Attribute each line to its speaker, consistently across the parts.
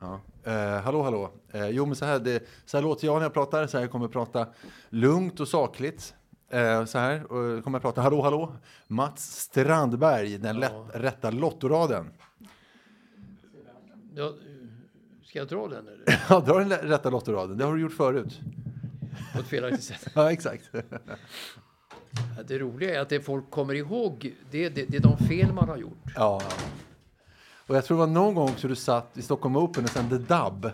Speaker 1: Ja. Eh, hallå, hallå. Eh, jo, men så här, det, så här låter jag när jag pratar. Så här kommer jag prata lugnt och sakligt. Eh, så här och kommer jag prata. Hallå, hallå. Mats Strandberg, den lätt, rätta lottoraden.
Speaker 2: Ja, eh, ska jag dra den eller?
Speaker 1: Ja, dra den lä- rätta lottoraden. Det har du gjort förut.
Speaker 2: På ett felaktigt sätt.
Speaker 1: Ja, exakt.
Speaker 2: Att Det roliga är att det folk kommer ihåg, det, det, det är de fel man har gjort.
Speaker 1: ja. Och jag tror det var någon gång så du satt i Stockholm Open och sände dubb.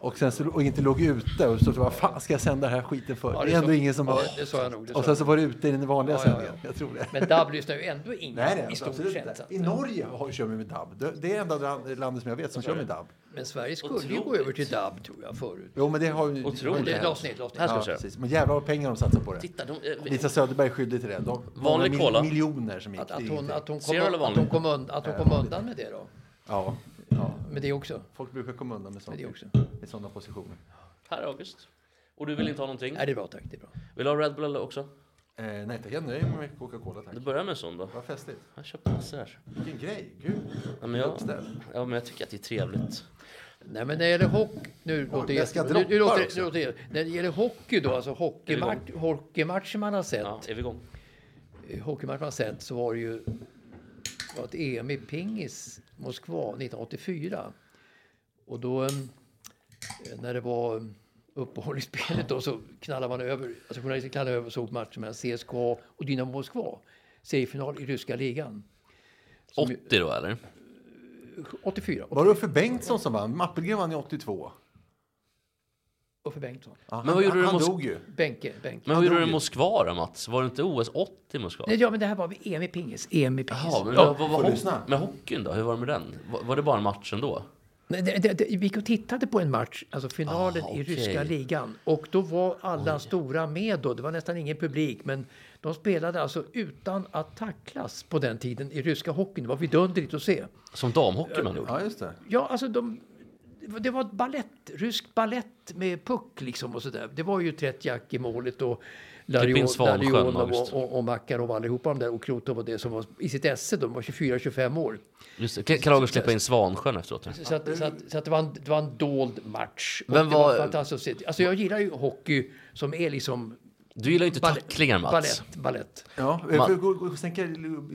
Speaker 1: Och sen så, och inte låg ute och så vad fan ska jag sända den här skiten för?
Speaker 2: Ja,
Speaker 1: det är ändå
Speaker 2: sa-
Speaker 1: ingen som
Speaker 2: ja,
Speaker 1: hör.
Speaker 2: Det sa jag nog. Det
Speaker 1: Och
Speaker 2: sa
Speaker 1: sen
Speaker 2: jag.
Speaker 1: så var det ute i den vanliga
Speaker 2: Ja, ja,
Speaker 1: sändningen. Jag tror det.
Speaker 2: Men DAB lyssnar ju ändå ingen
Speaker 1: Nej, nej,
Speaker 2: i
Speaker 1: alltså,
Speaker 2: stort
Speaker 1: absolut
Speaker 2: sett.
Speaker 1: inte.
Speaker 2: så att-
Speaker 1: I Norge har, kör vi med DAB. Det, det är enda land- landet som jag vet som kör med DAB.
Speaker 2: Men Sverige skulle ju gå över till DAB tror jag förut.
Speaker 1: Jo, men det har ju...
Speaker 3: Otroligt.
Speaker 1: har ju inte
Speaker 2: Det
Speaker 1: hänt.
Speaker 2: lades ner, lades ner.
Speaker 3: Här ska
Speaker 1: Ja,
Speaker 3: vi köra.
Speaker 1: precis. Men jävlar vad pengar de satsar på det.
Speaker 3: Titta, de, eh,
Speaker 1: Lisa Söderberg är skyldig till det. De, många mil-
Speaker 3: cola.
Speaker 1: miljoner som gick
Speaker 2: Att, att,
Speaker 1: till
Speaker 2: hon,
Speaker 1: ingenting.
Speaker 2: att, hon kom,
Speaker 3: Zero eller
Speaker 2: att, hon
Speaker 3: vanlig?
Speaker 2: kom und, att hon kom undan med det då.
Speaker 1: ja, ja,
Speaker 2: Med det också.
Speaker 1: folk brukar komma undan med sånt.
Speaker 2: det också.
Speaker 1: I sådana positioner.
Speaker 3: här August. Och du vill inte ha någonting?
Speaker 2: Nej, det är bra tack. Det är bra.
Speaker 3: Vill du ha Red Bull eller också?
Speaker 1: Eh, nej tack, jag nöjer mig med Coca-Cola tack.
Speaker 3: Du börjar med en sån då.
Speaker 1: Vad festligt.
Speaker 3: Jag köpte massor här.
Speaker 1: Vilken grej. Gud.
Speaker 3: Ja, men jag,
Speaker 1: Uppställ.
Speaker 3: ja, men jag tycker att det är trevligt.
Speaker 2: Nej, men när det gäller hockey... Nu låter det
Speaker 1: läskiga
Speaker 2: jätte- nu, nu
Speaker 1: droppar
Speaker 2: låter, det-
Speaker 1: också.
Speaker 2: nu låter det, När det gäller hockey då, alltså hockeymatch, hockeymatcher man har sett.
Speaker 3: Ja, är vi igång?
Speaker 2: Hockeymatch man har sett så var det ju det var ett EM i pingis Moskva 1984. Och då eh, när det var eh, uppehåll i spelet då så knallade man över, alltså journalisten knallade över och såg matchen mellan CSKA och Dynamo Moskva. Seriefinal i ryska ligan.
Speaker 3: 80 då eller?
Speaker 2: 84,
Speaker 1: Var det Uffe Bengtsson som vann? Appelgren vann i 82.
Speaker 2: Uffe Bengtsson.
Speaker 1: Ja,
Speaker 3: Men vad gjorde
Speaker 1: han,
Speaker 3: du
Speaker 1: han
Speaker 3: mos-
Speaker 1: dog ju.
Speaker 2: Bänke, Bänke.
Speaker 3: Men vad gjorde du i Moskva då Mats? Var det inte OS 80 i Moskva?
Speaker 2: Nej, ja, men det här var vid EM i pingis. EM i pingis.
Speaker 3: Jaha, men
Speaker 2: ja.
Speaker 3: vad, vad, vad,
Speaker 1: får
Speaker 3: hock-
Speaker 1: lyssna.
Speaker 3: med hockeyn då? Hur var det med den? Var, var det bara matchen då?
Speaker 2: Nej, det, det, det, vi gick och tittade på en match, alltså finalen
Speaker 3: Ah,
Speaker 2: i
Speaker 3: okej.
Speaker 2: ryska ligan. Och då var alla stora med då. Det var nästan ingen publik. Men de spelade alltså utan att tacklas på den tiden i ryska hockeyn. Det var vidunderligt att se.
Speaker 3: Som damhockey man gjorde?
Speaker 1: Ja, just det.
Speaker 2: Ja, alltså de... Det var ett ballett, rysk ballett med puck liksom och sådär. Det var ju Tretjak i målet och
Speaker 3: in
Speaker 2: Larion-
Speaker 3: Svansjön,
Speaker 2: Larionov
Speaker 3: August.
Speaker 2: och, och, och Makarov allihopa de där och Krotov och det som var i sitt esse. De var 24-25 år.
Speaker 3: Just det. Kan- Kan August släppa in Svansjön efteråt? då?
Speaker 2: Så, att, så, att, så att det, var en, det var en dold match. Och
Speaker 3: Men
Speaker 2: det var
Speaker 3: vad-
Speaker 2: fantastiskt att se. Alltså jag gillar ju hockey som är liksom
Speaker 3: Du gillar ju inte
Speaker 2: ballett-
Speaker 3: tacklingar Mats.
Speaker 2: Ballett, ballett.
Speaker 1: Ja,
Speaker 3: Man-
Speaker 1: gå- gå- sänka,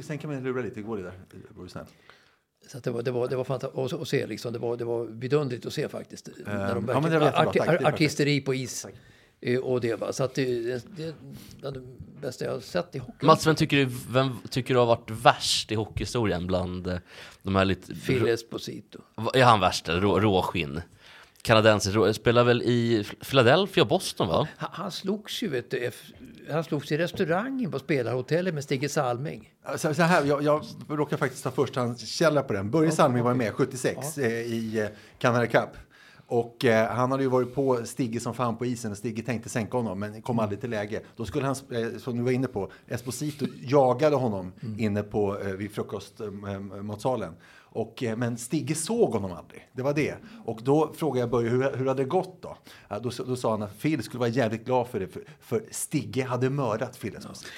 Speaker 1: sänka mig lura lite. Gå det där. Vore du snäll.
Speaker 2: Så att det var, det var, det var fantastiskt att se liksom. Det var, det var vidunderligt att se faktiskt. när de
Speaker 1: Eh, ja, men
Speaker 2: verkligen-
Speaker 1: det var jättebra. Tack, det är perfekt.
Speaker 2: artisteri på is. eh, Och det va. Så att det, det, det är bland det bästa jag har sett i hockey.
Speaker 3: Mats, vem tycker, du, vem tycker du har varit värst i hockeyhistorien bland eh, de här lite...
Speaker 2: Phil Esposito.
Speaker 3: Va- Är han värst eller? Rå, råskinn? Kanadensisk rå, spelar väl i F- Philadelphia och Boston va?
Speaker 2: Han, han slogs ju vet du, eff- han slogs i restaurangen på spelarhotellet med Stigge Salming.
Speaker 1: Så, så här, jag, jag råkar faktiskt ha förstahandskälla på den. Börje Salming var med 76 eh, i eh, Canada Cup. Och eh, han hade ju varit på Stigge som fan på isen och Stigge tänkte sänka honom men kom aldrig till läge. Då skulle han, eh, som du var inne på, Esposito jagade honom inne på, eh, vid frukostmatsalen. Och, eh, men Stigge såg honom aldrig. Det var det. Och då frågade jag Börje hur, hur hade det gått då? Ja, då? sa- Då sa han att Phil skulle vara jävligt glad för det för, för Stigge hade mördat Phil Esposito.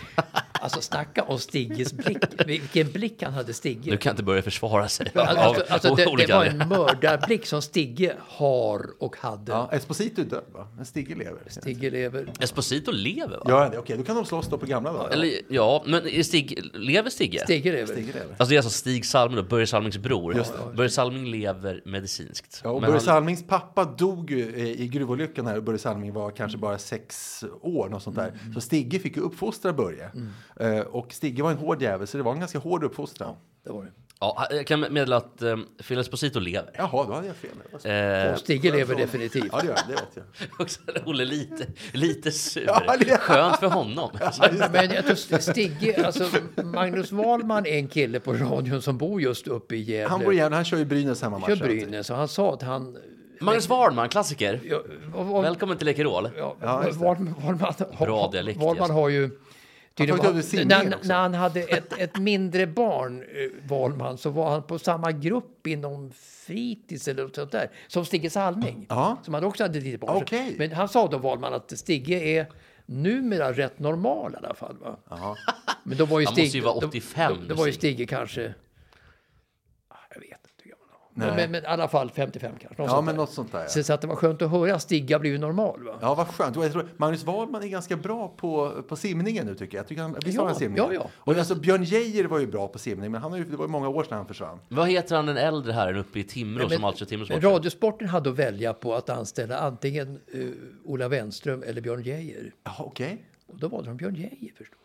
Speaker 2: Alltså snacka om Stigges blick. Vilken blick han hade Stigge.
Speaker 3: Nu kan inte börja försvara sig.
Speaker 2: Alltså,
Speaker 3: av
Speaker 2: alltså, alltså, det, det
Speaker 3: olika-
Speaker 2: var en mördarblick som Stigge har och hade.
Speaker 1: Ja, Esposito är död va? Men Stigge lever.
Speaker 2: Stigge lever.
Speaker 3: Esposito lever va?
Speaker 1: Gör han det? Okej, då kan de slåss då på gamla dagar.
Speaker 3: Eller ja, men är Stig, lever Stigge?
Speaker 2: Stigge lever.
Speaker 1: Stigge lever.
Speaker 3: Alltså det är alltså Stig Salming då, Börje Salmings bror.
Speaker 1: Just
Speaker 3: Börje Salming lever medicinskt.
Speaker 1: Ja, och
Speaker 3: Men
Speaker 1: Börje
Speaker 3: han,
Speaker 1: Salmings pappa dog ju eh, i gruvolyckan när Börje Salming var kanske bara sex år. Något sånt där. Så Stigge Mm. fick ju uppfostra Börje. Eh, Och Stigge var en hård jävel, så det var en ganska hård uppfostran.
Speaker 2: Det var det.
Speaker 3: Ja, jag kan meddela att eh, Phil Esposito lever.
Speaker 1: Jaha, då hade jag fel. Det var så.
Speaker 3: Eh,
Speaker 2: Och Stig lever definitivt.
Speaker 1: Ja, det gör jag. Det åt jag.
Speaker 3: och så är Olle lite, lite sur.
Speaker 1: Ja, det-
Speaker 3: Skönt för honom.
Speaker 2: Men jag tror Stigge, alltså Magnus Wahlman är en kille på radion som bor just uppe i Gävle.
Speaker 1: Han bor igen, han kör ju Brynäs hemma matcher
Speaker 2: Kör
Speaker 1: alltid.
Speaker 2: Brynäs och han sa att han...
Speaker 3: Magnus Wahlman, klassiker.
Speaker 2: Ja, och, och,
Speaker 3: Välkommen till Ekerol.
Speaker 2: ja,
Speaker 1: Ja, just det.
Speaker 2: Wahlman, Wahlman,
Speaker 3: Bra dialekt,
Speaker 2: Wahlman har ju...
Speaker 1: tagit över
Speaker 2: när,
Speaker 1: sin del
Speaker 2: när
Speaker 1: också.
Speaker 2: när han hade ett, ett mindre barn, eh, Wahlman, så var han på samma grupp inom fritids eller något sånt där, som Stigge Salming.
Speaker 1: Ja.
Speaker 2: Som han också hade ett litet barn.
Speaker 1: Okej.
Speaker 2: Men han sa då, Wahlman, att Stigge är numera rätt normal i alla fall. Va? Men då var ju
Speaker 3: Han måste
Speaker 2: Stig-
Speaker 3: ju vara
Speaker 2: då-
Speaker 3: 85
Speaker 2: Då, då var ju
Speaker 3: nu,
Speaker 2: Stigge kanske... Ah, Jag vet inte hur gammal han var. Men, men i alla fall 55 kanske. något
Speaker 1: Ja,
Speaker 2: sånt
Speaker 1: men
Speaker 2: där.
Speaker 1: något sånt där. Ja.
Speaker 2: Så, så att det var skönt att höra. Stigga blir ju normal va?
Speaker 1: Ja, vad skönt. Och Jag tror, Magnus Wahlman är ganska bra på, på simningen nu tycker jag. jag tycker han, visst har
Speaker 2: Ja,
Speaker 1: han simning?
Speaker 2: ja, ja.
Speaker 1: Och alltså, Björn Geijer var ju bra på simning, men han har ju, det var ju många år sedan han försvann.
Speaker 3: Vad heter han den äldre herren uppe i Timrå
Speaker 2: Men-
Speaker 3: som alltid kör Timrås
Speaker 2: men
Speaker 3: matcher?
Speaker 2: Radiosporten hade att välja på att anställa antingen eh, Ola Wenström eller Björn Geijer.
Speaker 1: Jaha, okej.
Speaker 2: Och då valde de Björn Geijer förstås.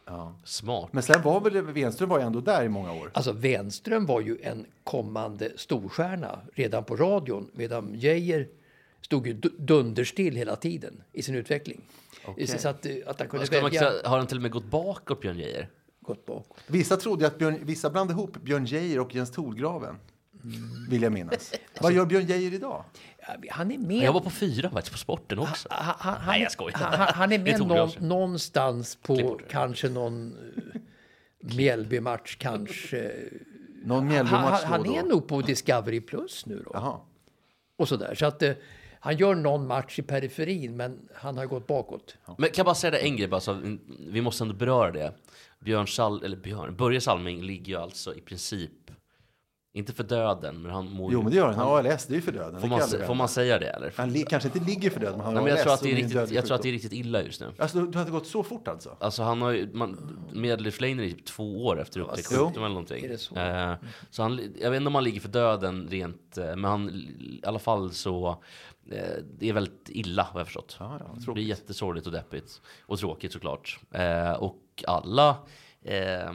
Speaker 3: Smart.
Speaker 1: Men sen var väl Wenström var ju ändå där i många år.
Speaker 2: Alltså Wenström var ju en kommande storstjärna redan på radion medan Geijer stod ju du- dunderstill hela tiden i sin utveckling. Så så att, eh, att han kunde
Speaker 3: Ska man
Speaker 2: välja
Speaker 3: säga, har han till och med gått bakåt, Björn Geijer?
Speaker 2: gått bakåt.
Speaker 1: Vissa trodde ju att Björn, vissa blandade ihop Björn Geijer och Jens Thorgraven.
Speaker 2: Mm.
Speaker 1: Vill jag minnas. Vad gör Björn Geijer idag?
Speaker 2: Ja, Han är med
Speaker 3: Jag var på fyra faktiskt, på sporten också.
Speaker 2: Han, han,
Speaker 3: Nej, jag skojar.
Speaker 2: Han, han- han är
Speaker 3: Det
Speaker 2: med
Speaker 3: tog
Speaker 2: någon,
Speaker 3: jag.
Speaker 2: någonstans på kanske någon eh, Mjällby-match kanske.
Speaker 1: Någon
Speaker 2: Han, han,
Speaker 1: Mjällbymatch då och
Speaker 2: han är
Speaker 1: då?
Speaker 2: nog på Discovery Plus nu då.
Speaker 1: Jaha.
Speaker 2: Och sådär. Så att eh, han gör någon match i periferin men han har gått bakåt.
Speaker 3: Men kan jag bara säga det en grej, bara, så, att vi måste ändå beröra det. Björn Sal, eller Björn, Börje Salming ligger ju alltså i princip, inte för döden, men han mår
Speaker 1: Jo,
Speaker 3: ju-
Speaker 1: men det gör han. ALS, det är ju för döden. Det
Speaker 3: Får
Speaker 1: kan
Speaker 3: man,
Speaker 1: aldrig
Speaker 3: se- får
Speaker 1: hända.
Speaker 3: man säga det eller?
Speaker 1: Han li- kanske inte ligger för döden, men han har
Speaker 3: Nej, men jag,
Speaker 1: ALS.
Speaker 3: tror att det är
Speaker 1: och en
Speaker 3: riktigt,
Speaker 1: dödlig
Speaker 3: jag tror att det är
Speaker 1: sjukdom.
Speaker 3: riktigt illa just nu.
Speaker 1: Alltså, du har inte gått så fort alltså?
Speaker 3: Alltså han har ju, man, medellivslängden är typ två år efter upptäckt
Speaker 1: Jo.
Speaker 3: sjukdom eller någonting.
Speaker 2: Är det så?
Speaker 3: Eh, så han, jag vet inte om han ligger för döden rent, eh, men han, i alla fall så, eh, det är väldigt illa vad jag förstått.
Speaker 1: Ja, ja,
Speaker 3: det blir
Speaker 1: tråkigt.
Speaker 3: jättesorgligt och deppigt. Och tråkigt såklart. Eh, och alla eh,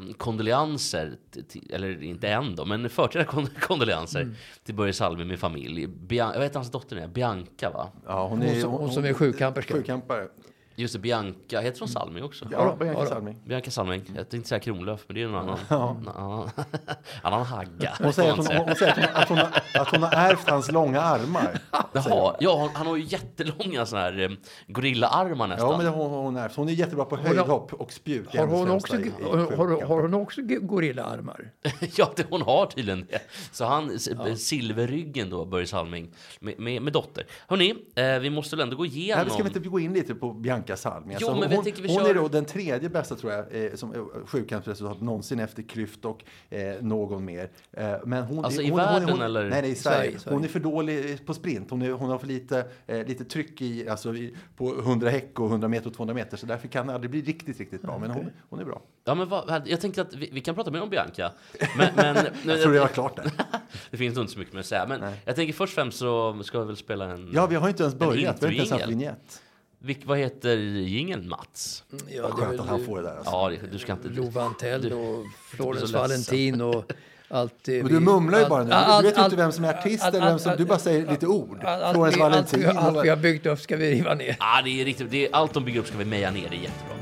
Speaker 3: kondolenser, t- till- eller inte än då, men förtida kon- kondolenser till Börje Salmi med familj. Bian- jag vet hans dotter är Bianca va?
Speaker 1: Ja, hon,
Speaker 2: Hon som- hon som är sjukkamperska.
Speaker 1: Sjukkampare.
Speaker 3: Just det, Bianca, heter hon Salmi också?
Speaker 1: Ja, Bianca
Speaker 2: ja då.
Speaker 1: Salming.
Speaker 3: Bianca Salming. Jag tänkte säga Kronlöf, men det är ju någon annan. En annan, annan hagga.
Speaker 1: Hon säger,
Speaker 3: får
Speaker 1: att
Speaker 3: man
Speaker 1: hon,
Speaker 3: säga.
Speaker 1: hon, hon säger att, hon, att, hon, att hon har ärvt hans långa armar.
Speaker 3: Jaha, ja, hon- han har ju jättelånga sådana här eh, gorillaarmar nästan.
Speaker 1: Ja, men det har hon, hon ärvt. Hon är jättebra på
Speaker 2: har-
Speaker 1: höjdhopp och spjut. Det är
Speaker 2: Har
Speaker 1: hennes
Speaker 2: hon,
Speaker 1: främsta i-
Speaker 2: också,
Speaker 1: i
Speaker 2: har, har,
Speaker 1: sjukkamp.
Speaker 2: har hon också g- gorillaarmar?
Speaker 3: Ja, det, hon har tydligen det. Så han, s- eh, silverryggen då, Börje Salming, med, med, med dotter. Hörni, eh, vi måste väl ändå gå
Speaker 1: Nej,
Speaker 3: igenom...
Speaker 1: men ska vi inte gå in lite på Bianca Salming?
Speaker 3: Jo, men vi
Speaker 1: hon
Speaker 3: tänker vi
Speaker 1: hon
Speaker 3: kör-
Speaker 1: är då den tredje bästa, tror jag, eh, som eh, sjukkampsresultat någonsin efter Klyft och eh, någon mer. Eh, men hon,
Speaker 3: Alltså
Speaker 1: hon,
Speaker 3: i
Speaker 1: hon,
Speaker 3: världen,
Speaker 1: hon,
Speaker 3: eller?
Speaker 1: Nej, nej, i
Speaker 2: Sverige,
Speaker 1: Sverige.
Speaker 2: Sverige.
Speaker 1: Hon är för dålig eh, på sprint. Hon, är, hon har för lite, eh, lite tryck i, alltså, i, på 100 häck och 100 meter och 200 meter. Så därför kan det aldrig bli riktigt, riktigt bra. Men hon, hon är bra.
Speaker 3: Ja, men vad, jag tänkte att vi, vi kan prata mer om Bianca. Men, men,
Speaker 1: Jag tror det var klart där.
Speaker 3: det finns nog inte så mycket mer att säga. Men jag tänker först och främst så ska vi väl spela en...
Speaker 1: Ja, vi har ju inte ens
Speaker 3: En
Speaker 1: börjat. Vi har inte ens haft
Speaker 3: introjingel.
Speaker 1: vinjett.
Speaker 3: Vilk, vad heter jingeln, Mats?
Speaker 2: Mm, Ja,
Speaker 1: Vad skönt att han får det där. Alltså.
Speaker 3: Ja, det, du ska inte...
Speaker 2: Lo Vantell och Florence
Speaker 3: ledsen.
Speaker 2: Valentin och allt det
Speaker 1: Men
Speaker 2: vi-
Speaker 1: du mumlar ju
Speaker 2: allt-
Speaker 1: bara nu. Du-
Speaker 2: allt-
Speaker 1: Du vet ju
Speaker 2: allt-
Speaker 1: inte vem som är artist
Speaker 2: allt-
Speaker 1: eller vem som...
Speaker 2: allt-
Speaker 1: Du bara säger lite ord.
Speaker 2: allt- allt-
Speaker 1: Florens Valentin.
Speaker 2: Allt, allt vi
Speaker 1: och-
Speaker 2: har byggt upp ska vi riva ner.
Speaker 3: Ja, det är riktigt. Det är, allt de bygger upp ska vi meja ner. Det är jättebra.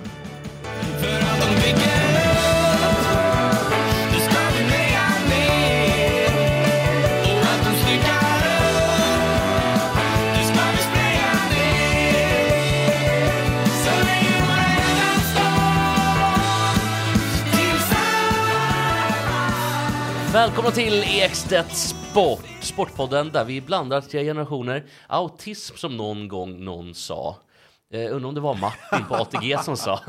Speaker 3: Välkomna till EXTET Sport, Sportpodden där vi blandar tre generationer. Autism som någon gång någon sa. Eh, undrar om det var Martin på ATG som sa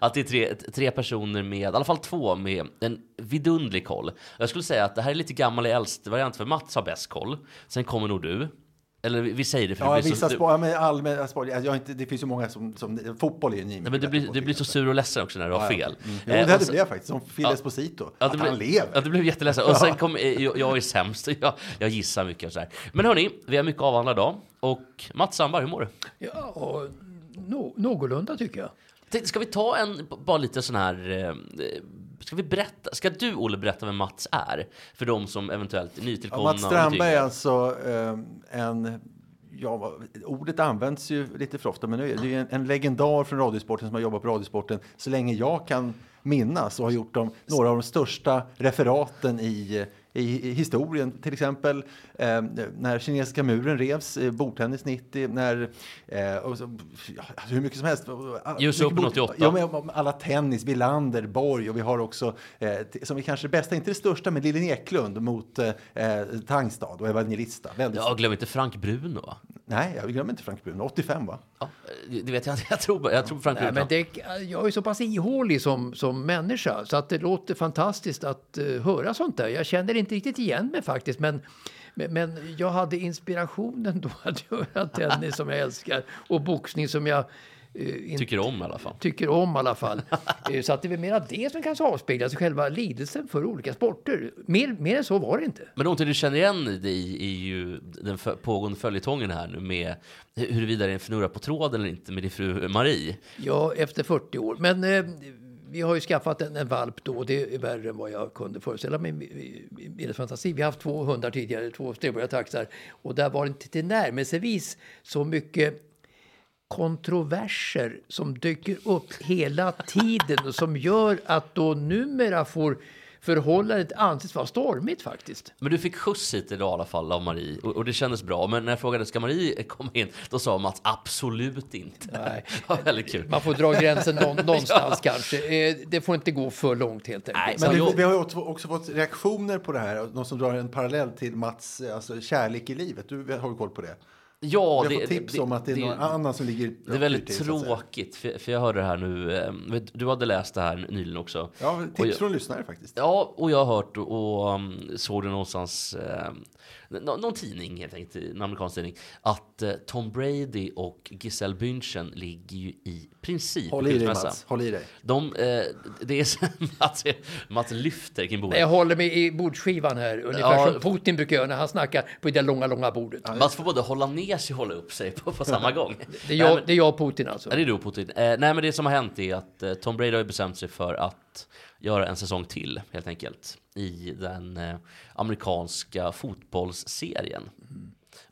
Speaker 3: att det är tre, tre personer med, i alla fall två med en vidunderlig koll. Jag skulle säga att det här är lite gammal i äldst variant för Mats har bäst koll. Sen kommer nog du. Eller vi vi säger det för
Speaker 1: Ja,
Speaker 3: du blir
Speaker 1: vissa
Speaker 3: så, du,
Speaker 1: spår, ja, men allmänna spår. Alltså, jag har inte, det finns ju många som, som fotboll är ju en
Speaker 3: nej, men du, blir, du blir så sur och ledsen också när du har fel.
Speaker 1: Mm. Jo,
Speaker 3: Eh,
Speaker 1: det
Speaker 3: och
Speaker 1: hade
Speaker 3: så-
Speaker 1: blev jag faktiskt. Som Phil Esposito.
Speaker 3: Ja,
Speaker 1: att
Speaker 3: det
Speaker 1: han
Speaker 3: blev-
Speaker 1: lever.
Speaker 3: Ja, det blev jätteledsen. Och sen kom, eh, jag, jag är sämst, jag, jag gissar mycket och så här. Men hörni, vi har mycket att avhandla idag. Och Mats Sandberg, hur mår du?
Speaker 2: Ja, och no, någorlunda tycker jag.
Speaker 3: Tänkte, Ska vi ta en, b- bara lite sån här eh, Ska, vi berätta, ska du, Olle, berätta vem Mats är? För de som eventuellt är
Speaker 1: Ja,
Speaker 3: nytillkomna.
Speaker 1: Mats
Speaker 3: och
Speaker 1: Strandberg är
Speaker 3: tycker-
Speaker 1: alltså eh, en, ja, vad- ordet används ju lite för ofta, men nu är det ju en, en legendar från Radiosporten som har jobbat på Radiosporten så länge jag kan minnas och har gjort de, några av de största referaten i i i historien, till exempel eh, när kinesiska muren revs, eh, bordtennis 90, när... Eh, och så, ja, hur mycket som helst.
Speaker 3: Ljus upp 88.
Speaker 1: Ja, men om alla tennis, Wilander, Borg och vi har också, eh, t- som är kanske det bästa, inte det största, men Lillen Eklund mot eh, eh, Tangstad och Evangelista. Väldigt,
Speaker 3: Ja, glöm inte Frank Bruno. va?
Speaker 1: Nej, jag glömmer inte Frank Bruno, 85 va?
Speaker 3: Ja, eh, det vet jag inte. Jag tror, jag tror Frank
Speaker 2: Nej,
Speaker 3: Bruno.
Speaker 2: men det, jag är så pass ihålig som, som människa så att det låter fantastiskt att eh, höra sånt där. Jag känner inte riktigt igen mig faktiskt men, men, men jag hade inspirationen då att göra tennis som jag älskar och boxning som jag eh, inte
Speaker 3: Tycker om i alla fall.
Speaker 2: tycker om i alla fall. Eh, så att det är mera det som kanske avspeglas i själva lidelsen för olika sporter. Mer, mer än så var det inte.
Speaker 3: Men någonting du känner igen dig i är ju den fö- pågående följetongen här nu med hu- huruvida det är en fnurra på tråden eller inte med din fru Marie.
Speaker 2: Ja, efter 40 år. Men eh, vi har ju skaffat en, en valp då. Det är värre än vad jag kunde föreställa mig i- i i min fantasi. Vi har haft två hundar tidigare, två streborgare taxar. Och där var det inte tillnärmelsevis så mycket kontroverser som dyker upp hela tiden och som gör att då numera får förhållandet anses vara stormigt faktiskt.
Speaker 3: Men du fick skjuts hit idag i alla fall av Marie och, och det kändes bra. Men när jag frågade ska Marie komma in, då sa Mats absolut inte.
Speaker 2: Nej.
Speaker 3: Det var väldigt kul.
Speaker 2: Man får dra gränsen någon, någonstans kanske. Eh, det får inte gå för långt helt enkelt.
Speaker 3: Nej,
Speaker 1: Men
Speaker 3: Så
Speaker 1: vi,
Speaker 3: jag-
Speaker 1: vi har ju också- också fått reaktioner på det här, någon som drar en parallell till Mats eh, alltså, kärlek i livet. Du har ju koll på det.
Speaker 3: Ja,
Speaker 1: vi har fått tips om att det är någon annan som ligger...
Speaker 3: Det är väldigt
Speaker 1: ute, så att säga.
Speaker 3: tråkigt, för, för jag hörde det här nu. eh, vet- Du hade läst det här nyligen också.
Speaker 1: Ja,
Speaker 3: Och
Speaker 1: tips
Speaker 3: jag-
Speaker 1: från lyssnare faktiskt.
Speaker 3: Ja, och jag har hört och um, såg det någonstans, eh, nå- någon tidning helt enkelt, en amerikansk tidning, att eh, Tom Brady och Giselle Bündchen ligger ju i princip
Speaker 1: Håll i dig
Speaker 3: skilsmässa.
Speaker 1: Mats, håll i dig.
Speaker 3: De, eh, det är så- Mats, Mats lyfter kring bordet.
Speaker 2: Jag håller mig i bordsskivan här, ungefär
Speaker 3: Ja.
Speaker 2: som Putin brukar göra när han snackar på det där långa, långa bordet.
Speaker 3: Mats får både hålla ner sig och hålla upp sig på, på samma gång.
Speaker 2: Det är
Speaker 3: Nej,
Speaker 2: jag,
Speaker 3: men-
Speaker 2: det är jag och Putin alltså.
Speaker 3: Ja, det är du och Putin. Eh, nej, men det som har hänt är att eh, Tom Brady har ju bestämt sig för att göra en säsong till, helt enkelt, i den eh, amerikanska fotbollsserien.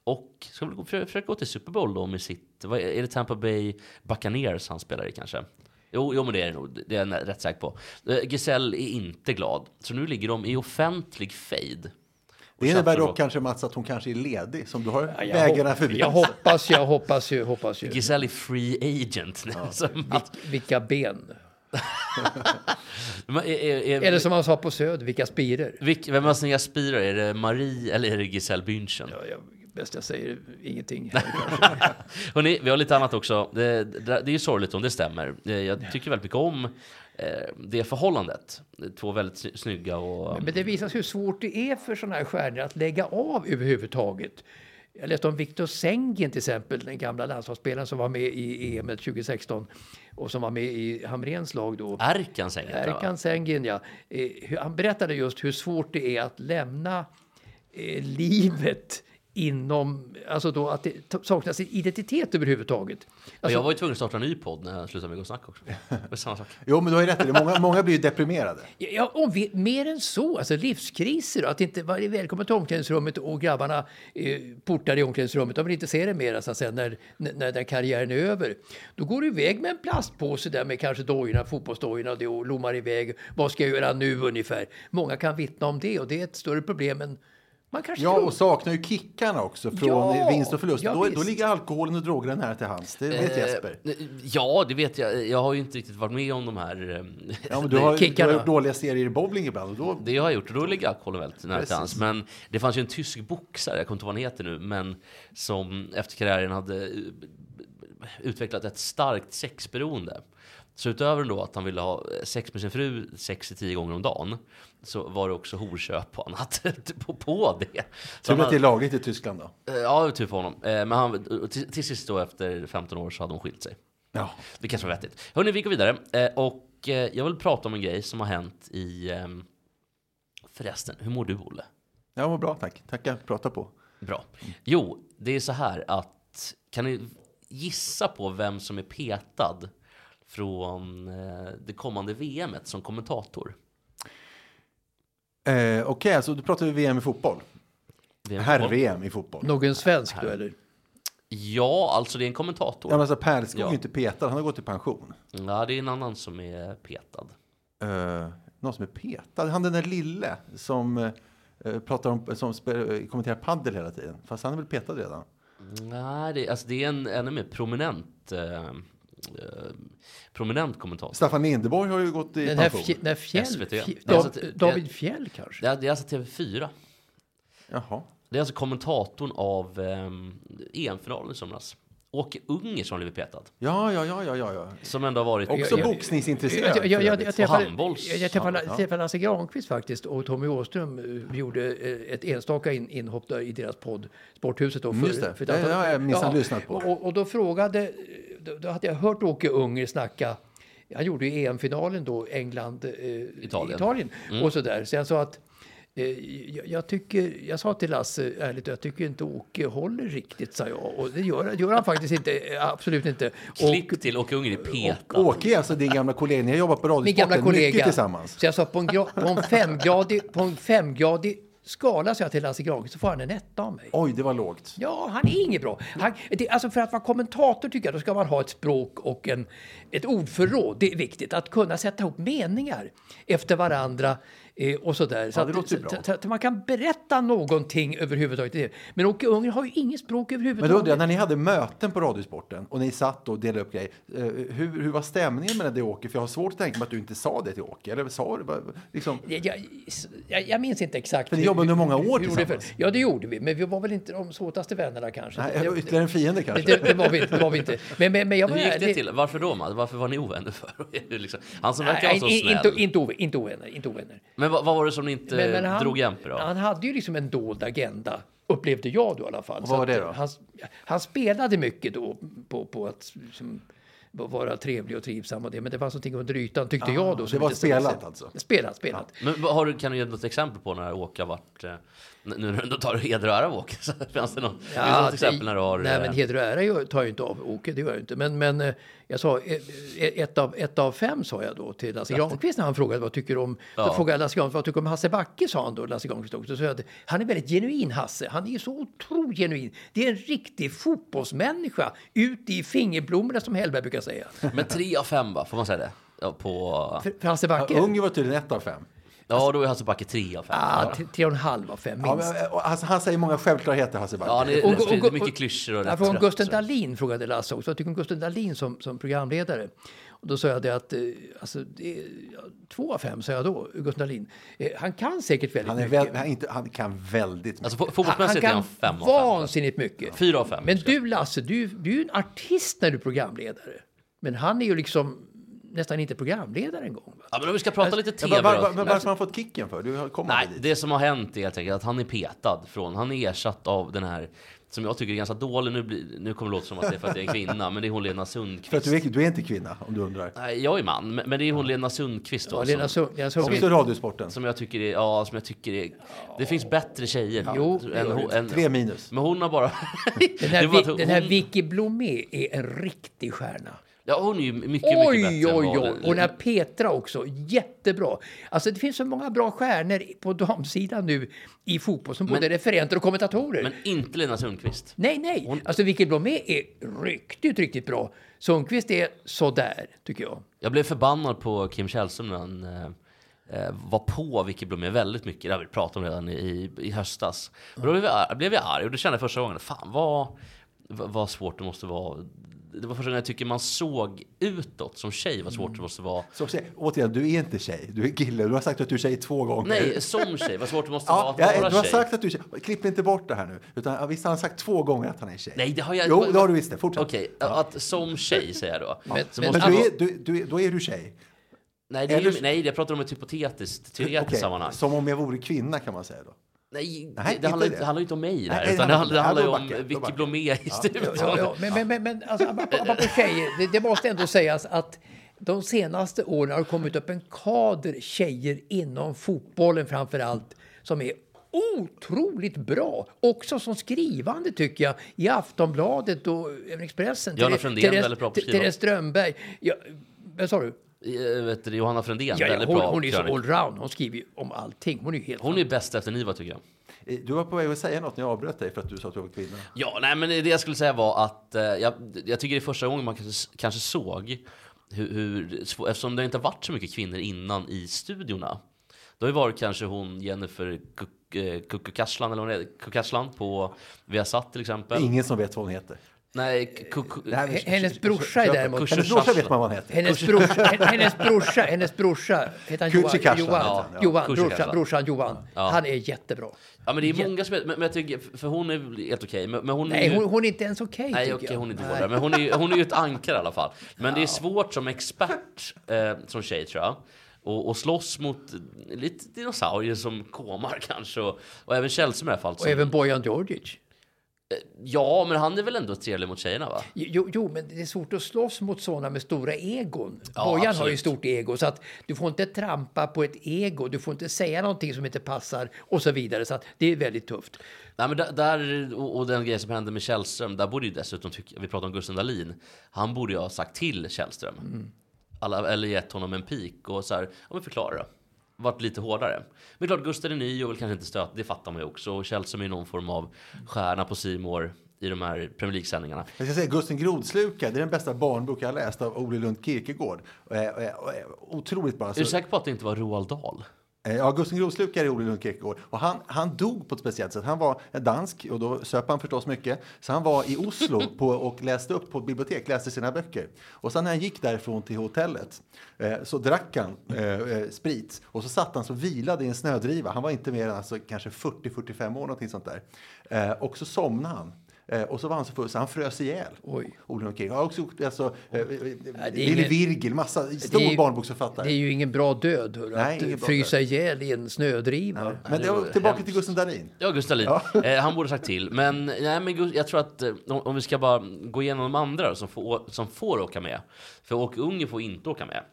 Speaker 3: Och ska väl gå, för, försöka gå till Super Bowl då med sitt, vad är är det Tampa Bay Buccaneers han spelar i kanske? Jo, jo men det är det nog, det är jag nä- rätt säker på. Eh, Giselle är inte glad, så nu ligger de i offentlig fejd.
Speaker 1: Det innebär
Speaker 3: Chatten
Speaker 1: dock
Speaker 3: då.
Speaker 1: kanske Mats att hon kanske är ledig, som du har
Speaker 2: jag
Speaker 1: vägarna
Speaker 2: hop-
Speaker 1: förbi.
Speaker 2: Jag hoppas ju, jag hoppas ju, hoppas ju.
Speaker 3: Giselle är free agent nu. så Mats-
Speaker 2: Vilka ben.
Speaker 3: men är- är- är-
Speaker 2: Eller som han sa på Söder, vilka spirer.
Speaker 3: Vilk, vem har snygga spirar? Är det Marie eller är det Giselle Bündchen?
Speaker 2: Ja, jag, bäst jag säger ingenting.
Speaker 3: Hörrni, vi har lite annat också. Det, det, det är ju sorgligt om det stämmer. Eh, Jag tycker väldigt mycket om eh, det förhållandet. Två väldigt sny- snygga och...
Speaker 2: Men det visar sig hur svårt det är för sådana här stjärnor att lägga av överhuvudtaget. Jag läste om Victor Sengen till exempel, den gamla landslagsspelaren som var med i E EM 2016 och som var med i Hamrens lag då.
Speaker 3: Erkan säger det, va?
Speaker 2: Erkan Sengin, ja. Eh, hur- Han berättade just hur svårt det är att lämna eh, livet inom, alltså då att det t- saknas identitet överhuvudtaget.
Speaker 3: Men
Speaker 2: Alltså,
Speaker 3: jag var ju tvungen att starta en ny podd när jag slutade med Gå och Snack också. Det var samma sak.
Speaker 1: Jo, men du har ju rätt i det. Många, många blir ju deprimerade.
Speaker 2: Ja, Ja, om vi, mer än så, alltså livskriser och att inte vara välkommen till omklädningsrummet och grabbarna eh, portar i omklädningsrummet. De vill inte se det mer så att säga, när, när, när den karriären är över. Då går du iväg med en plastpåse där med kanske dojorna, fotbollsdojorna och det och lommar iväg. Vad ska jag göra nu ungefär? Många kan vittna om det och det är ett större problem än man kanske
Speaker 1: Ja,
Speaker 2: tror.
Speaker 1: och saknar ju kickarna också från
Speaker 2: Ja,
Speaker 1: vinst och förlust.
Speaker 2: ja,
Speaker 1: då, då
Speaker 2: visst.
Speaker 1: ligger alkoholen och drogerna nära till hands. Det vet Jesper.
Speaker 3: Eh, Ja, det vet jag. Jag har ju inte riktigt varit med om de här... eh,
Speaker 1: Ja, men du har, du har
Speaker 2: kickarna.
Speaker 1: gjort dåliga serier i bowling ibland. Och då,
Speaker 3: Det har jag gjort och då ligger alkoholen väldigt nära till hands. Men det fanns ju en tysk boxare, jag kommer inte ihåg vad han heter nu, men som efter karriären hade eh, utvecklat ett starkt sexberoende. Så utöver då att han ville ha sex med sin fru sex till tio gånger om dagen så var det också horköp och annat på, på det. Så
Speaker 1: Tur
Speaker 3: han
Speaker 1: att det är lagligt i Tyskland då.
Speaker 3: hade- eh, Ja, tur för honom. Eh, Men han, och till, till sist då efter 15 år så hade hon skilt sig.
Speaker 1: Ja.
Speaker 3: Det kanske var vettigt. Hörni, vi går vidare. Eh, och eh, jag vill prata om en grej som har hänt i... ehm, förresten, hur mår du Olle?
Speaker 1: Jag mår bra, tack. Tacka, prata på.
Speaker 3: Bra. Jo, det är så här att... Kan ni gissa på vem som är petad från eh, det kommande VMet som kommentator?
Speaker 1: Eh, Okej, så då pratar vi VM i fotboll.
Speaker 3: VM i fotboll.
Speaker 1: Herr-VM i fotboll.
Speaker 2: Någon svensk då eller?
Speaker 3: Ja, alltså det är en kommentator.
Speaker 1: Ja, men alltså Perskog är
Speaker 3: Ja.
Speaker 1: ju inte petad, han har gått i pension.
Speaker 3: Ja, det är en annan som är petad.
Speaker 1: Eh, någon som är petad? Han den där lille som, eh, pratar om, som spe, kommenterar paddel hela tiden. Fast han är väl petad redan?
Speaker 3: Nej, det, alltså det är en ännu mer prominent, eh, eh, prominent kommentator.
Speaker 1: Staffan Lindeborg har ju gått i
Speaker 2: Den här,
Speaker 1: pension.
Speaker 2: fj- den här fjäll,
Speaker 3: SVT.
Speaker 2: Fj-
Speaker 3: Det är alltså
Speaker 2: Dav-
Speaker 3: ett-
Speaker 2: David Fjäll kanske?
Speaker 3: Det är, det är alltså TV4.
Speaker 1: Jaha.
Speaker 3: Det är alltså kommentatorn av eh, EM-finalen i somras. Åke Unger som har blivit petad.
Speaker 1: Ja, ja, ja, ja, ja, ja.
Speaker 3: Som ändå har varit...
Speaker 1: Också
Speaker 2: jag-
Speaker 1: boxningsintresserad.
Speaker 2: Jag, jag,
Speaker 1: för
Speaker 2: jag, jag,
Speaker 1: övrigt.
Speaker 2: träffade,
Speaker 3: handbolls-
Speaker 2: jag träffade,
Speaker 1: Ja.
Speaker 2: träffade Lasse Granqvist faktiskt och Tommy Åström eh, gjorde eh, ett enstaka in, inhopp där i deras podd Sporthuset. Då,
Speaker 1: Mm, Just det. Det har jag minsann lyssnat på.
Speaker 2: Och, och då frågade, då, då hade jag hört Åke Unger snacka han gjorde ju EM-finalen då, England, eh,
Speaker 3: Italien.
Speaker 2: Italien, och sådär. Så jag sa att eh, jag, jag, tycker, jag sa till Lasse ärligt, jag tycker inte Åke håller riktigt, sa jag. Och det gör, det gör han faktiskt inte, eh, absolut inte. Och-
Speaker 3: Klipp till Åke Unger är petad.
Speaker 1: Åke är alltså din gamla kollega. Ni har jobbat på
Speaker 2: min gamla
Speaker 1: Radiosporten
Speaker 2: kollega.
Speaker 1: mycket tillsammans.
Speaker 2: Så jag sa på en, gra- på en, femgradig, på en femgradig skala sa jag till Lasse Granqvist så får han en etta av mig.
Speaker 1: Oj, det var lågt.
Speaker 2: Ja, han är inget bra. Han, det, alltså för att vara kommentator tycker jag då ska man ha ett språk och en, ett ordförråd. Det är viktigt. Att kunna sätta ihop meningar efter varandra eh, och sådär. Så
Speaker 1: Ja, det
Speaker 2: att-
Speaker 1: låter ju bra.
Speaker 2: Så, så att man kan berätta någonting överhuvudtaget. Men Åke Unger har ju inget språk
Speaker 1: Men då
Speaker 2: överhuvudtaget.
Speaker 1: undrar jag, när ni hade möten på Radiosporten och ni satt och delade upp grejer, eh, hur, hur var stämningen mellan dig och Åke? För jag har svårt att tänka mig att du inte sa det till Åke. Eller sa du? Vad- Liksom,
Speaker 2: Jag, jag, jag, jag minns inte exakt.
Speaker 1: För ni
Speaker 2: hur-
Speaker 1: jobbade under många år
Speaker 2: hur gjorde vi för-
Speaker 1: tillsammans.
Speaker 2: Ja, det gjorde vi. Men vi var väl inte de såtaste vännerna kanske.
Speaker 1: nej,
Speaker 2: Det-
Speaker 1: jag var ytterligare en fiende
Speaker 2: Det,
Speaker 1: kanske.
Speaker 2: det, det, var vi, inte- det var vi inte. Men, men, men jag var
Speaker 3: Hur gick det
Speaker 2: ärlig.
Speaker 3: till? Varför då? Mats? Varför var ni ovänner för? liksom, han som verkar vara
Speaker 2: Nej,
Speaker 3: så
Speaker 2: in-
Speaker 3: snäll.
Speaker 2: inte, inte, ove- inte ovänner. Inte ovänner.
Speaker 3: Men vad, vad var det som ni inte
Speaker 2: Men, men han,
Speaker 3: drog jämper av?
Speaker 2: han hade ju liksom en dold agenda, upplevde jag då i alla fall.
Speaker 1: Och
Speaker 2: Så
Speaker 1: vad var det
Speaker 2: att, eh,
Speaker 1: då?
Speaker 2: Han, han spelade mycket då på, på att liksom, vara trevlig och trivsam och det, men det fanns någonting under ytan tyckte jag då. som
Speaker 1: Ah, det var
Speaker 2: inte stämde sig.
Speaker 1: spelat alltså?
Speaker 2: Spelat, spelat.
Speaker 3: Men vad har du, kan du ge något exempel på när Åke har varit... eh, Nu när du ändå tar heder och ära av Åke, så finns det något, finns det något exempel när du har...
Speaker 2: Nej, men
Speaker 3: eh,
Speaker 2: heder och ära gör- tar jag inte av Åke, det gör jag inte. Men, men eh, jag sa eh, eh, ett av, ett av fem sa jag då till Lasse Granqvist när han frågade vad tycker du om...
Speaker 3: Ja.
Speaker 2: Då frågade jag Lasse Granqvist vad tycker du om Hasse Backe, sa han då, Lasse Granqvist också. Så jag, att han är väldigt genuin, Hasse. Han är ju så otroligt genuin. Det är en riktig fotbollsmänniska, ut i fingerblommorna som Hellberg brukar säga.
Speaker 3: Men tre av fem va, får man säga det? Ja, på,
Speaker 2: För, för Hasse Backe?
Speaker 1: Ja, Unger var tydligen ett av fem.
Speaker 3: ja då är Hasse Backe tre av fem.
Speaker 2: Ah, t- tre och en halv av fem,
Speaker 1: Ja,
Speaker 2: minst.
Speaker 1: men, eh, och han, han säger många självklarheter, Hasse Backe.
Speaker 3: Ja, det
Speaker 2: Och-
Speaker 3: är
Speaker 2: och- och-
Speaker 3: det är mycket
Speaker 2: och-
Speaker 3: klyschor och
Speaker 2: Jag
Speaker 3: rätt
Speaker 2: frågade om
Speaker 3: trött,
Speaker 2: Gusten
Speaker 3: så.
Speaker 2: Dahlin, frågade Lasse också. Vad tycker du om Gusten Dahlin som, som programledare? Och då sa jag det att, eh, alltså, det, är- ja, två av fem sa jag då, Gusten Dahlin. Eh, han kan säkert väldigt
Speaker 1: Han, är
Speaker 2: mycket.
Speaker 1: väl, han, inte, han kan väldigt mycket.
Speaker 3: Alltså
Speaker 2: han, han
Speaker 3: fo- fotbollsmässigt är han
Speaker 2: kan
Speaker 3: fem av fem.
Speaker 2: vansinnigt mycket.
Speaker 3: Fyra av fem.
Speaker 2: Men du Lasse, du, du är ju en artist när du är programledare. Men han är ju liksom nästan inte programledare en gång. Va?
Speaker 3: Ja, men om vi ska prata lite
Speaker 1: Men
Speaker 3: tv
Speaker 1: var, var, var,
Speaker 3: då.
Speaker 1: men varför har han fått kicken för? Du har- kom
Speaker 3: Nej,
Speaker 1: aldrig dit.
Speaker 3: det som har hänt är helt enkelt att han är petad från, han är ersatt av den här som jag tycker är ganska dålig, nu, blir, nu kommer det låta som att det är för att jag är kvinna, men det är hon Lena
Speaker 1: För att
Speaker 3: Sundqvist.
Speaker 1: du är, du är inte kvinna, om du undrar.
Speaker 3: Nej, jag är man, men, men det är hon Lena Sundqvist då,
Speaker 2: Ja, Lena
Speaker 3: Alltså, som,
Speaker 2: Sund- Lena
Speaker 1: Också
Speaker 2: Sundqvist.
Speaker 1: Radiosporten.
Speaker 3: som jag tycker är, ja, som jag tycker är, det finns bättre tjejer.
Speaker 2: Jo,
Speaker 3: än
Speaker 2: det gör
Speaker 3: hon-
Speaker 2: det.
Speaker 3: än-
Speaker 1: Tre minus.
Speaker 3: Men hon har bara...
Speaker 2: Den
Speaker 3: Det
Speaker 2: här,
Speaker 3: är bara
Speaker 2: Vi-
Speaker 3: att hon-
Speaker 2: den här Vicky Blomé är en riktig stjärna.
Speaker 3: Ja, hon är ju mycket, mycket
Speaker 2: Oj,
Speaker 3: bättre än
Speaker 2: oj,
Speaker 3: vad-
Speaker 2: oj! Och den här Petra också, jättebra. Alltså det finns så många bra stjärnor på damsidan nu i fotboll som både referenter och kommentatorer.
Speaker 3: Men inte Lena Sundqvist.
Speaker 2: nej, nej! Alltså Vicky Blomé är riktigt, riktigt bra. Sundqvist är sådär, tycker jag.
Speaker 3: Jag blev förbannad på Kim Källström när han eh, eh, var på Vicky Blomé väldigt mycket. Det har vi pratat om redan i, i höstas. Och då blev jag, ar- blev jag arg och då kände jag första gången, fan vad, vad, vad svårt det måste vara. Det var första gången jag tycker man såg utåt som tjej vad
Speaker 1: Mm.
Speaker 3: svårt det måste vara.
Speaker 1: Så, se, återigen, du är inte tjej, du är kille. Du har sagt att du är tjej två gånger.
Speaker 3: Nej, som tjej, vad svårt det måste vara
Speaker 1: Ja,
Speaker 3: att
Speaker 1: ja,
Speaker 3: vara
Speaker 1: du har
Speaker 3: tjej.
Speaker 1: sagt att du är tjej. Klipp inte bort det här nu. Utan, ja, visst har han sagt två gånger att han är tjej?
Speaker 3: Nej, det har jag
Speaker 1: Jo, det har du visst det. Fortsätt.
Speaker 3: Okej, att som tjej säger jag då.
Speaker 2: Men-
Speaker 3: Så
Speaker 2: men-
Speaker 1: Men
Speaker 3: måste
Speaker 1: du
Speaker 3: man-
Speaker 1: är, du, du, är- då är du tjej.
Speaker 3: Nej, det är, ju-
Speaker 1: Eller-
Speaker 3: nej, jag pratar om ett hypotetiskt, teoretiskt
Speaker 1: Okej,
Speaker 3: sammanhang.
Speaker 1: Som om jag vore kvinna kan man säga då.
Speaker 3: Nej, det-
Speaker 1: Nej,
Speaker 3: det,
Speaker 1: inte det.
Speaker 3: handlar, inte- det handlar ju inte om mig där,
Speaker 1: Nej, det
Speaker 3: utan det,
Speaker 1: handlar-
Speaker 3: handlar- det
Speaker 1: ja,
Speaker 3: handlar ju
Speaker 1: då
Speaker 3: om eh,
Speaker 1: backar jag, då
Speaker 3: Vicky
Speaker 1: backar jag.
Speaker 3: Blomé i studion.
Speaker 2: Ja, ja, men, men, men, men alltså, apropå, apropå tjejer, det, det måste ändå sägas att de senaste åren har det kommit upp en kader tjejer inom fotbollen framför allt som är otroligt bra. Också som skrivande tycker jag i Aftonbladet och även Expressen.
Speaker 3: Johanna
Speaker 2: Therese-
Speaker 3: Fröndén,
Speaker 2: Therese-
Speaker 3: väldigt bra på att skriva.
Speaker 2: Therese Strömberg. Ja, vad sa du?
Speaker 3: eh, vet du, Johanna Frändén.
Speaker 2: Ja, ja,
Speaker 3: väldigt
Speaker 2: hon,
Speaker 3: bra
Speaker 2: hon är så
Speaker 3: krönik.
Speaker 2: allround. Hon skriver ju om allting. Hon är ju helt...
Speaker 3: hon är bäst efter Niva tycker jag.
Speaker 1: Eh, Du var på väg att säga något när jag avbröt dig för att du sa att du var kvinna.
Speaker 3: Ja, nej, men det jag skulle säga var att eh, jag, jag tycker det är första gången man kanske, kanske såg hur, hur, sv- eftersom det inte har varit så mycket kvinnor innan i studiorna. Det har ju varit kanske hon Jennifer Kuk- eh, Kukukaslan eller vad hon heter, Kukaslan på Viasat till exempel.
Speaker 1: Ingen som vet vad hon heter.
Speaker 3: Nej, Kuk...
Speaker 1: Det här är-
Speaker 2: H- hennes brorsa är
Speaker 1: Köp-
Speaker 2: däremot-
Speaker 1: Hennes brorsa vet man vad han heter.
Speaker 2: Hennes brorsa, hen- hennes brorsa, hennes brorsa, heter han
Speaker 1: Kutsi
Speaker 2: Johan?
Speaker 1: Kaslan,
Speaker 2: Johan,
Speaker 1: ja.
Speaker 2: ja, Johan
Speaker 3: Kutsi
Speaker 2: brorsan,
Speaker 3: Kaslan.
Speaker 2: brorsan Johan. Han är jättebra.
Speaker 3: Ja, men det är många som... Men, men jag tycker, för hon är väl helt okej. Men, men hon är
Speaker 2: Nej,
Speaker 3: ju...
Speaker 2: hon, hon är inte ens okej
Speaker 3: Nej,
Speaker 2: tycker
Speaker 3: okej,
Speaker 2: jag.
Speaker 3: hon är
Speaker 2: Nej.
Speaker 3: dålig. Men hon är, ju- hon är ju ett ankare i alla fall. Men det är svårt som expert, eh, som tjej tror jag, och, och slåss mot lite dinosaurier som komar kanske. Och, och även Källström i det här fallet.
Speaker 2: Och
Speaker 3: Som,
Speaker 2: även Bojan Djordjic.
Speaker 3: Ja, men han är väl ändå trevlig mot tjejerna va?
Speaker 2: Jo, jo, men det är svårt att slåss mot sådana med stora egon.
Speaker 3: Ja,
Speaker 2: Bojan har ju
Speaker 3: absolut.
Speaker 2: stort ego, så att du får inte trampa på ett ego. Du får inte säga någonting som inte passar och så vidare. Så att det är väldigt tufft.
Speaker 3: Nej, men där- där, och, och den grejen som hände med Källström, där borde ju dessutom, tycka, vi pratar om Gusten Dahlin, han borde ju ha sagt till Källström. Alla, eller gett honom en pik och så här, ja men förklara då. Varit lite hårdare. Men klart, Gusten är ny och vill kanske inte stöta, det fattar man ju också. Och Källström är ju någon form av stjärna på Simor i de här Premier League-sändningarna.
Speaker 1: Jag ska säga Gusten Grodslukad, det är den bästa barnbok jag har läst av Ole Lund Kirkegård. Eh, eh, eh, Otroligt bra.
Speaker 3: Är du säker på att det inte var Roald Dahl?
Speaker 1: Eh, Ja, Gusten Groslukare är Ole Lund Kirkegaard. Och han, han dog på ett speciellt sätt. Han var en dansk och då söp han förstås mycket. Så han var i Oslo på, och läste upp på ett bibliotek, läste sina böcker. Och sen när han gick därifrån till hotellet eh, så drack han eh, eh, sprit. Och så satt han så vilade i en snödriva. Han var inte mer än alltså, kanske 40-45 år någonting sånt där. Eh, och så somnade han. Eh, och så var han så full så han frös ihjäl.
Speaker 2: Oj.
Speaker 1: Ole Lund Kirkegaard. Har också gjort alltså, eh, eh, Lille
Speaker 2: ingen-
Speaker 1: Virgil, massa, stor
Speaker 2: Det är ju-
Speaker 1: barnboksförfattare.
Speaker 2: Det är ju ingen bra död, hörru,
Speaker 1: Nej, ingen
Speaker 2: att
Speaker 1: bra
Speaker 2: frysa ihjäl i en snödriva.
Speaker 1: Men det
Speaker 2: Alltså,
Speaker 1: var tillbaka till Gusten Dahlin.
Speaker 3: Ja, Gustav Lin. Eh, han borde sagt till. Men, nej, men Gus- jag tror att eh, om, om vi ska bara gå igenom de andra som får, som får åka med. För Åke Unger får inte åka med.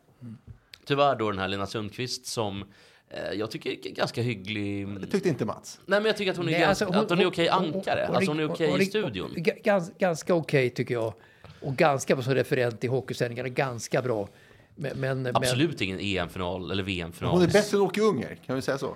Speaker 3: Tyvärr då den här Lena Sundqvist som eh, jag tycker är ganska hygglig.
Speaker 1: Det tyckte inte Mats.
Speaker 3: Nej, men jag tycker att hon är,
Speaker 2: Nej,
Speaker 3: gans-
Speaker 2: alltså,
Speaker 3: att hon är okej ankare. alltså hon är okej
Speaker 2: hon-
Speaker 3: i studion.
Speaker 2: hon- Gans, ganska okej tycker jag. Och ganska bra som referent i hockeysändningarna. Ganska bra. Men, men, men
Speaker 3: Absolut ingen EM-final eller VM-final.
Speaker 1: Hon är bättre än Åke Unger, kan vi säga så?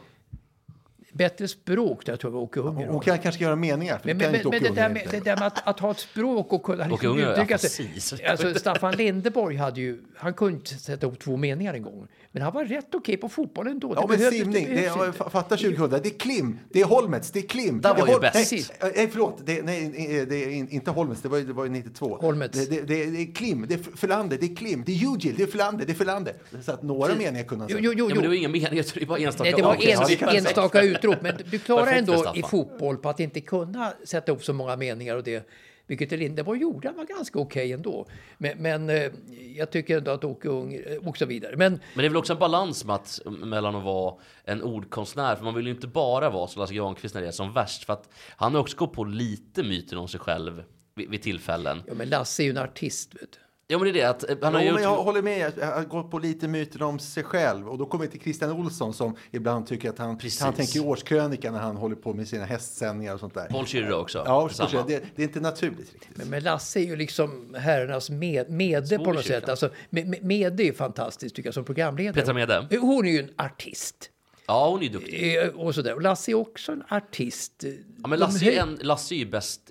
Speaker 2: bättre språk där tror jag Åke Unger
Speaker 1: Hon
Speaker 2: har.
Speaker 1: kan kanske göra meningar, för
Speaker 2: Men,
Speaker 1: det kan
Speaker 2: men,
Speaker 1: inte
Speaker 2: men
Speaker 1: Åke
Speaker 2: det, där
Speaker 1: Unger.
Speaker 2: med,
Speaker 1: inte.
Speaker 2: det där med att, att ha ett språk och kunna liksom
Speaker 3: Unger har
Speaker 2: uttrycka
Speaker 3: afasi, så
Speaker 2: sig.
Speaker 3: jag vet
Speaker 2: Alltså,
Speaker 3: inte.
Speaker 2: Staffan Lindeborg hade ju, han kunde inte sätta ihop två meningar en gång. Men han var rätt okej på fotboll ändå.
Speaker 1: Ja, men
Speaker 2: behövdes-
Speaker 1: simning, det
Speaker 2: behövs
Speaker 1: är,
Speaker 2: inte.
Speaker 1: fatta 2000, det är Klim, det är Holmets, det är Klim.
Speaker 3: Där
Speaker 1: Det är
Speaker 3: var ju
Speaker 1: Hol-
Speaker 3: bäst.
Speaker 1: Nej, nej, förlåt, det, nej, nej, eh, det är in- inte Holmets, det var ju, det var ju 92.
Speaker 2: Holmets.
Speaker 1: Det, det, det, det är Klim, det är Flander, det är Klim, det är Ugil, det är Flander, det är Flander. Så att några meningar kunde han
Speaker 2: Jo,
Speaker 1: säga.
Speaker 2: jo, jo,
Speaker 3: Ja,
Speaker 2: jo.
Speaker 3: men det var inga meningar, det var enstaka
Speaker 2: Nej, det var
Speaker 3: ord. Ja, det kan
Speaker 2: en,
Speaker 3: jag säga.
Speaker 2: enstaka utrop, men du klarar
Speaker 3: Perfekt för
Speaker 2: ändå
Speaker 3: Staffan.
Speaker 2: i fotboll på att inte kunna sätta upp så många meningar och det. Vilket Lindeborg gjorde, han var ganska okej ändå. Men, men eh, jag tycker ändå att Åke Unger, eh, och så vidare. Men
Speaker 3: Men det är väl också en balans Mats, mellan att vara en ordkonstnär, för man vill ju inte bara vara som Lasse Granqvist när det är som värst, för att han har också gått på lite myten om sig själv vid, vid tillfällen.
Speaker 2: ja, men Lasse är ju en artist. Vet du.
Speaker 3: Ja men det är det att eh, han har
Speaker 1: Jo,
Speaker 3: gjort...
Speaker 1: men jag håller med, jag- jag går på lite myter om sig själv. Och då kommer vi till Christian Olsson som ibland tycker att han,
Speaker 3: Precis.
Speaker 1: han tänker årskrönika när han håller på med sina hästsändningar och sånt där.
Speaker 3: Paul Schürrer också.
Speaker 1: Ja,
Speaker 3: detsamma.
Speaker 1: det, det är inte naturligt riktigt.
Speaker 2: Men, men Lasse är ju liksom herrarnas med, mede på
Speaker 3: i
Speaker 2: något
Speaker 3: kyrkan.
Speaker 2: sätt. Alltså, med, med, mede är ju fantastiskt tycker jag som programledare.
Speaker 3: Petra Mede?
Speaker 2: Hon är ju en artist.
Speaker 3: Ja hon är ju duktig.
Speaker 2: Eh, Och, sådär. och Lasse är också en artist.
Speaker 3: Ja, men Lasse, är en, Lasse är ju bäst,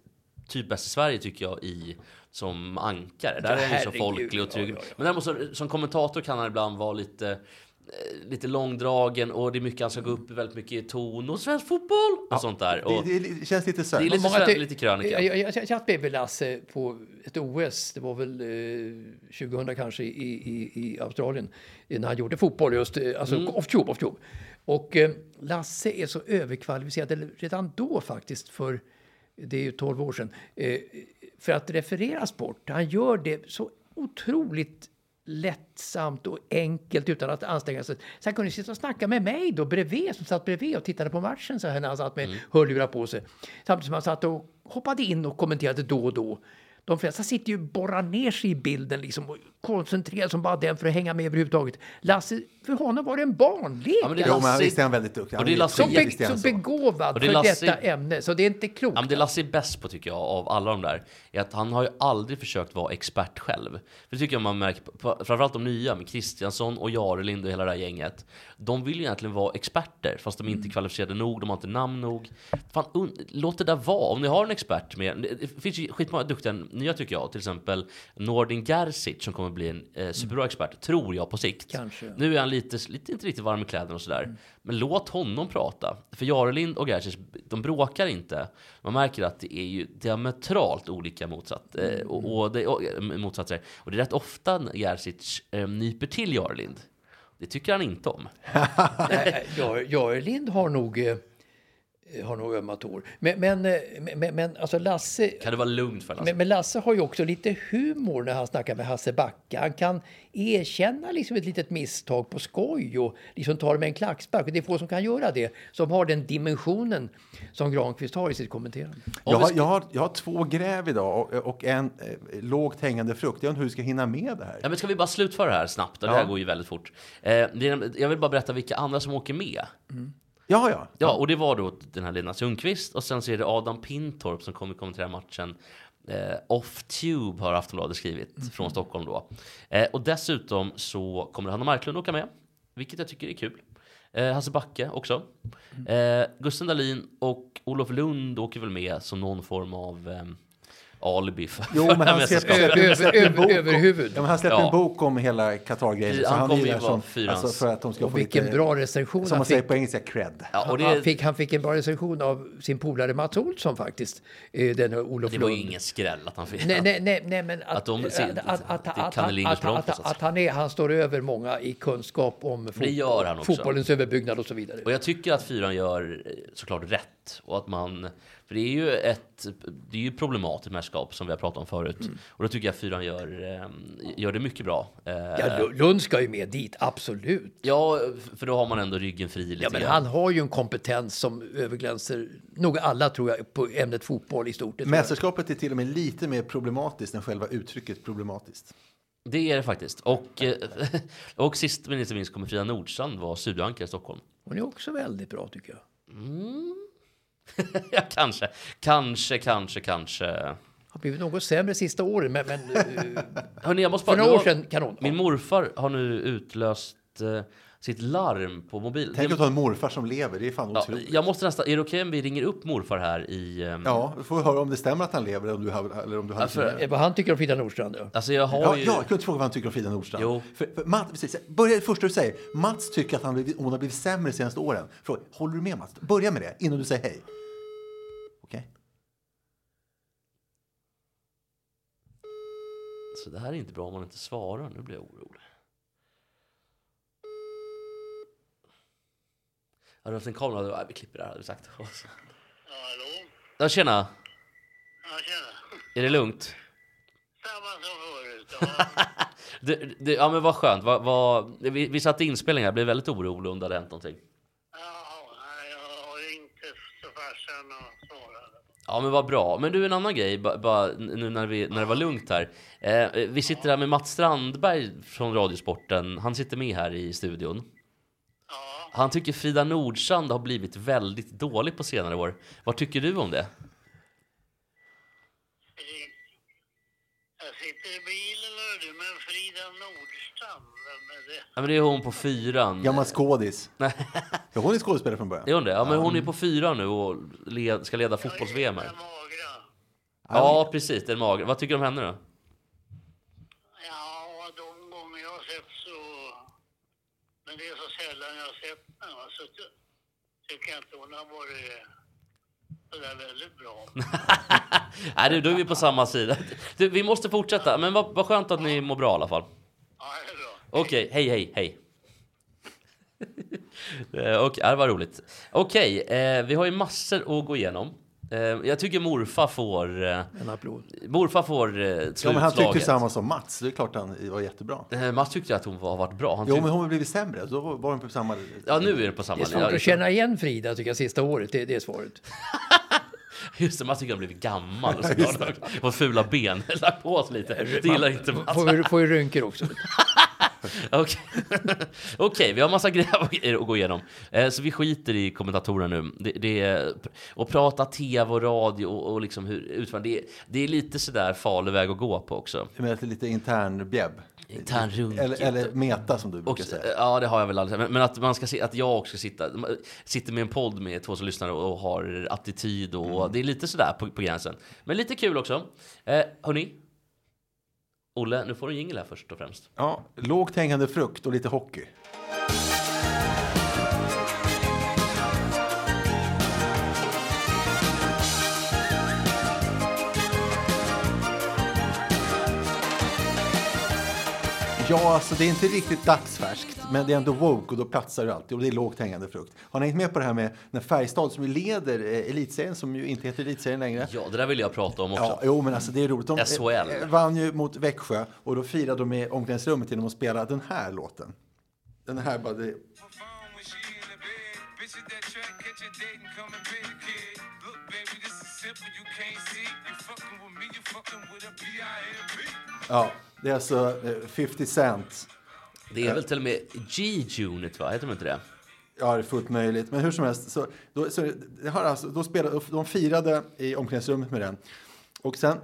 Speaker 3: typ bäst i Sverige tycker jag i som ankare.
Speaker 2: Ja,
Speaker 3: Där är han ju så
Speaker 2: herregud.
Speaker 3: folklig och trygg.
Speaker 2: Ja, ja, ja.
Speaker 3: Men däremot så, som kommentator kan han ibland vara lite eh, lite långdragen och det är mycket han ska gå upp i väldigt mycket i ton och svensk fotboll och sånt där. Och,
Speaker 1: Det, det känns lite
Speaker 3: Det är
Speaker 1: sött.
Speaker 3: lite
Speaker 2: Många
Speaker 3: svett,
Speaker 2: ty-
Speaker 3: lite krönika.
Speaker 2: Jag, jag, jag satt bredvid Lasse på ett OS, det var väl eh, 2000 kanske i, i, i Australien, eh, när han gjorde fotboll just, eh, alltså
Speaker 3: Mm.
Speaker 2: off-tube, off-tube. Och eh, Lasse är så överkvalificerad, eller redan då faktiskt, för det är ju 12 år sedan, eh, för att referera sport. Han gör det så otroligt lättsamt och enkelt utan att anstränga sig. Så han kunde sitta och snacka med mig då bredvid, som satt bredvid och tittade på matchen
Speaker 3: Mm.
Speaker 2: så här när han satt med hörlurar på sig. Samtidigt som han satt och hoppade in och kommenterade då och då. De flesta sitter ju och borrar ner sig i bilden liksom och koncentrerar som bara den för att hänga med överhuvudtaget. Lasse, för honom var det en barnlek.
Speaker 3: Ja, men det är
Speaker 1: Jo, men
Speaker 3: Lasse-
Speaker 1: visst är han väldigt duktig.
Speaker 3: Och det är
Speaker 1: Han
Speaker 3: Lasse-
Speaker 2: som
Speaker 1: skicklig,
Speaker 3: Jävligt
Speaker 2: be,
Speaker 1: visst är
Speaker 2: så
Speaker 1: han
Speaker 2: begåvad
Speaker 3: Och det är
Speaker 2: för
Speaker 3: Lasse-
Speaker 2: detta ämne, så det är inte klokt.
Speaker 3: Ja, men det Lasse är bäst på tycker jag av alla de där är att han har ju aldrig försökt vara expert själv. För det tycker jag man märker, på- på, framförallt de nya med Kristiansson och Jarelind och hela det här gänget. De vill ju egentligen vara experter fast de är inte kvalificerade nog, de har inte namn nog. Fan, un- låt det där vara. Om ni har en expert med, det finns ju skitmånga duktiga nya tycker jag, till exempel Nordin Gerzic som kommer bli en eh, superbra expert, tror jag på sikt.
Speaker 2: Kanske.
Speaker 3: Nu är han lite, lite inte riktigt varm i kläderna och sådär. Men låt honom prata. För Jarelind och Gerzic, de bråkar inte. Man märker att det är ju diametralt olika motsatt,
Speaker 2: Mm.
Speaker 3: eh, och, och det, och, eh, motsatser. Och det är rätt ofta Gerzic eh, nyper till Jarelind. Det tycker han inte om.
Speaker 2: Nej, Äh, jag- jag och Lind har nog, eh, har nog ömma tår. Men, men, eh, men, men alltså Lasse,
Speaker 3: Kan du vara lugn för honom?
Speaker 2: men, men Lasse har ju också lite humor när han snackar med Hasse Backe. Han kan erkänna liksom ett litet misstag på skoj och liksom ta det med en klackspark. Och det är få som kan göra det, som har den dimensionen som Granqvist har i sitt kommenterande.
Speaker 1: Jag har, jag, har, jag har två gräv idag och, och en eh, lågt hängande frukt. Jag undrar hur vi ska hinna med det här.
Speaker 3: Ja, men ska vi bara slutföra det här snabbt? Det här går ju väldigt fort. Eh, det är- jag vill bara berätta vilka andra som åker med.
Speaker 1: Ja, ja.
Speaker 3: Ja, och det var då den här Lina Sundqvist och sen så är det Adam Pintorp som kommer kommentera matchen. Eh, Off-Tube har Aftonbladet skrivit från Stockholm då. Eh, och dessutom så kommer Hanna Marklund åka med, vilket jag tycker är kul. Eh, Hasse Backe också. Eh, Gusten Dahlin och Olof Lund åker väl med som någon form av ehm, alibi för
Speaker 1: Jo, men han släppte,
Speaker 3: mästerskapet.
Speaker 1: släppte,
Speaker 2: Över-
Speaker 1: släppte en
Speaker 2: över-
Speaker 1: bok om,
Speaker 2: överhuvud.
Speaker 1: ja, men han släppte
Speaker 3: Ja.
Speaker 1: en bok om hela Qatar-grejen.
Speaker 3: Han
Speaker 1: så han
Speaker 3: kommer ju
Speaker 1: gillar
Speaker 3: vara
Speaker 1: som-
Speaker 3: fyrans.
Speaker 1: Alltså för att de ska
Speaker 2: Och
Speaker 1: få
Speaker 2: vilken
Speaker 1: lite,
Speaker 2: bra recension
Speaker 1: som
Speaker 2: han
Speaker 1: man säger
Speaker 2: fick.
Speaker 1: på engelska, cred.
Speaker 3: Ja, och
Speaker 2: han,
Speaker 3: det,
Speaker 2: fick, han fick en bra recension av sin polare Mats Olsson faktiskt, eh, den Olof
Speaker 3: det var ju
Speaker 2: Lund.
Speaker 3: ingen skräll att han fick.
Speaker 2: Nej, nej, nej, nej, men att, eh,
Speaker 3: Att de ser-
Speaker 2: att, att, att,
Speaker 3: det
Speaker 2: att,
Speaker 3: kan
Speaker 2: att,
Speaker 3: väl ingen
Speaker 2: att,
Speaker 3: språk,
Speaker 2: att,
Speaker 3: alltså.
Speaker 2: att han, är, han står över många i kunskap om fot-
Speaker 3: Det gör han också.
Speaker 2: fotbollens överbyggnad och så vidare.
Speaker 3: Och jag tycker att fyran gör eh, såklart rätt. Och att man, för det är ju ett det är ju problematiskt mästerskap som vi har pratat om förut.
Speaker 2: Mm.
Speaker 3: Och då tycker jag att fyran gör, eh, gör det mycket bra. Eh,
Speaker 2: Ja, Lu- Lund ska ju med dit, absolut.
Speaker 3: ja, för då har man ändå ryggen fri lite
Speaker 2: Ja, men
Speaker 3: grann.
Speaker 2: han har ju en kompetens som överglänser nog alla, tror jag, på ämnet fotboll i stort. Det tror jag.
Speaker 1: Mästerskapet är till och med lite mer problematiskt än själva uttrycket problematiskt.
Speaker 3: Det är det faktiskt. Och, eh, och sist men inte minst kommer Frida Nordstrand vara studioankare i Stockholm.
Speaker 2: Hon är också väldigt bra, tycker jag.
Speaker 3: ja, kanske, kanske, kanske, kanske.
Speaker 2: Har blivit något sämre sista åren, men... men eh,
Speaker 3: Hörrni, jag måste
Speaker 2: för
Speaker 3: bara,
Speaker 2: några år
Speaker 3: det var-
Speaker 2: sedan, kanon.
Speaker 3: Min morfar har nu utlöst eh, sitt larm på mobilen.
Speaker 1: Tänk
Speaker 3: Det-
Speaker 1: att ha en morfar som lever, det är fan
Speaker 3: Ja,
Speaker 1: otroligt.
Speaker 3: jag måste nästan, är det okej om vi ringer upp morfar här i... ehm,
Speaker 1: Ja, vi får höra om det stämmer att han lever om du har, eller om du har
Speaker 3: för-
Speaker 2: Eh, Vad han tycker om Frida Nordstrand, ja.
Speaker 3: Alltså jag har
Speaker 1: Ja,
Speaker 3: ju...
Speaker 1: ja, jag kunde inte fråga vad han tycker om Frida Nordstrand.
Speaker 3: Jo.
Speaker 1: För, för Mats, precis, börja det första du säger. Mats tycker att han blivit, hon har blivit sämre de senaste åren. Fråga, håller du med Mats? Börja med det innan du säger hej. Okej.
Speaker 3: Så Alltså, det här är inte bra om man inte svarar. Nu blir jag orolig. Hade du haft en kamera hade du bara, vi klipper det här, hade du sagt. Och så-
Speaker 4: Ja, hallå?
Speaker 3: Ja, tjena.
Speaker 4: Ja, tjena.
Speaker 3: Är det lugnt?
Speaker 4: Samma som förut. Ja,
Speaker 3: Du, du, ja, men vad skönt. Vad, vad, vi, vi satte inspelningar. Jag blev väldigt orolig om det hade hänt någonting.
Speaker 4: ja, nej, jag har ringt till farsan och svarade.
Speaker 3: Ja, men vad bra. Men du, en annan grej, ba- bara nu när, vi, när det var lugnt här. Eh, vi sitter här med Mats Strandberg från Radiosporten. Han sitter med här i studion.
Speaker 4: Ja,
Speaker 3: Han tycker Frida Nordstrand har blivit väldigt dålig på senare år. Vad tycker du om det?
Speaker 4: jag sitter i bilen hörde, men Frida Nordstrand, vem är det?
Speaker 3: Ja, men det är hon på fyran.
Speaker 1: Gammal skådis. ja, hon är skådespelare från början.
Speaker 3: Det är hon det? Ja, men hon är på fyran nu och led, ska leda fotbolls-VM här.
Speaker 4: Den magra.
Speaker 3: Ja, precis. Den magra. Vad tycker du om henne då?
Speaker 4: Ja, de gånger jag har sett så... Men det är så sällan jag har sett henne, va, så ty- tycker jag inte hon har varit sådär väldigt bra.
Speaker 3: Nej, du, då är vi på samma sida. Du, vi måste fortsätta. Men vad, vad skönt att ni mår bra i alla fall.
Speaker 4: Ja, det är bra.
Speaker 3: Okej, hej, hej, hej. Eh, Okej, okay, det var roligt. Okej, eh, vi har ju massor att gå igenom. Eh, jag tycker morfar får... Eh,
Speaker 2: En applåd.
Speaker 3: morfar får eh, slutslaget.
Speaker 1: Ja, men han tyckte samma som Mats. Det är klart han var jättebra.
Speaker 3: Eh, Mats tyckte att hon var, har varit bra. Han
Speaker 1: Jo,
Speaker 3: tyck-
Speaker 1: men hon har blivit sämre. Då var hon på samma...
Speaker 3: Ja, nu är det på samma
Speaker 2: Det är
Speaker 3: linje.
Speaker 2: svårt att känna igen Frida, tycker jag, sista året. Det, det är svaret.
Speaker 3: Just det, man tycker att de blivit gammal och så har de fått fula ben, lagt på sig lite. Det gillar inte Mats.
Speaker 2: Får, ju- får ju rynkor också.
Speaker 3: Okej, Okej, vi har massa grejer att gå igenom. Eh, Så vi skiter i kommentatorerna nu. Det, det är, och prata tv och radio och, och liksom hur utförande. Det, är- det är lite sådär farlig väg att gå på också.
Speaker 1: Du menar lite intern bjäbb?
Speaker 3: Intern runkigt.
Speaker 1: Eller, eller meta som du brukar
Speaker 3: Och, eh,
Speaker 1: säga.
Speaker 3: ja, det har jag väl aldrig sagt. Men, men att, man ska, se- att jag också sitta, sitter med en podd med två som lyssnar och, och har attityd och det är lite sådär på, på gränsen. Men lite kul också. Eh, hörni, Olle, nu får du en jingel här först och främst.
Speaker 1: Ja, lågt hängande frukt och lite hockey. Ja, alltså det är inte riktigt dagsfärskt, men det är ändå woke och då platsar det alltid och det är lågt hängande frukt. Har ni hängt med på det här med när Färjestad som ju leder eh, elitserien, som ju inte heter elitserien längre,
Speaker 3: Ja, det där vill jag prata om också.
Speaker 1: Ja, jo, men alltså det är roligt. De eh,
Speaker 3: SHL.
Speaker 1: eh, vann ju mot Växjö och då firade de i omklädningsrummet genom att spela den här låten. Den här bara... Det...
Speaker 5: my phone when she in the bed. Bitch, hit that track, catch a date and come and pay the kid. Look, baby, this is simple, you can't see. You fucking with me, you fucking with a B-I-M-B.
Speaker 1: Ja, det är alltså eh, 50 Cent.
Speaker 3: Det är väl till och med G-Unit, va? Heter de inte det?
Speaker 1: Ja, det är fullt möjligt. Men hur som helst, så, då, så det har alltså, då spelade, de firade i omklädningsrummet med den. Och sen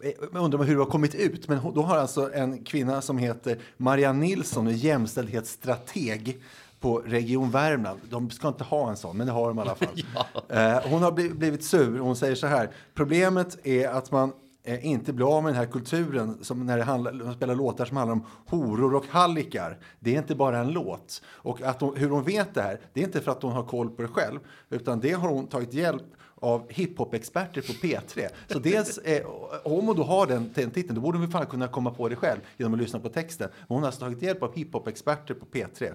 Speaker 1: eh, jag undrar man hur det har kommit ut, men hon- då har alltså en kvinna som heter Marianne Nilsson, en jämställdhetsstrateg på Region Värmland. De ska inte ha en sån, men det har de i alla fall. Eh, Hon har bli- blivit sur. Hon säger så här. Problemet är att man eh, inte blir av med den här kulturen som när det handlar, de spelar låtar som handlar om horor och hallickar. Det är inte bara en låt. Och att hon, hur hon vet det här, det är inte för att hon har koll på det själv, utan det har hon tagit hjälp av hiphop-experter på P3. Så dels, eh, om hon då har den, den titeln, då borde hon väl fan kunna komma på det själv genom att lyssna på texten. Men hon har alltså tagit hjälp av hiphop-experter på P3.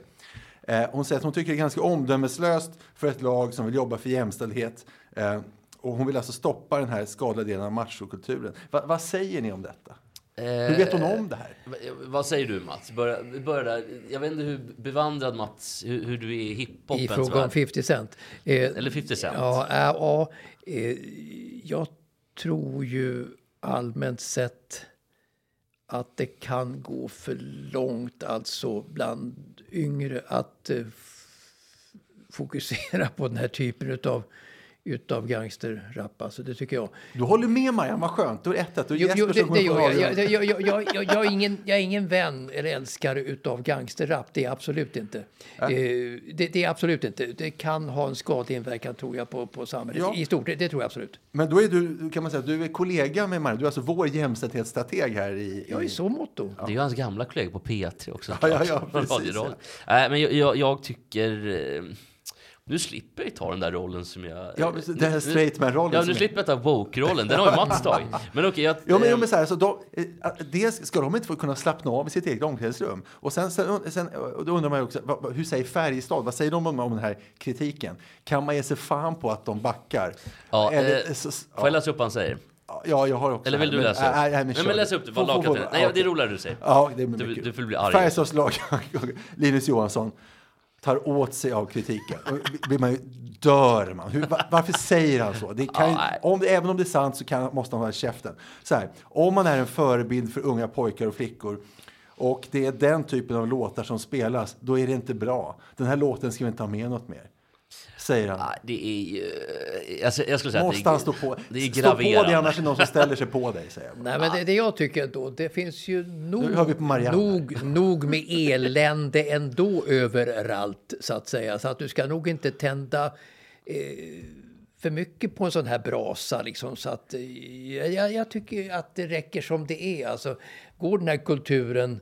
Speaker 1: Eh, hon säger att hon tycker det är ganska omdömeslöst för ett lag som vill jobba för jämställdhet. Eh, och hon vill alltså stoppa den här skadliga delen av machokulturen. Va, vad säger ni om detta? Hur vet hon om det här?
Speaker 2: Eh,
Speaker 3: Va- Vad säger du, Mats? Börja, vi börjar där. Jag vet inte hur bevandrad, Mats, hur, hur du är i
Speaker 2: I
Speaker 3: hiphopens
Speaker 2: fråga om
Speaker 3: värld.
Speaker 2: 50 Cent. Eh,
Speaker 3: Eller 50 Cent.
Speaker 2: Ja, ja, ja eh, jag tror ju allmänt sett att det kan gå för långt, alltså bland yngre, att eh, f- fokusera på den här typen utav, utav gangsterrap. Alltså, det tycker jag.
Speaker 1: Du håller med Marianne, vad skönt. Då är det ett att du är
Speaker 2: Jo, jo,
Speaker 1: Jesper
Speaker 2: det,
Speaker 1: som
Speaker 2: det
Speaker 1: sjunger på
Speaker 2: gör jag.
Speaker 1: radion.
Speaker 2: Jag, jag, jag, jag, jag, jag, är ingen, jag är ingen vän eller älskare utav gangsterrap. Det är jag absolut inte. Eh, Det, det är absolut inte. Det kan ha en skadlig inverkan tror jag på, på samhället
Speaker 1: Ja.
Speaker 2: i stort. Det, det tror jag absolut.
Speaker 1: Men då är du, kan man säga, att du är kollega med Marianne. Du är alltså vår jämställdhetsstrateg här i...
Speaker 2: Jag är i
Speaker 1: i...
Speaker 2: så måtto.
Speaker 3: Det är ju hans gamla kollega på P3 också.
Speaker 1: Ja, ja,
Speaker 3: såklart.
Speaker 1: ja, precis,
Speaker 3: Radioradion. Nej, men jag, jag, jag tycker... eh, Nu slipper jag ju ta den där rollen som jag...
Speaker 1: Ja, men så- den här straight man-rollen
Speaker 3: Ja,
Speaker 1: som
Speaker 3: nu
Speaker 1: är-
Speaker 3: slipper jag ta woke-rollen. Den har ju Mats tagit. Men okej, jag...
Speaker 1: Ja, men, ja,
Speaker 3: ehm,
Speaker 1: men så här, så de, eh, dels ska de inte få kunna slappna av i sitt eget omklädningsrum. Och sen, sen, sen och då undrar man ju också, vad, vad- hur säger Färjestad? Vad säger de om, om den här kritiken? Kan man ge sig fan på att de backar?
Speaker 3: Ja,
Speaker 1: Eller,
Speaker 3: eh,
Speaker 1: så- så-
Speaker 3: Får jag läsa upp vad han säger?
Speaker 1: ja, jag har också.
Speaker 3: Eller vill
Speaker 1: här,
Speaker 3: du
Speaker 1: men- äh,
Speaker 3: läsa upp?
Speaker 1: Nej, nej, men,
Speaker 3: Nej,
Speaker 1: kör.
Speaker 3: men läs upp det.
Speaker 1: Få-
Speaker 3: Vad
Speaker 1: få-
Speaker 3: lakat
Speaker 1: få-
Speaker 3: det. Nej,
Speaker 1: ja,
Speaker 3: det är
Speaker 1: okej.
Speaker 3: roligare du säger.
Speaker 1: Ja, det blir
Speaker 3: Du-
Speaker 1: mycket.
Speaker 3: du får bli arg.
Speaker 1: Färjestads lag, Linus Johansson, tar åt sig av kritiken. Och blir man ju, dör man. Hur, va- varför säger han så? Det kan, ju-
Speaker 3: Ja, nej.
Speaker 1: om, det- även om det är sant så kan, måste han hålla käften. Så här, om man är en förebild för unga pojkar och flickor och det är den typen av låtar som spelas, då är det inte bra. Den här låten ska vi inte ha med något mer. Säger han.
Speaker 3: Nej, Det är ju... eh, Alltså, jag skulle säga att
Speaker 1: Måste
Speaker 3: det är,
Speaker 1: han stå på?
Speaker 3: Det är
Speaker 1: stå på dig
Speaker 3: graverande.
Speaker 1: annars är det någon som ställer sig på dig, säger han.
Speaker 2: Nej, men det, det jag tycker ändå, det finns ju nog,
Speaker 1: Nu hör vi på Marianne.
Speaker 2: nog, nog med elände ändå överallt, så att säga. Så att du ska nog inte tända eh, för mycket på en sån här brasa. Liksom, så att, eh, jag, jag tycker att det räcker som det är. Alltså, går den här kulturen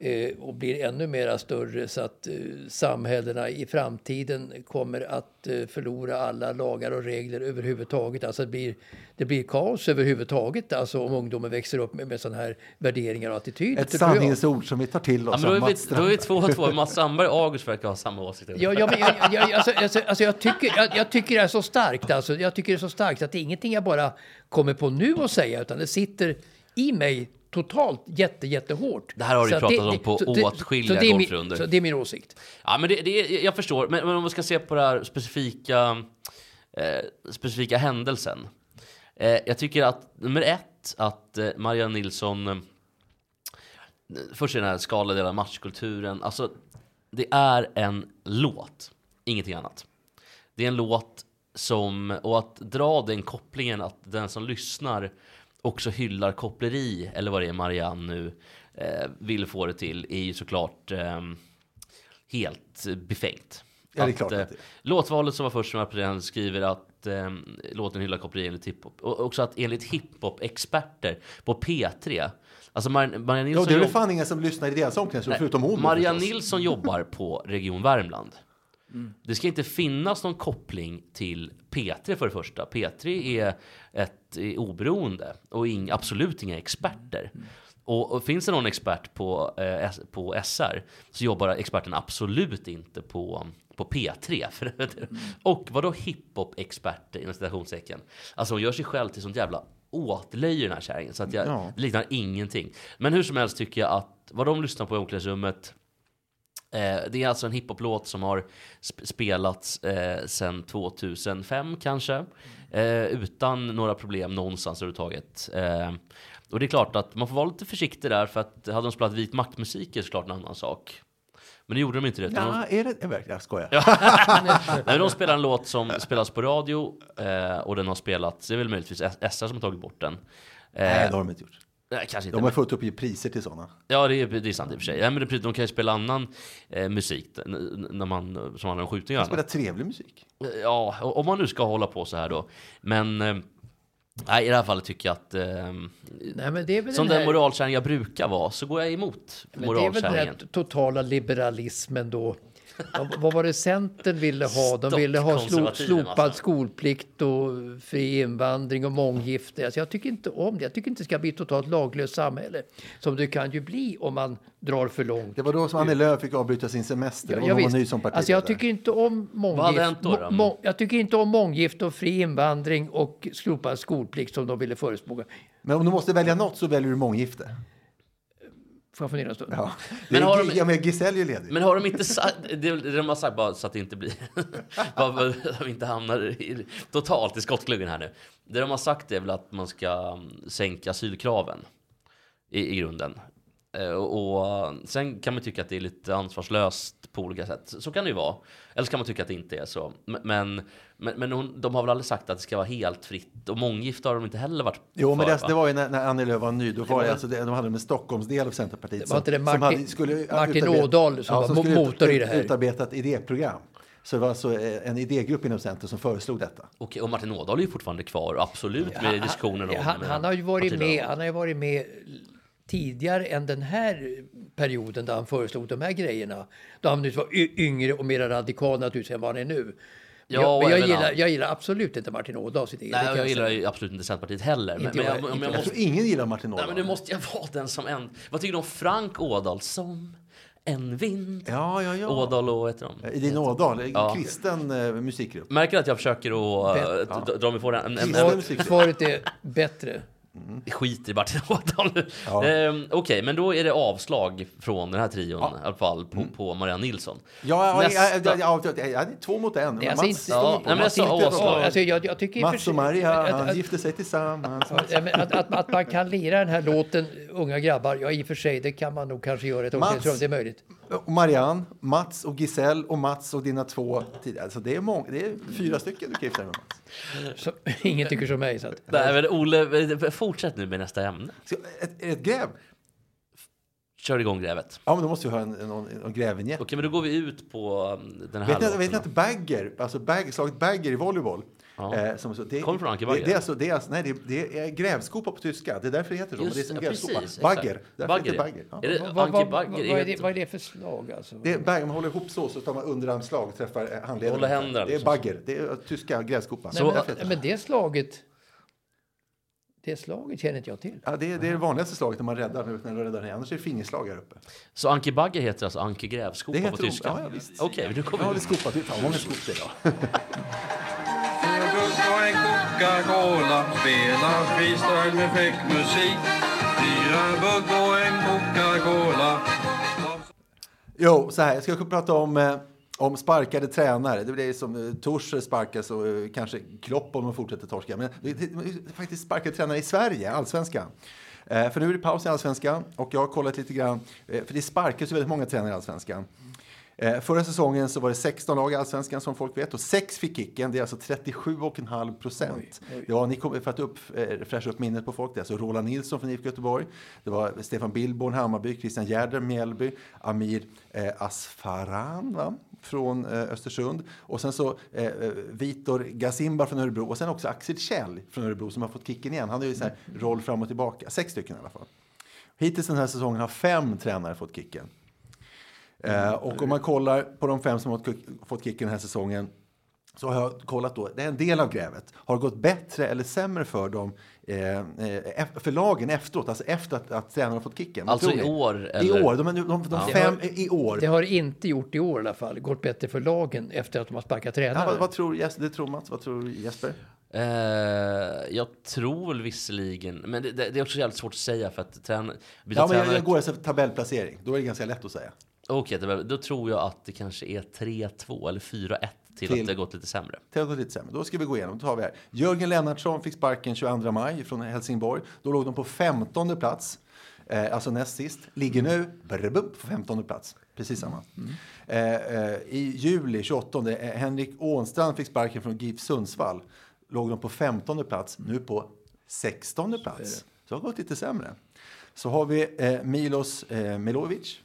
Speaker 2: eh, och blir ännu mera större så att eh, samhällena i framtiden kommer att eh, förlora alla lagar och regler överhuvudtaget. Alltså det blir, det blir kaos överhuvudtaget alltså om ungdomen växer upp med, med sådana här värderingar och attityder.
Speaker 1: Ett
Speaker 2: tror jag.
Speaker 1: sanningsord som vi tar till
Speaker 3: Ja,
Speaker 1: oss.
Speaker 3: men
Speaker 1: av
Speaker 3: då är vi,
Speaker 1: Mats
Speaker 3: då är vi två och två. Mats Sandberg och August verkar ha samma åsikter.
Speaker 2: Ja, ja, men jag, jag, jag, alltså, alltså, alltså, jag, tycker, jag, jag tycker det är så starkt. Alltså, jag tycker det är så starkt att det är ingenting jag bara kommer på nu att säga utan det sitter i mig totalt jätte, jättehårt.
Speaker 3: Det här har du
Speaker 2: Så att
Speaker 3: pratat om på
Speaker 2: så det-
Speaker 3: åtskilliga
Speaker 2: så det är min-
Speaker 3: golfrundor.
Speaker 2: Så det är min åsikt.
Speaker 3: Ja, men det, det, är- jag förstår. Men, men om vi ska se på det här specifika eh, specifika händelsen. Eh, jag tycker att nummer ett, att eh, Marianne Nilsson eh, först i den här skalade delen av matchkulturen. Alltså, det är en låt, ingenting annat. Det är en låt som, och att dra den kopplingen att den som lyssnar också hyllar koppleri, eller vad det är Marianne nu eh, vill få det till, är ju såklart ehm, helt befängt.
Speaker 1: Ja, det är
Speaker 3: Att,
Speaker 1: klart att
Speaker 3: eh,
Speaker 1: det är.
Speaker 3: Låtvalet som var först som Aprilén skriver att ehm, låten hyllar koppleri enligt hiphop. Och också att enligt hiphop-experter på P3. Alltså Mar- Marianne
Speaker 1: Ja,
Speaker 3: Nilsson...
Speaker 1: det är väl
Speaker 3: jobb-
Speaker 1: fan ingen som lyssnar i deras omklädningsrum
Speaker 3: Nej,
Speaker 1: förutom hon. då,
Speaker 3: Maria
Speaker 1: förstås.
Speaker 3: Nilsson jobbar på Region Värmland. Det ska inte finnas någon koppling till P3 för det första. P3 är ett är oberoende och ing, absolut inga experter. Och, och finns det någon expert på, eh, S- på SR så jobbar experten absolut inte på, på P3. För, och vadå hiphop-experter inom citationstecken? Alltså hon gör sig själv till sånt jävla åtlöje den här kärringen. Så att jag
Speaker 1: Ja.
Speaker 3: liknar ingenting. Men hur som helst tycker jag att vad de lyssnar på i omklädningsrummet Eh, det är alltså en hiphoplåt som har sp- spelats eh, sedan 2005 kanske. Eh, utan några problem någonstans överhuvudtaget. Eh, och det är klart att man får vara lite försiktig där för att hade de spelat vit maktmusik är det såklart en annan sak. Men det gjorde de inte det. utan de-
Speaker 1: Ja, är det... Jag, vet, jag skojar.
Speaker 3: Nej, men de spelar en låt som spelas på radio eh, och den har spelats, det är väl möjligtvis S- SR som har tagit bort den. Eh,
Speaker 1: Nej, det har de inte gjort.
Speaker 3: nej, kanske inte.
Speaker 1: De har fått upp i priser till sådana.
Speaker 3: Ja, det är, det är sant i och för sig. Ja, men det, är precis, de kan ju spela annan eh, musik n- n- när man, som handlar om skjutningar. och
Speaker 1: Spela trevlig musik.
Speaker 3: Ja, o- om man nu ska hålla på så här då. Men eh, nej, i det här fallet tycker jag att eh,
Speaker 2: Nej, men det är väl
Speaker 3: som
Speaker 2: den
Speaker 3: den
Speaker 2: här,
Speaker 3: moralkärring jag brukar vara så går jag emot
Speaker 2: men det är väl den här
Speaker 3: moralkärringen.
Speaker 2: totala liberalismen då. Vad, vad var det Centern ville ha? De ville ha slo,
Speaker 3: Stockkonservativen,
Speaker 2: slopad
Speaker 3: alltså.
Speaker 2: skolplikt och fri invandring och månggifte. Alltså jag tycker inte om det. Jag tycker inte det ska bli ett totalt laglöst samhälle. Som det kan ju bli om man drar för långt.
Speaker 1: Det var då som Annie Lööf fick avbryta sin semester. och hon
Speaker 2: Ja,
Speaker 1: var
Speaker 2: visst.
Speaker 1: ny som partiledare.
Speaker 2: alltså jag tycker inte om
Speaker 3: hade
Speaker 2: månggifte.
Speaker 3: hänt då, då?
Speaker 2: jag tycker inte om månggifte och fri invandring och slopad skolplikt som de ville förespråka.
Speaker 1: Men om du måste välja något så väljer du månggifte.
Speaker 2: Får jag fundera en stund?
Speaker 1: Ja.
Speaker 3: Men
Speaker 1: Men
Speaker 3: har
Speaker 1: har
Speaker 3: de-
Speaker 1: ja, men Giselle är ju ledig.
Speaker 3: Men har de inte sagt, det, det de har sagt bara så att det inte blir, bara för att de inte hamnar i, totalt i skottgluggen här nu. Det de har sagt är väl att man ska mm, sänka asylkraven i, i grunden. Eh, Och, och sen kan man tycka att det är lite ansvarslöst på olika sätt. Så kan det ju vara. Eller så kan man tycka att det inte är så. M- Men, men, men hon, de har väl aldrig sagt att det ska vara helt fritt. Och månggifte har de inte heller varit
Speaker 1: Jo, men
Speaker 3: för,
Speaker 1: det,
Speaker 3: va?
Speaker 1: det var ju när, när Annie Lööf var ny. Då var det, alltså, det, de hade en Stockholmsdel av Centerpartiet.
Speaker 2: Det var inte det Martin- Martin Ådahl som var
Speaker 1: skulle
Speaker 2: mo- motor i det här.
Speaker 1: utarbetat idéprogram. Så det var alltså eh, en idégrupp inom Centern som föreslog detta.
Speaker 3: Okej, och Martin Ådahl är ju fortfarande kvar, absolut, med diskussionen om... eh,
Speaker 2: Han, han har ju varit
Speaker 3: partiledarna.
Speaker 2: med, han har ju varit med tidigare än den här perioden där han föreslog de här grejerna. Då han nu var y- yngre och mer radikal naturligtvis än vad han är nu.
Speaker 3: Ja,
Speaker 2: Ja, jag, men
Speaker 3: och
Speaker 2: jag,
Speaker 3: även
Speaker 2: gillar,
Speaker 3: han.
Speaker 2: jag gillar absolut inte Martin Ådahl. sitt eget, det
Speaker 3: Nej,
Speaker 2: kan
Speaker 3: jag gillar
Speaker 2: säga.
Speaker 3: ju absolut inte Centerpartiet heller. Men,
Speaker 2: Inte
Speaker 3: men
Speaker 2: jag,
Speaker 3: jag, om
Speaker 2: inte
Speaker 3: jag
Speaker 2: jag.
Speaker 1: Jag
Speaker 3: måste...
Speaker 1: tror ingen gillar Martin
Speaker 3: Nej,
Speaker 1: Ådahl.
Speaker 3: men nu måste jag vara den som en... Vad tycker du om Frank Ådahl som en vind?
Speaker 1: Ja, ja, ja.
Speaker 3: Ådahl och vad heter de?
Speaker 1: I din Ådahl, en
Speaker 3: Ja.
Speaker 1: kristen eh, musikgrupp.
Speaker 3: Märker att jag försöker att eh,
Speaker 2: Bet-
Speaker 3: d- d- dra mig på den? En, en,
Speaker 1: Ja.
Speaker 3: en,
Speaker 2: Svar- Svaret är bättre.
Speaker 3: skit i Martin Ådahl nu.
Speaker 1: Ja.
Speaker 3: Ehm, Okej, men då är det avslag från den här trion i alla fall på, på Marianne Nilsson.
Speaker 1: Mm. Ja, ja, ja,
Speaker 3: Nästa-
Speaker 1: ja, ja, ja, ja, ja, det är två mot en.
Speaker 2: Nej, alltså
Speaker 1: Mats
Speaker 2: inte-
Speaker 1: står på-
Speaker 3: Ja, nej, men jag
Speaker 1: Mats
Speaker 3: sa
Speaker 1: sitter på-
Speaker 3: Åsdahl.
Speaker 2: Alltså, jag, jag tycker i och för
Speaker 1: Mats
Speaker 2: sig-
Speaker 1: och Maria,
Speaker 2: att- att-
Speaker 1: han gifte sig tillsammans.
Speaker 2: Ja, men att, att, att man kan lira den här låten, unga grabbar, ja i och för sig, det kan man nog kanske göra i ett
Speaker 1: Mats.
Speaker 2: omklädningsrum, det är möjligt.
Speaker 1: Och Marianne, Mats och Giselle och Mats och dina två tidigare. Alltså det är, många, det är fyra stycken du kan gifta dig med Mats.
Speaker 2: Så, ingen tycker som mig. Så att,
Speaker 3: Nej, men Ole, fortsätt nu med nästa ämne.
Speaker 1: Ska, ett, ett gräv?
Speaker 3: Kör igång grävet.
Speaker 1: Ja, men då måste vi ha en, en, någon- en grävvinjett.
Speaker 3: Okej, men då går vi ut på um, den här
Speaker 1: Vet ni,
Speaker 3: låten.
Speaker 1: vet ni att bagger, alltså bag, slaget bagger i volleyboll.
Speaker 3: Ja.
Speaker 1: eh, som, så, det,
Speaker 3: Kommer från Anke
Speaker 1: det,
Speaker 3: Bagger.
Speaker 1: det, är alltså, det, är alltså, nej, det, det är grävskopa på tyska. Det är därför det heter så. men
Speaker 3: Just
Speaker 1: det är som
Speaker 3: ja,
Speaker 1: grävskopa.
Speaker 3: precis, exakt.
Speaker 1: bagger. Därför bagger. heter det bagger. Ja.
Speaker 3: Är det
Speaker 2: vad, vad,
Speaker 3: Anki
Speaker 2: vad,
Speaker 3: Bagger?
Speaker 2: vad, är det,
Speaker 3: Är
Speaker 2: vad är det för slag alltså?
Speaker 1: Det är bagger, man håller ihop så, så tar man underarmslag och träffar eh, handleden.
Speaker 3: Hålla händerna,
Speaker 1: Det är
Speaker 3: liksom.
Speaker 1: bagger. Det är eh, tyska grävskopa.
Speaker 2: Nej,
Speaker 1: Det är
Speaker 2: men,
Speaker 1: därför det heter
Speaker 2: men det slaget, det slaget känner inte jag till.
Speaker 1: Ja, det, är- det är det vanligaste slaget när man räddar, när man räddar ner. Annars är det fingerslag här uppe.
Speaker 3: så Anki Bagger heter alltså Anki Grävskopa
Speaker 1: Det
Speaker 3: på
Speaker 1: heter de-
Speaker 3: tyska?
Speaker 1: ja, ja, visst.
Speaker 3: Okej, men nu
Speaker 1: Jag
Speaker 3: kommer
Speaker 1: har
Speaker 3: vi...
Speaker 1: det skopat ut. Fan, många skop det idag.
Speaker 5: En gurka och en Coca-Cola spelar freestyle med fräck musik. Fyra bugg och en Coca-Cola.
Speaker 1: Jo, så här. Jag ska prata om eh, Om sparkade tränare, det blir som eh, Tors sparkas och eh, kanske Klopp om de fortsätter torska. Men det, det, det är faktiskt sparkade tränare i Sverige, allsvenskan. Eh, för nu är det paus i allsvenskan och jag har kollat lite grann, eh, för det sparkas ju väldigt många tränare i allsvenskan. Eh, förra säsongen så var det 16 lag i allsvenskan som folk vet och 6 fick kicken. Det är alltså 37,5 procent. Ja, ni kommer för att upp, eh, fräscha upp minnet på folk. Det är alltså Roland Nilsson från IFK Göteborg. Det var Stefan Billborn, Hammarby, Christian Gärder, Mjällby, Amir eh, Asfaran va? från eh, Östersund och sen så eh, eh, Vitor Gazimba från Örebro och sen också Axel Kjell från Örebro som har fått kicken igen. Han är ju så här roll fram och tillbaka. Sex stycken i alla fall. Hittills den här säsongen har fem tränare fått kicken. Eh, och om man kollar på de fem som har fått- fått kicken den här säsongen så har jag kollat då, det är en del av grävet. Har det gått bättre eller sämre för dem, eh, eh, eff- för lagen efteråt, alltså efter att, att tränaren har fått kicken? Vad
Speaker 3: Alltså
Speaker 1: tror
Speaker 3: i
Speaker 1: ni?
Speaker 3: år,
Speaker 1: I
Speaker 3: eller?
Speaker 1: år, de, de, de, de fem i år.
Speaker 2: Det har inte gjort i år i alla fall. Gått bättre för lagen efter att de har sparkat
Speaker 1: Ja,
Speaker 2: tränare.
Speaker 1: vad, vad tror Jesper? Det tror Mats, vad tror Jesper?
Speaker 3: Eh, jag tror väl visserligen, men det, det, det är också jävligt svårt att säga för att träna, byta
Speaker 1: Ja, men jag,
Speaker 3: tränare.
Speaker 1: jag går efter tabellplacering, då är det ganska lätt att säga.
Speaker 3: Okej, det var- då tror jag att det kanske är 3-2 eller 4-1 till,
Speaker 1: Till-
Speaker 3: att det har gått lite sämre.
Speaker 1: Tävlat lite sämre. Då ska vi gå igenom. Då tar vi här. Jörgen Lennartsson fick sparken 22 maj från Helsingborg. Då låg de på 15 plats. Eh, alltså näst sist. Ligger nu brrbup, på 15 plats. Precis samma. Eh, eh, I juli 28, eh, Henrik Ånstrand fick sparken från GIF Sundsvall. Låg de på 15 plats. Nu på 16 plats. Så det har gått lite sämre. Så har vi eh, Milos eh, Milovic.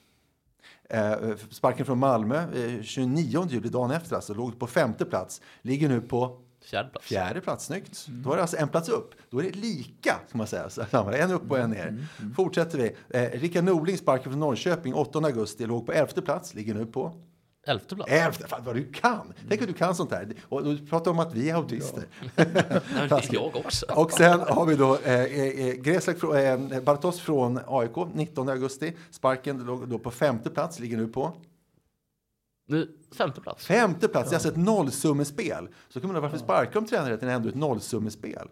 Speaker 1: Eh, sparken från Malmö eh, 29 juli, dagen efter alltså, låg på femte plats. Ligger nu på
Speaker 3: Fjärde plats.
Speaker 1: fjärde plats, snyggt. Då är det alltså en plats upp. Då är det lika, kan man säga. Så, samma, en upp och en ner. Fortsätter vi. Eh, Rickard Norling, sparken från Norrköping 8 augusti, låg på elfte plats, ligger nu på
Speaker 3: Elfte plats.
Speaker 1: elfte. Fan vad du kan! Tänk att du kan sånt här. Och du pratar om att vi är autister.
Speaker 3: Nej, men det är jag också.
Speaker 1: Och sen har vi då eh, eh, Greslak, frå- eh, Bartos från AIK 19 augusti. Sparken låg då på femte plats, ligger nu på
Speaker 3: Nu, femte plats.
Speaker 1: Femte plats, det är alltså ett nollsummespel. Så kan man undra varför sparkar de tränare till ändå ett nollsummespel?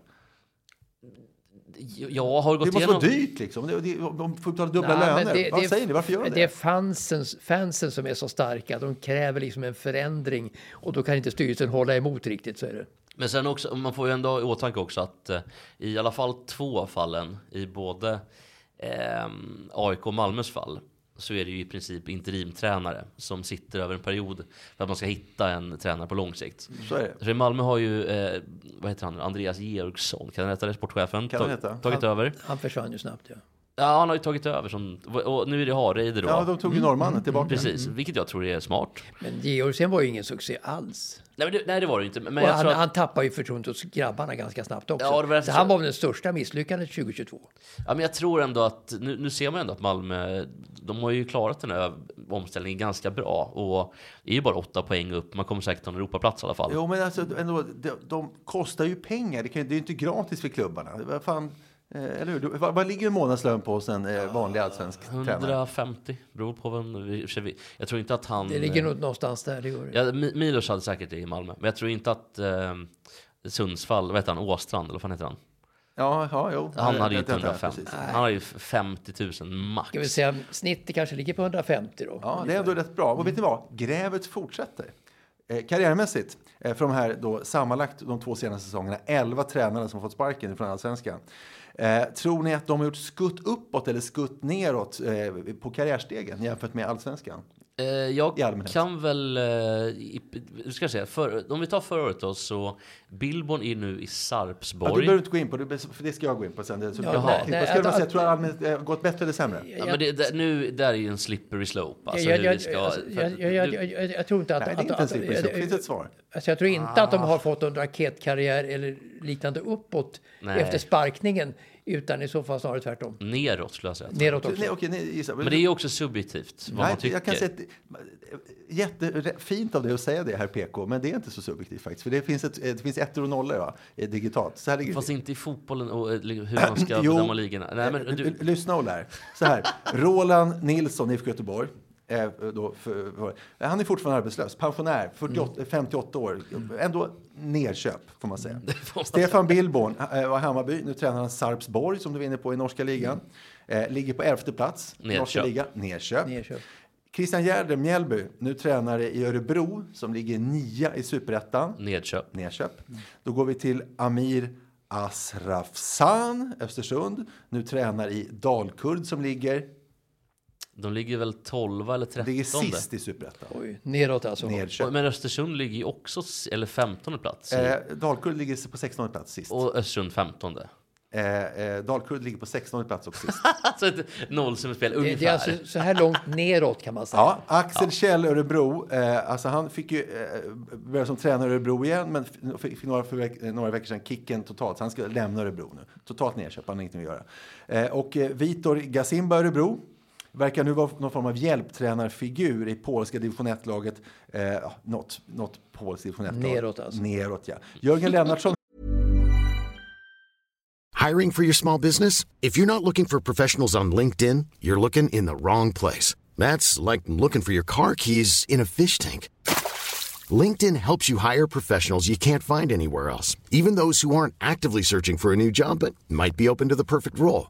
Speaker 3: Jag har
Speaker 1: Det
Speaker 3: gått
Speaker 1: måste
Speaker 3: igenom...
Speaker 1: vara dyrt liksom. Det- det- De får betala dubbla
Speaker 2: Nej, men
Speaker 1: löner.
Speaker 2: det-
Speaker 1: Vad
Speaker 2: det-
Speaker 1: säger ni? Varför gör de det?
Speaker 2: Det är fansen, fansen som är så starka. De kräver liksom en förändring och då kan inte styrelsen hålla emot riktigt. Så är det.
Speaker 3: Men sen också, man får ju ändå ha i åtanke också att eh, i alla fall två av fallen, i både ehm, AIK och Malmös fall, så är det ju i princip interimtränare som sitter över en period för att man ska hitta en tränare på lång sikt.
Speaker 1: Så är det.
Speaker 3: Så i Malmö har ju, eh, vad heter han nu, Andreas Georgsson, kan han heta det, sportchefen?
Speaker 1: Kan han
Speaker 3: Ta-
Speaker 1: heta?
Speaker 3: Tagit över.
Speaker 2: Han försvann ju snabbt. Ja.
Speaker 3: Ja, han har ju tagit över som, och nu är det Hareide då.
Speaker 1: Ja, Mm. de tog ju norrmannen tillbaka.
Speaker 3: Precis, vilket jag tror är smart.
Speaker 2: Men Georgsen var ju ingen succé alls.
Speaker 3: Nej, men det, nej det var det ju inte. Men
Speaker 2: och
Speaker 3: jag
Speaker 2: han,
Speaker 3: tror att,
Speaker 2: han tappade ju förtroendet hos grabbarna ganska snabbt också.
Speaker 3: Ja, det var det
Speaker 2: så
Speaker 3: jag-
Speaker 2: han var väl det största misslyckandet 2022.
Speaker 3: Ja, men jag tror ändå att nu, nu ser man ändå att Malmö, de har ju klarat den här omställningen ganska bra och är ju bara åtta poäng upp. Man kommer säkert ha en Europaplats i alla fall.
Speaker 1: Jo, men alltså, ändå, de, de kostar ju pengar. Det, kan, det är ju inte gratis för klubbarna. Vad fan, eh, eller hur? Du- Vad, vad ligger en månadslön på hos en eh, vanlig allsvensk tränare?
Speaker 3: 150 beror på vem. vi- i och för sig vi- Jag tror inte att han.
Speaker 2: Det ligger nog någonstans där. Det gör det.
Speaker 3: Ja, Mi- Milos hade säkert det i Malmö, men jag tror inte att eh, Sundsvall, vad heter han, Åstrand eller vad fan heter han?
Speaker 1: Ja, ja, jo.
Speaker 3: Han hade ju
Speaker 1: Ja,
Speaker 3: inte
Speaker 1: ja, ja,
Speaker 3: 150.
Speaker 1: precis.
Speaker 3: Han hade ju 50 000 max.
Speaker 2: Ska vi säga snittet kanske ligger på 150 då.
Speaker 1: Ja, det är ändå rätt bra. Och vet ni vad? Grävet fortsätter. Eh, karriärmässigt, eh, för de här då sammanlagt de två senaste säsongerna, 11 tränare som har fått sparken från allsvenskan. Eh, tror ni att de har gjort skutt uppåt eller skutt neråt eh, på karriärstegen jämfört med allsvenskan?
Speaker 3: Eh, jag
Speaker 1: I allmänhet.
Speaker 3: kan väl, eh, i, hur ska jag säga, för, om vi tar förra året då så Billborn är nu i
Speaker 1: Ja, det
Speaker 3: Sarpsborg.
Speaker 1: behöver du inte gå in på, det- för det ska jag gå in på sen. Det, så,
Speaker 2: Ja,
Speaker 1: Jaha.
Speaker 2: nej,
Speaker 1: Vad
Speaker 2: nej,
Speaker 1: skulle man
Speaker 2: att-
Speaker 1: säga, tror du allmänt eh, gått bättre eller sämre?
Speaker 3: Ja, men det, det, nu, där är ju en slippery slope. Alltså,
Speaker 2: jag,
Speaker 3: hur
Speaker 2: jag,
Speaker 3: vi ska,
Speaker 2: alltså,
Speaker 3: för
Speaker 2: jag,
Speaker 3: att
Speaker 2: jag, jag,
Speaker 3: du-
Speaker 2: jag, jag, jag tror inte att...
Speaker 1: Nej, det är
Speaker 2: att,
Speaker 1: inte en
Speaker 2: att,
Speaker 1: slippery slope. Finns det ett svar?
Speaker 2: Alltså jag tror inte att de har fått en raketkarriär eller liknande uppåt
Speaker 3: Nej.
Speaker 2: efter sparkningen. Utan i så fall snarare tvärtom.
Speaker 3: Neråt skulle jag säga.
Speaker 2: Neråt också.
Speaker 1: Nej, okej, ni gissar.
Speaker 3: Men det är ju också subjektivt vad
Speaker 1: Nej,
Speaker 3: man tycker.
Speaker 1: Jag kan säga att, jättefint av dig att säga det här PK, men det är inte så subjektivt faktiskt. För det finns, ett, det finns ettor och nollor va? Eh, digitalt. Så här ligger
Speaker 3: Fast
Speaker 1: det.
Speaker 3: inte i fotbollen och eh, hur man ska
Speaker 1: Jo. Eh,
Speaker 3: bedöma ligorna. Nej, men
Speaker 1: L-
Speaker 3: du,
Speaker 1: Lyssna och lär. Så här, Roland Nilsson, IFK Göteborg. eh, Då, för, för, eh, han är fortfarande arbetslös, pensionär, 48,
Speaker 3: Mm.
Speaker 1: 58 år. Ändå nedköp, får man säga. Stefan Billborn eh, var Hammarby. Nu tränar han Sarpsborg, som du var inne på, i norska ligan. Eh, ligger på elfte plats. i Norska
Speaker 3: Mm. Nedköp.
Speaker 1: ligan. Nedköp.
Speaker 2: Nedköp.
Speaker 1: Christian Gärde, Mjällby, nu tränare i Örebro som ligger nia i superettan.
Speaker 3: Nedköp.
Speaker 1: Nerköp. Då går vi till Amir Asrafsan, Östersund. Nu tränar i Dalkurd som ligger,
Speaker 3: De ligger väl 12 eller 13?
Speaker 1: ligger sist i superettan.
Speaker 2: Oj, neråt alltså.
Speaker 1: Nerköp.
Speaker 3: Men Östersund ligger ju också, s- eller 15 plats.
Speaker 1: Eh, Dalkurd ligger på 16 plats sist.
Speaker 3: Och Östersund 15.
Speaker 1: Eh, eh, Dalkurd ligger på 16 plats också sist.
Speaker 3: Alltså ett nollsummespel
Speaker 2: Det,
Speaker 3: ungefär.
Speaker 2: det är alltså så här långt neråt kan man säga.
Speaker 1: Ja, Axel Kjell Örebro, eh, alltså han fick ju eh, börja som tränare i Örebro igen, men f- fick några, för veck, eh, några veckor sedan kicken totalt. Så han ska lämna Örebro nu. Totalt nerköp, han har ingenting att göra. Eh, och eh, Vitor Gasimba Örebro verkar nu vara någon form av hjälptränarfigur i polska division 1-laget. Eh, ja, något, något polskt division 1-lag.
Speaker 2: Neråt alltså.
Speaker 1: Neråt, ja. Jörgen Lennartsson
Speaker 6: Hiring for your small business? If you're not looking for professionals on LinkedIn, you're looking in the wrong place. That's like looking for your car keys in a fish tank. LinkedIn helps you hire professionals you can't find anywhere else, even those who aren't actively searching for a new job but might be open to the perfect role.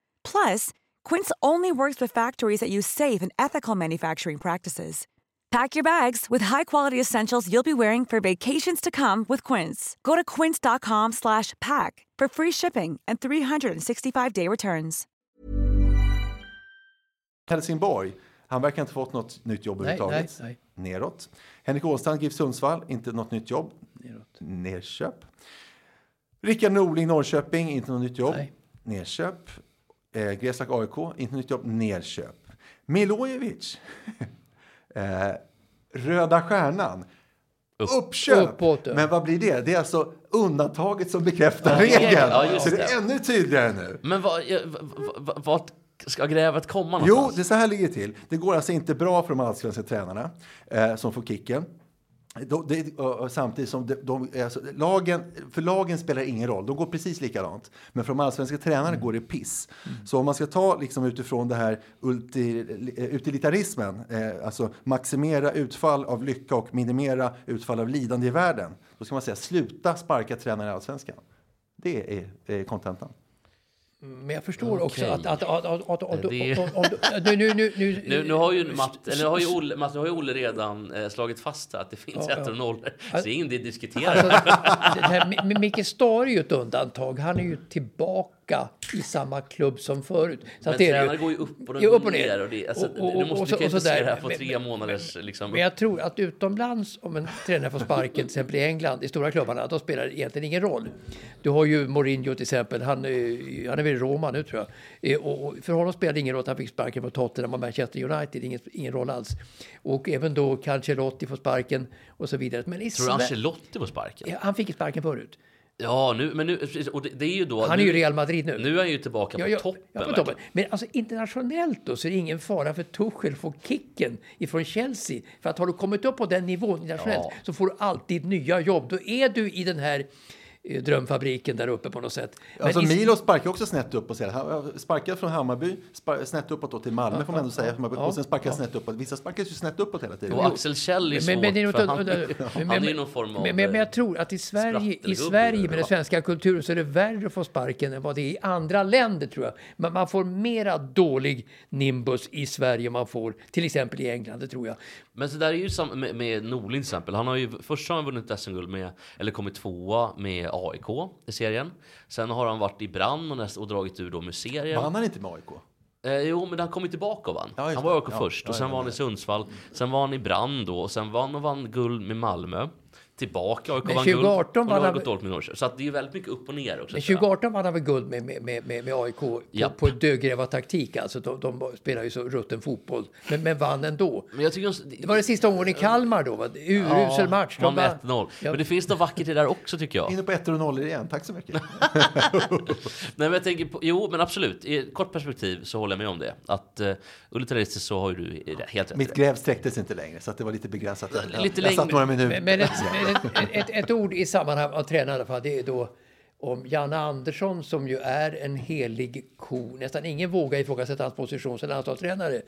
Speaker 7: Plus, Quince only works with factories that use safe and ethical manufacturing practices. Pack your bags with high-quality essentials you'll be wearing for vacations to come with Quince. Go to quince.com slash pack for free shipping and 365-day returns.
Speaker 1: Helsingborg. Han verkar inte ha fått något nytt jobb
Speaker 2: Nej,
Speaker 1: överhuvudtaget.
Speaker 2: nej,
Speaker 1: Neråt. Henrik Åstrand, GIF Sundsvall, inte något nytt jobb.
Speaker 2: Neråt.
Speaker 1: Nerköp. Rickard Norling, Norrköping, inte något nytt jobb.
Speaker 2: Nej.
Speaker 1: Nerköp. Eh, Gräslak AIK, inte nytt jobb. Nerköp. Milojevic. eh, Röda Stjärnan. Uppköp!
Speaker 2: Uppåt, ja.
Speaker 1: Men vad blir det? Det är alltså undantaget som bekräftar regeln.
Speaker 3: ja, just
Speaker 1: Så det
Speaker 3: det.
Speaker 1: är ännu tydligare nu.
Speaker 3: Men vad, ja, v- v- v- vart ska grävet komma
Speaker 1: Jo,
Speaker 3: någonstans?
Speaker 1: det är så här ligger det till. Det går alltså inte bra för de allsvenska tränarna eh, som får kicken. De, det- och- och samtidigt som de, de, är alltså, lagen, för lagen spelar ingen roll, de går precis likadant. Men för de allsvenska tränarna går det piss. Så om man ska ta liksom, utifrån det här ulti, eh, utilitarismen, eh, alltså maximera utfall av lycka och minimera utfall av lidande i världen. Då ska man säga sluta sparka tränare i allsvenskan. Det är eh, kontentan.
Speaker 2: Men jag förstår också
Speaker 3: Okej.
Speaker 2: att... att, att, att, att, att
Speaker 3: Det-
Speaker 2: om- om- om- nu, nu, nu, nu,
Speaker 3: Nu, nu har ju Matt, eller nu har ju Olle, Matt, nu har ju Olle redan eh, slagit fast att det finns
Speaker 2: Ja,
Speaker 3: ettor och
Speaker 2: ja.
Speaker 3: nollor. Så det är ingen det diskuterar.
Speaker 2: Alltså, det här, Mi- Mi- Micke Star är ju ett undantag. Han är ju tillbaka i samma klubb som förut. Så
Speaker 3: Men
Speaker 2: att det är
Speaker 3: tränare går ju upp och de
Speaker 2: Ja,
Speaker 3: går ner. Och det, alltså, du, måste,
Speaker 2: och så-
Speaker 3: du kan ju
Speaker 2: och
Speaker 3: inte se
Speaker 2: sådär.
Speaker 3: det här på
Speaker 2: Men-
Speaker 3: tre månaders... Liksom,
Speaker 2: Men jag tror att utomlands, om en tränare får sparken, till exempel i England, i stora klubbarna, då spelar det egentligen ingen roll. Du har ju Mourinho till exempel, han, är- han är väl i Roma nu tror jag. Eh, Och och för honom spelar det ingen roll att han fick sparken från Tottenham och Manchester United, ingen, ingen roll alls. Och även då kan Ancelotti få sparken och så vidare. Men i
Speaker 3: tror du
Speaker 2: Sve-
Speaker 3: Ancelotti på sparken?
Speaker 2: Ja, Han fick sparken förut.
Speaker 3: Ja, nu, men nu, precis, och det, det är ju då...
Speaker 2: Han är
Speaker 3: nu,
Speaker 2: ju Real Madrid nu.
Speaker 3: Nu är han ju tillbaka på toppen.
Speaker 2: Ja, på
Speaker 3: verkligen.
Speaker 2: toppen. Men alltså internationellt då så är det ingen fara för Tuchel får kicken ifrån Chelsea. För att har du kommit upp på den nivån internationellt
Speaker 3: Ja.
Speaker 2: så får du alltid nya jobb. Då är du i den här eh, drömfabriken där uppe på något sätt. Men
Speaker 1: Alltså
Speaker 2: i-
Speaker 1: Milo sparkar också snett upp och sen. Han sparkade från Hammarby, spar, snett uppåt då till Malmö får man ändå säga. och sen sparkar han snett uppåt. Vissa sparkas ju snett uppåt hela tiden.
Speaker 3: Och Axel Kjell är svårt,
Speaker 2: Men, men, det är nog
Speaker 3: för
Speaker 2: inte-
Speaker 3: han,
Speaker 2: men-
Speaker 3: han är ju
Speaker 2: men-
Speaker 3: någon form av... eh,
Speaker 2: men, men, men jag tror att i Sverige, i
Speaker 3: sprattelgubbe,
Speaker 2: Sverige med
Speaker 3: va?
Speaker 2: den svenska kulturen så är det värre att få sparken än vad det är i andra länder tror jag. Man, man får mera dålig nimbus i Sverige än man får till exempel i England, det tror jag.
Speaker 3: Men så där är ju sam- med, med Norling till exempel. Han har ju, först har han vunnit SM-guld med, eller kommit tvåa med AIK i serien. Sen har han varit i brand och, näst, och dragit ur då med serien.
Speaker 1: Vann han inte med AIK?
Speaker 3: Eh, jo, men han kom ju tillbaka och vann.
Speaker 1: Ja, just
Speaker 3: han var i
Speaker 1: det.
Speaker 3: AIK
Speaker 1: Ja,
Speaker 3: först
Speaker 1: ja,
Speaker 3: och sen
Speaker 1: ja,
Speaker 3: var han i Sundsvall. Sen var han i brand då och sen vann och vann guld med Malmö. tillbaka. AIK
Speaker 2: Men
Speaker 3: vann guld.
Speaker 2: 2018
Speaker 3: Och nu har
Speaker 2: vann
Speaker 3: det gått
Speaker 2: han-
Speaker 3: dåligt med Norrköping. Så att det är väldigt mycket upp och ner också.
Speaker 2: Men
Speaker 3: tror jag.
Speaker 2: 2018 vann han väl guld med, med, med, med, med AIK på,
Speaker 3: Japp.
Speaker 2: på dödgrävartaktik. Alltså, de, de spelar ju så rutten fotboll, men, men vann ändå.
Speaker 3: Men jag tycker just,
Speaker 2: Det var det sista omgången i Kalmar då, va? Urusel match. De
Speaker 3: Man med
Speaker 2: vann.
Speaker 3: 1-0.
Speaker 2: Ja.
Speaker 3: Men det finns något vackert i det där också tycker jag.
Speaker 1: Inne på ettor och nollor igen, tack så mycket.
Speaker 3: Nej, men jag tänker på, jo, men absolut. I ett kort perspektiv så håller jag med om det. Att uh, utilitaristiskt så har ju du eh, helt rätt.
Speaker 1: Mitt gräv sträcktes inte längre, så att det var lite begränsat. Jag,
Speaker 3: Lite
Speaker 1: jag
Speaker 3: längre.
Speaker 1: satt några minuter.
Speaker 2: Men, men, ett, men ett, ett, ett ord i sammanhang av tränare i alla fall, det är då om Janne Andersson som ju är en helig ko. Nästan ingen vågar ifrågasätta hans position som landslagstränare.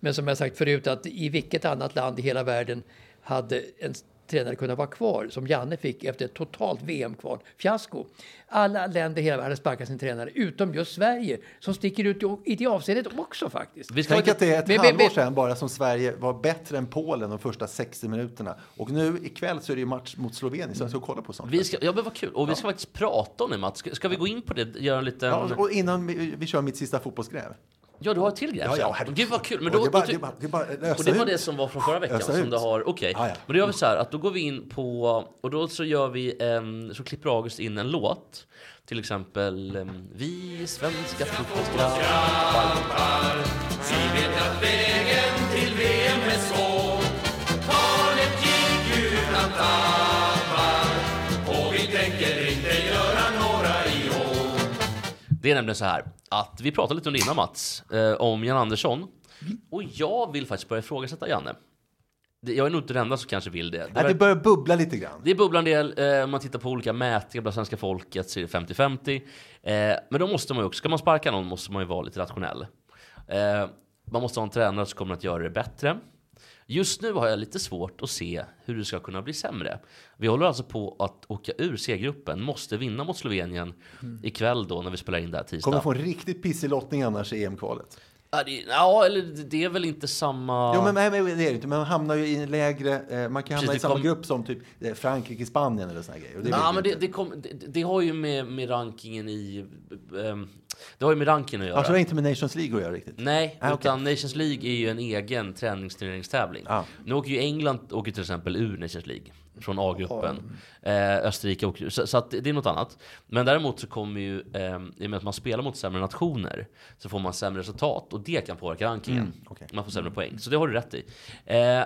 Speaker 2: Men som jag sagt förut att i vilket annat land i hela världen hade en s- tränare kunnat vara kvar som Janne fick efter ett totalt VM-kval. Fiasko. Alla länder i hela världen sparkar sin tränare utom just Sverige som sticker ut i- i det avseendet också faktiskt.
Speaker 3: Vi ska
Speaker 1: Tänk
Speaker 3: inte-
Speaker 1: att det är ett
Speaker 2: Men- men-
Speaker 1: halvår
Speaker 2: men-
Speaker 1: sedan bara som Sverige var bättre än Polen de första 60 minuterna. Och nu ikväll så är det ju match mot Slovenien, så jag ska kolla på sånt.
Speaker 3: Vi ska, ja men vad kul. Och vi ska faktiskt prata om det Mats. Ska, ska vi gå in på det? Göra en liten...
Speaker 1: Ja,
Speaker 3: Ja,
Speaker 1: och innan vi, vi kör mitt sista fotbollsgräv.
Speaker 3: du har ett till grej.
Speaker 1: Ja, ja, herregud.
Speaker 3: Gud vad kul. Men
Speaker 1: Och
Speaker 3: då,
Speaker 1: det är bara-
Speaker 3: då ty-
Speaker 1: det är bara- det är bara att ösa
Speaker 3: och det var
Speaker 1: ut.
Speaker 3: det som var från förra veckan
Speaker 1: Ösa
Speaker 3: som
Speaker 1: ut.
Speaker 3: du har. Okej.
Speaker 1: Ja, ja.
Speaker 3: Men då gör vi så här att då går vi in på... Och då så gör vi... ehm, så klipper August in en låt. Till exempel ehm, Vi svenska fotbollsgrabbar. Det är nämligen så här att vi pratade lite under innan Mats eh, om Jan Andersson. Och jag vill faktiskt börja ifrågasätta Janne. Det- Jag är nog inte den enda som kanske vill det.
Speaker 1: Nej, det börjar bubbla lite grann.
Speaker 3: Det är bubblan del, eh, om man tittar på olika mätningar bland svenska folket så är det 50-50. Eh, men då måste man ju också, ska man sparka någon måste man ju vara lite rationell. Eh, man måste ha en tränare som kommer att göra det bättre. Just nu har jag lite svårt att se hur det ska kunna bli sämre. Vi håller alltså på att åka ur C-gruppen, måste vinna mot Slovenien ikväll då när vi spelar in det här tisdag.
Speaker 1: Mm. Kommer få en riktigt pissig lottning annars i EM-kvalet.
Speaker 3: Ja, det, ja, eller det- det är väl inte samma...
Speaker 1: Jo, men, nej, men det är det inte. Men man hamnar ju i en lägre... Eh, man kan hamna
Speaker 3: Precis,
Speaker 1: i samma
Speaker 3: det kom-
Speaker 1: grupp som typ eh, Frankrike, Spanien eller såna grejer. Och det vill
Speaker 3: Nej,
Speaker 1: vi
Speaker 3: men det,
Speaker 1: inte.
Speaker 3: det, kom, det, det har ju med, med rankingen i... ehm, det har ju med rankingen att göra.
Speaker 1: Alltså, det har inte med Nations League att göra riktigt.
Speaker 3: Nej,
Speaker 1: Ah, okej.
Speaker 3: utan Nations League är ju en egen träningsturneringstävling.
Speaker 1: Ja.
Speaker 3: Nu åker ju England åker till exempel ur Nations League från A-gruppen. Eh, Österrike åker ur. så, så att det det är något annat. Men däremot så kommer ju, eh, i och med att man spelar mot sämre nationer, så får man sämre resultat och det kan påverka rankingen.
Speaker 1: okej.
Speaker 3: Man får sämre poäng, så det har du rätt i. Eh,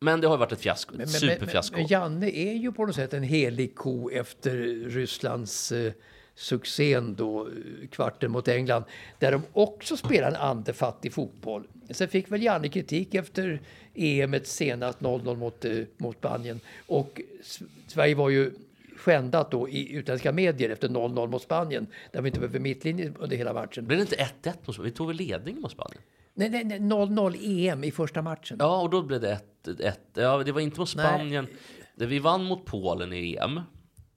Speaker 3: men det har ju varit ett fiasko, ett superfiasko.
Speaker 2: Men, men Janne är ju på något sätt en helig ko efter Rysslands eh, succén då, eh, kvarten mot England, där de också spelar en andefattig fotboll. Sen fick väl Janne kritik efter EM et senast 0-0 mot, eh, mot Spanien. Och S- Sverige var ju skändat då i utländska medier efter 0-0 mot Spanien, där vi inte behövde mittlinje under hela matchen.
Speaker 3: Blev det inte 1-1 mot Spanien? Vi tog väl ledningen mot Spanien?
Speaker 2: Nej, nej, nej, 0-0 EM i första matchen.
Speaker 3: Ja, och då blev det 1-1. Ja, det var inte mot
Speaker 2: Nej.
Speaker 3: Spanien. Vi vann mot Polen i E EM.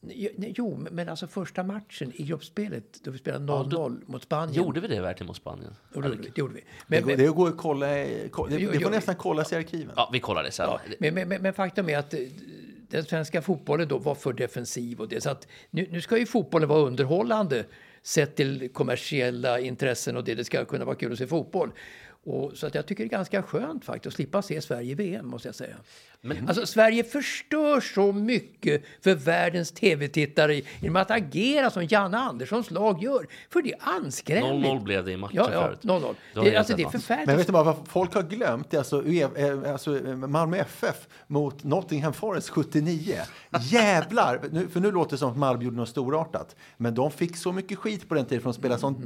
Speaker 2: Jo, nej, jo, men men alltså första matchen i gruppspelet då vi spelade 0-0 mot Spanien.
Speaker 3: Gjorde vi det verkligen mot Spanien?
Speaker 2: Jo, det gjorde vi. Det gjorde vi.
Speaker 1: Det,
Speaker 2: Men,
Speaker 1: går-
Speaker 2: men,
Speaker 1: det går att kolla... i- ko- Det,
Speaker 2: Jo,
Speaker 1: det
Speaker 2: jo,
Speaker 1: får nästan kollas i arkiven.
Speaker 3: Ja, vi kollar det sen.
Speaker 2: ja, men, men, men, men faktum är att eh, den svenska fotbollen då var för defensiv. Och det, så att nu, nu ska ju fotbollen vara underhållande sett till kommersiella intressen och det. Det ska kunna vara kul att se fotboll. Och, så att jag tycker det är ganska skönt faktiskt att slippa se Sverige i VM måste jag säga. alltså Sverige förstör så mycket för världens tv-tittare genom att agera som Janne Anderssons lag gör. För det är anskrämligt.
Speaker 3: 0-0 blev det i matchen
Speaker 2: Ja, ja,
Speaker 3: förut.
Speaker 2: 0-0.
Speaker 3: Du har
Speaker 2: Det,
Speaker 3: helt
Speaker 2: alltså,
Speaker 3: rätt,
Speaker 2: det är
Speaker 3: Mats.
Speaker 2: förfärligt.
Speaker 1: Men vet du vad, vad folk har glömt? Det är alltså, Uef- eh, alltså eh, Malmö FF mot Nottingham Forest 79. Jävlar! Nu, för nu låter det som att Malmö gjorde något storartat. Men de fick så mycket skit på den tiden för de spelade
Speaker 2: Mm.
Speaker 1: som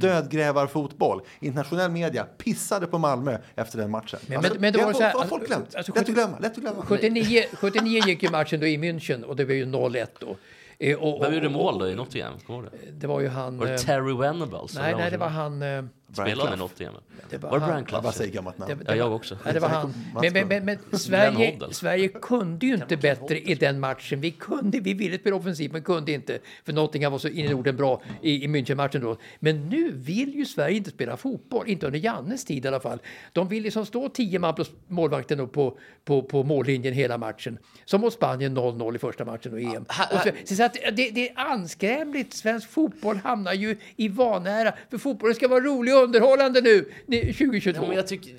Speaker 1: dödgrävarfotboll. Internationell media pissade på Malmö efter den matchen. Alltså,
Speaker 2: Men- men- men då
Speaker 1: det
Speaker 2: var det
Speaker 1: har
Speaker 2: så här-
Speaker 1: har folk glömt.
Speaker 2: alltså,
Speaker 1: lätt att
Speaker 2: 70
Speaker 1: glömma. Lätt att glömma.
Speaker 2: 79, 79 gick ju matchen då i München och det blev ju 0-1 då. Eh, och- och-
Speaker 3: Vem gjorde
Speaker 2: och-
Speaker 3: mål då i Nottingham? Kommer du ihåg det?
Speaker 2: Det var ju han...
Speaker 3: Var det
Speaker 2: eh,
Speaker 3: Terry Venable? som
Speaker 2: nej, nej, det var
Speaker 3: som
Speaker 2: han... eh,
Speaker 3: Spelade han i
Speaker 1: Brian
Speaker 3: Nottingham?
Speaker 2: Det var
Speaker 3: Var det
Speaker 2: han.
Speaker 3: Brian
Speaker 1: Jag bara
Speaker 3: Clough?
Speaker 1: säger gammalt namn.
Speaker 2: det- det
Speaker 3: Ja, jag
Speaker 2: var-
Speaker 3: också.
Speaker 2: Nej, det var han. Men, men, men, men Sverige,
Speaker 3: Hoddle.
Speaker 2: Sverige kunde ju inte bättre i den matchen. Vi kunde, vi ville spela offensivt men kunde inte. För Nottingham var så in i Norden bra i, i Münchenmatchen då. Men nu vill ju Sverige inte spela fotboll. Inte under Jannes tid i alla fall. De vill liksom stå tio man plus målvakten då på, på, på mållinjen hela matchen. Som mot Spanien 0-0 i första matchen och EM. Och så, så att det, det är anskrämligt. Svensk fotboll hamnar ju i vanära. För fotbollen ska vara rolig och underhållande nu, 2022.
Speaker 3: Ja, men jag tycker...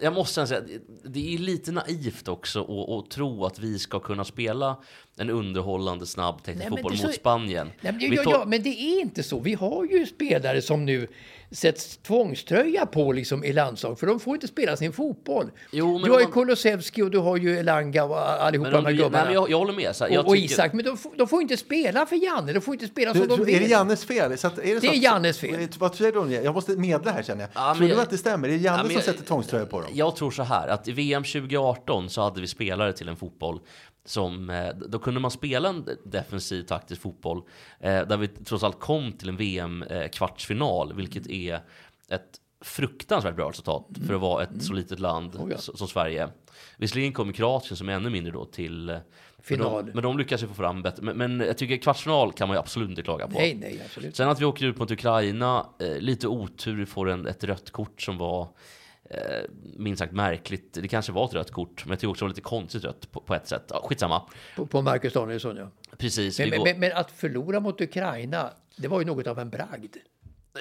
Speaker 3: jag måste säga, det- det är lite naivt också att, att tro att vi ska kunna spela en underhållande snabb
Speaker 2: Nej,
Speaker 3: teknisk
Speaker 2: men
Speaker 3: fotboll
Speaker 2: det är
Speaker 3: mot
Speaker 2: så-
Speaker 3: Spanien.
Speaker 2: Nej, men,
Speaker 3: Vi
Speaker 2: ja,
Speaker 3: tar-
Speaker 2: ja, men det är inte så. Vi har ju spelare som nu sätts tvångströja på liksom, i landslag, för de får inte spela sin fotboll.
Speaker 3: Jo, men
Speaker 2: du har ju
Speaker 3: man-
Speaker 2: Kulusevski och du har ju Elanga och allihopa
Speaker 3: men om
Speaker 2: de här
Speaker 3: du, nej,
Speaker 2: gubbarna.
Speaker 3: men jag, jag håller med. Så här, jag
Speaker 2: och, och
Speaker 3: tycker-
Speaker 2: Isak, men de, får- de får inte spela för Janne. De får inte spela
Speaker 1: Du,
Speaker 2: som de
Speaker 1: tror- är
Speaker 2: vill.
Speaker 1: det Jannes fel? Så att, är det, så
Speaker 2: Det är
Speaker 1: att-
Speaker 2: Jannes fel.
Speaker 1: Vad säger du om det? Jag måste medla här känner jag.
Speaker 3: Ja, men
Speaker 1: tror du
Speaker 3: jag-
Speaker 1: att det stämmer? Är det Janne
Speaker 3: Ja, men
Speaker 1: som
Speaker 3: jag-
Speaker 1: sätter tvångströja på dem?
Speaker 3: Jag tror så här, att i VM 2018 så hade vi spelare till en fotboll som, eh, då kunde man spela en defensiv taktisk fotboll eh, där vi trots allt kom till en VM-kvartsfinal, vilket är ett fruktansvärt bra resultat för att vara ett så litet land
Speaker 2: Oh ja.
Speaker 3: s- som Sverige. Visserligen kom Kroatien som är ännu mindre då till eh,
Speaker 2: Final.
Speaker 3: Men de, men de lyckas ju få fram bättre. Men, men jag tycker kvartsfinal kan man ju absolut inte klaga på.
Speaker 2: Nej, nej, absolut.
Speaker 3: Sen att vi åker ut mot Ukraina, eh, lite otur, får en, ett rött kort som var eh, minst sagt märkligt. Det kanske var ett rött kort, men jag tycker också det var lite konstigt rött på, på ett sätt. Ja, skitsamma.
Speaker 2: På, på Marcus Danielsson, ja.
Speaker 3: Precis.
Speaker 2: Men,
Speaker 3: vi
Speaker 2: men,
Speaker 3: går-
Speaker 2: men, men att förlora mot Ukraina, det var ju något av en bragd.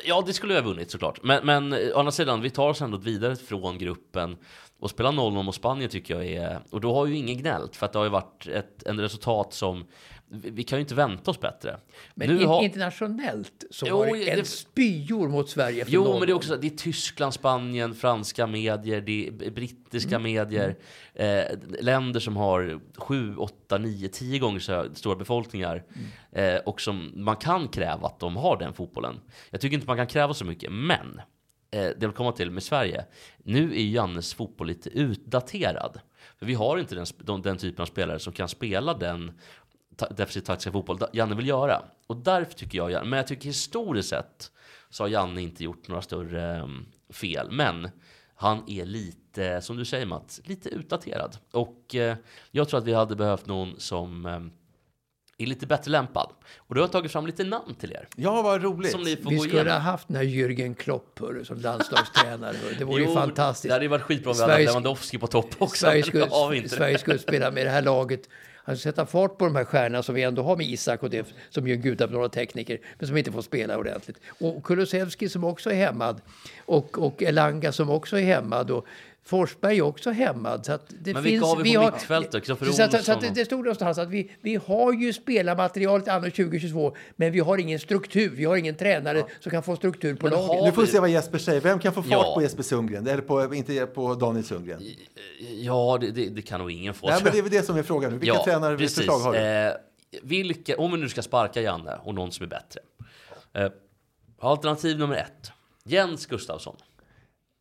Speaker 3: Ja, det skulle jag ha vunnit såklart. Men, men eh, å andra sidan, vi tar oss ändå vidare från gruppen. Och spela 0-0 mot Spanien tycker jag är... Och då har ju ingen gnällt, för att det har ju varit ett en resultat som... Vi, vi kan ju inte vänta oss bättre.
Speaker 2: Men
Speaker 3: Nu
Speaker 2: in,
Speaker 3: har-
Speaker 2: internationellt så
Speaker 3: Jo,
Speaker 2: var det en
Speaker 3: det-
Speaker 2: spyor mot Sverige. efter
Speaker 3: Jo,
Speaker 2: 0-0.
Speaker 3: men det är också så att det är Tyskland, Spanien, franska medier, det är b- brittiska medier, eh, länder som har 7, 8, 9, 10 gånger så här stora befolkningar eh, och som man kan kräva att de har den fotbollen. Jag tycker inte man kan kräva så mycket, men eh, det jag vill komma till med Sverige, nu är ju Jannes fotboll lite utdaterad. För vi har inte den, sp- de, den typen av spelare som kan spela den ta- defensivt taktiska fotboll da- Janne vill göra. Och därför tycker jag, Janne- men jag tycker historiskt sett så har Janne inte gjort några större ehm, fel. Men han är lite, som du säger Mats, lite utdaterad. Och eh, jag tror att vi hade behövt någon som ehm, är lite bättre lämpad. Och då har jag tagit fram lite namn till er.
Speaker 1: Ja, vad roligt.
Speaker 3: Som ni får
Speaker 2: Vi
Speaker 3: gå
Speaker 2: skulle ha
Speaker 3: igenom.
Speaker 2: haft den här Jürgen Klopp hörru, som landslagstränare. hörru. Det vore ju
Speaker 3: Det
Speaker 2: fantastiskt.
Speaker 3: hade ju varit skitbra om vi hade
Speaker 2: Sverige-
Speaker 3: Lewandowski på topp också.
Speaker 2: Sverige
Speaker 3: men det har
Speaker 2: skulle,
Speaker 3: vi inte.
Speaker 2: Sverige skulle spela med det här laget. Han skulle sätta fart på de här stjärnorna som vi ändå har med Isak och det, som ju är gudabenådade tekniker, men som inte får spela ordentligt. Och Kulusevski som också är hämmad. Och, och Elanga som också är hämmad. Och Forsberg är också hämmad. Så att det
Speaker 3: Men vilka
Speaker 2: finns,
Speaker 3: har vi på mittfältet? Kristoffer
Speaker 2: Så, att- så, att- så att
Speaker 3: Olsson och-
Speaker 2: det- det stod någonstans att vi, vi har ju spelarmaterialet anno 2022, men vi har ingen struktur. Vi har ingen tränare som kan få struktur på
Speaker 3: Men
Speaker 2: laget.
Speaker 3: har
Speaker 1: Nu får vi
Speaker 3: vi-
Speaker 1: se vad Jesper säger. Vem kan få fart
Speaker 3: Ja.
Speaker 1: på Jesper Sundgren? Eller på, inte på Daniel Sundgren?
Speaker 3: Ja, det, det, det kan nog ingen få.
Speaker 1: Nej,
Speaker 3: tror
Speaker 1: men
Speaker 3: jag.
Speaker 1: det är väl det som är frågan. nu. Vilka tränare, vilka förslag har du?
Speaker 3: Eh, vilka, om vi nu ska sparka Janne och någon som är bättre. Eh, alternativ nummer ett. Jens Gustafsson.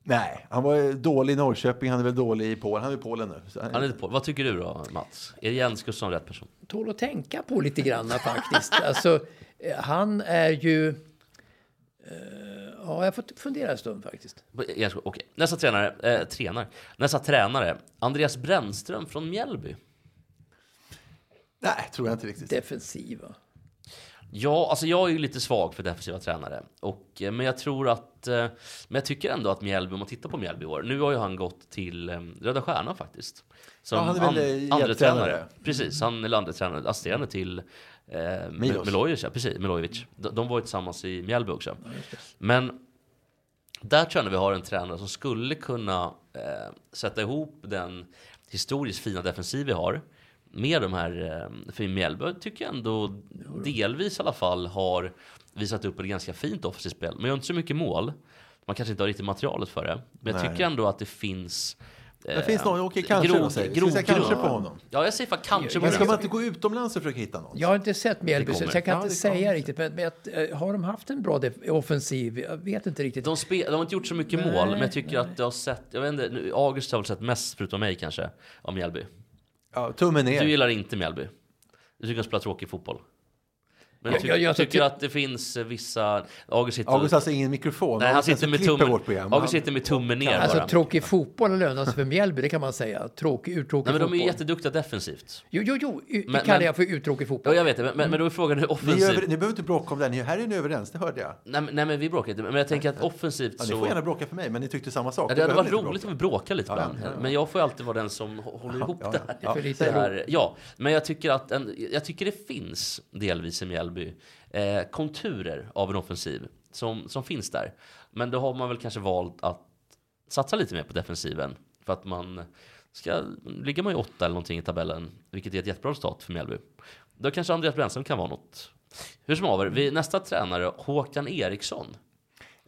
Speaker 1: Nej, han var ju dålig i Norrköping, han är väl dålig i Polen. Han är i Polen nu. Så han-
Speaker 3: Han är inte på. Vad tycker du då Mats? Är Jens Gustafsson rätt person?
Speaker 2: tål att tänka på lite grann faktiskt. Alltså, eh, han är ju... eh, ja, jag får fundera en stund faktiskt.
Speaker 3: Jens, okej. Nästa tränare. Eh, tränare. Nästa tränare. Andreas Brännström från Mjällby.
Speaker 1: Nej, tror jag inte riktigt.
Speaker 2: Defensiva.
Speaker 3: Ja, alltså jag är ju lite svag för defensiva tränare. Och, eh, men jag tror att... eh, Men jag tycker ändå att Mjällby, om man tittar på Mjällby i år. Nu har ju han gått till eh, Röda Stjärnan faktiskt. Som
Speaker 1: Ja, han är väl, eh,
Speaker 3: andre
Speaker 1: hjälptränare.
Speaker 3: tränare. Precis, han är andre tränare, assisterande till eh,
Speaker 1: Milos.
Speaker 3: Mil- Milojevic. Ja, precis, Milojevic. De, de var ju tillsammans i Mjällby också. Men där tror jag att vi har en tränare som skulle kunna eh, sätta ihop den historiskt fina defensiv vi har med de här, eh, för Mjällby tycker jag ändå delvis i alla fall har visat upp ett ganska fint offensivt spel. Men jag har inte så mycket mål. Man kanske inte har riktigt materialet för det. Men jag
Speaker 1: Nej.
Speaker 3: tycker ändå att det finns... Eh,
Speaker 1: Det finns någon, okej, kanske då säger vi. Ska vi säga kanske på honom?
Speaker 3: Ja, jag säger fan kanske på
Speaker 1: Men ska
Speaker 3: honom.
Speaker 1: man inte gå utomlands och försöka hitta någon?
Speaker 2: Jag har inte sett Mjällby, så
Speaker 3: kommer.
Speaker 2: jag kan
Speaker 1: Ja,
Speaker 2: inte
Speaker 1: det kommer.
Speaker 2: säga riktigt. Men, men att, eh, har de haft en bra def- offensiv? Jag vet inte riktigt.
Speaker 3: De, spe, de har inte gjort så mycket mål, men jag tycker att det har sett... Jag vet inte, nu- August har väl sett mest, förutom mig kanske, av Mjällby.
Speaker 1: Ja, tummen
Speaker 3: Du
Speaker 1: ner.
Speaker 3: gillar inte Mjällby. Du tycker de spelar tråkig fotboll. Men
Speaker 2: Ja,
Speaker 3: ty
Speaker 2: jag- jag
Speaker 3: tycker
Speaker 2: tycker-
Speaker 3: att det finns eh, vissa... August sitter...
Speaker 1: August har alltså ingen mikrofon.
Speaker 3: Nej, han
Speaker 1: August
Speaker 3: sitter
Speaker 1: alltså
Speaker 3: med
Speaker 1: klipper
Speaker 3: tummen...
Speaker 1: Vårt program.
Speaker 3: August
Speaker 1: Han-
Speaker 3: sitter med tummen ner bara.
Speaker 2: Alltså tråkig fotboll lönar sig för Mjällby, det kan man säga. Tråkig, uttråkig
Speaker 3: Nej, men de är ju
Speaker 2: fotboll.
Speaker 3: jätteduktiga defensivt.
Speaker 2: Jo, jo, jo, u- det
Speaker 3: Men-
Speaker 2: kallar
Speaker 3: men-
Speaker 2: jag för uttråkig
Speaker 3: Ja,
Speaker 2: fotboll.
Speaker 3: jag vet det, men, men då är frågan hur
Speaker 1: ni, är över,
Speaker 3: offensivt...
Speaker 1: ni behöver inte bråka om det, här. Ni- här är ni överens, det hörde jag.
Speaker 3: Nej, men- nej, men vi bråkar inte. Men jag tänker att offensivt
Speaker 1: Ja, ni
Speaker 3: så...
Speaker 1: får gärna bråka för mig, men ni tyckte samma sak.
Speaker 3: Ja,
Speaker 1: Ni
Speaker 3: det hade
Speaker 1: behöver
Speaker 3: varit
Speaker 1: inte
Speaker 3: roligt om
Speaker 1: bråka.
Speaker 3: vi bråkade lite
Speaker 1: Ja,
Speaker 3: ibland.
Speaker 1: ja, ja.
Speaker 3: Men jag får ju alltid vara den som hå- håller ihop
Speaker 1: ja,
Speaker 3: det här.
Speaker 1: ja.
Speaker 2: För lite
Speaker 3: det här. Ja, men jag tycker att en, jag tycker det finns delvis i Mjällby eh, konturer av en offensiv som, som finns där. Men då har man väl kanske valt att satsa lite mer på defensiven För att man ska, ligger man ju åtta eller någonting i tabellen, vilket är ett jättebra resultat för Mjällby. Då kanske Andreas Brännström kan vara något. Hur som haver, vi, nästa tränare, Håkan Eriksson.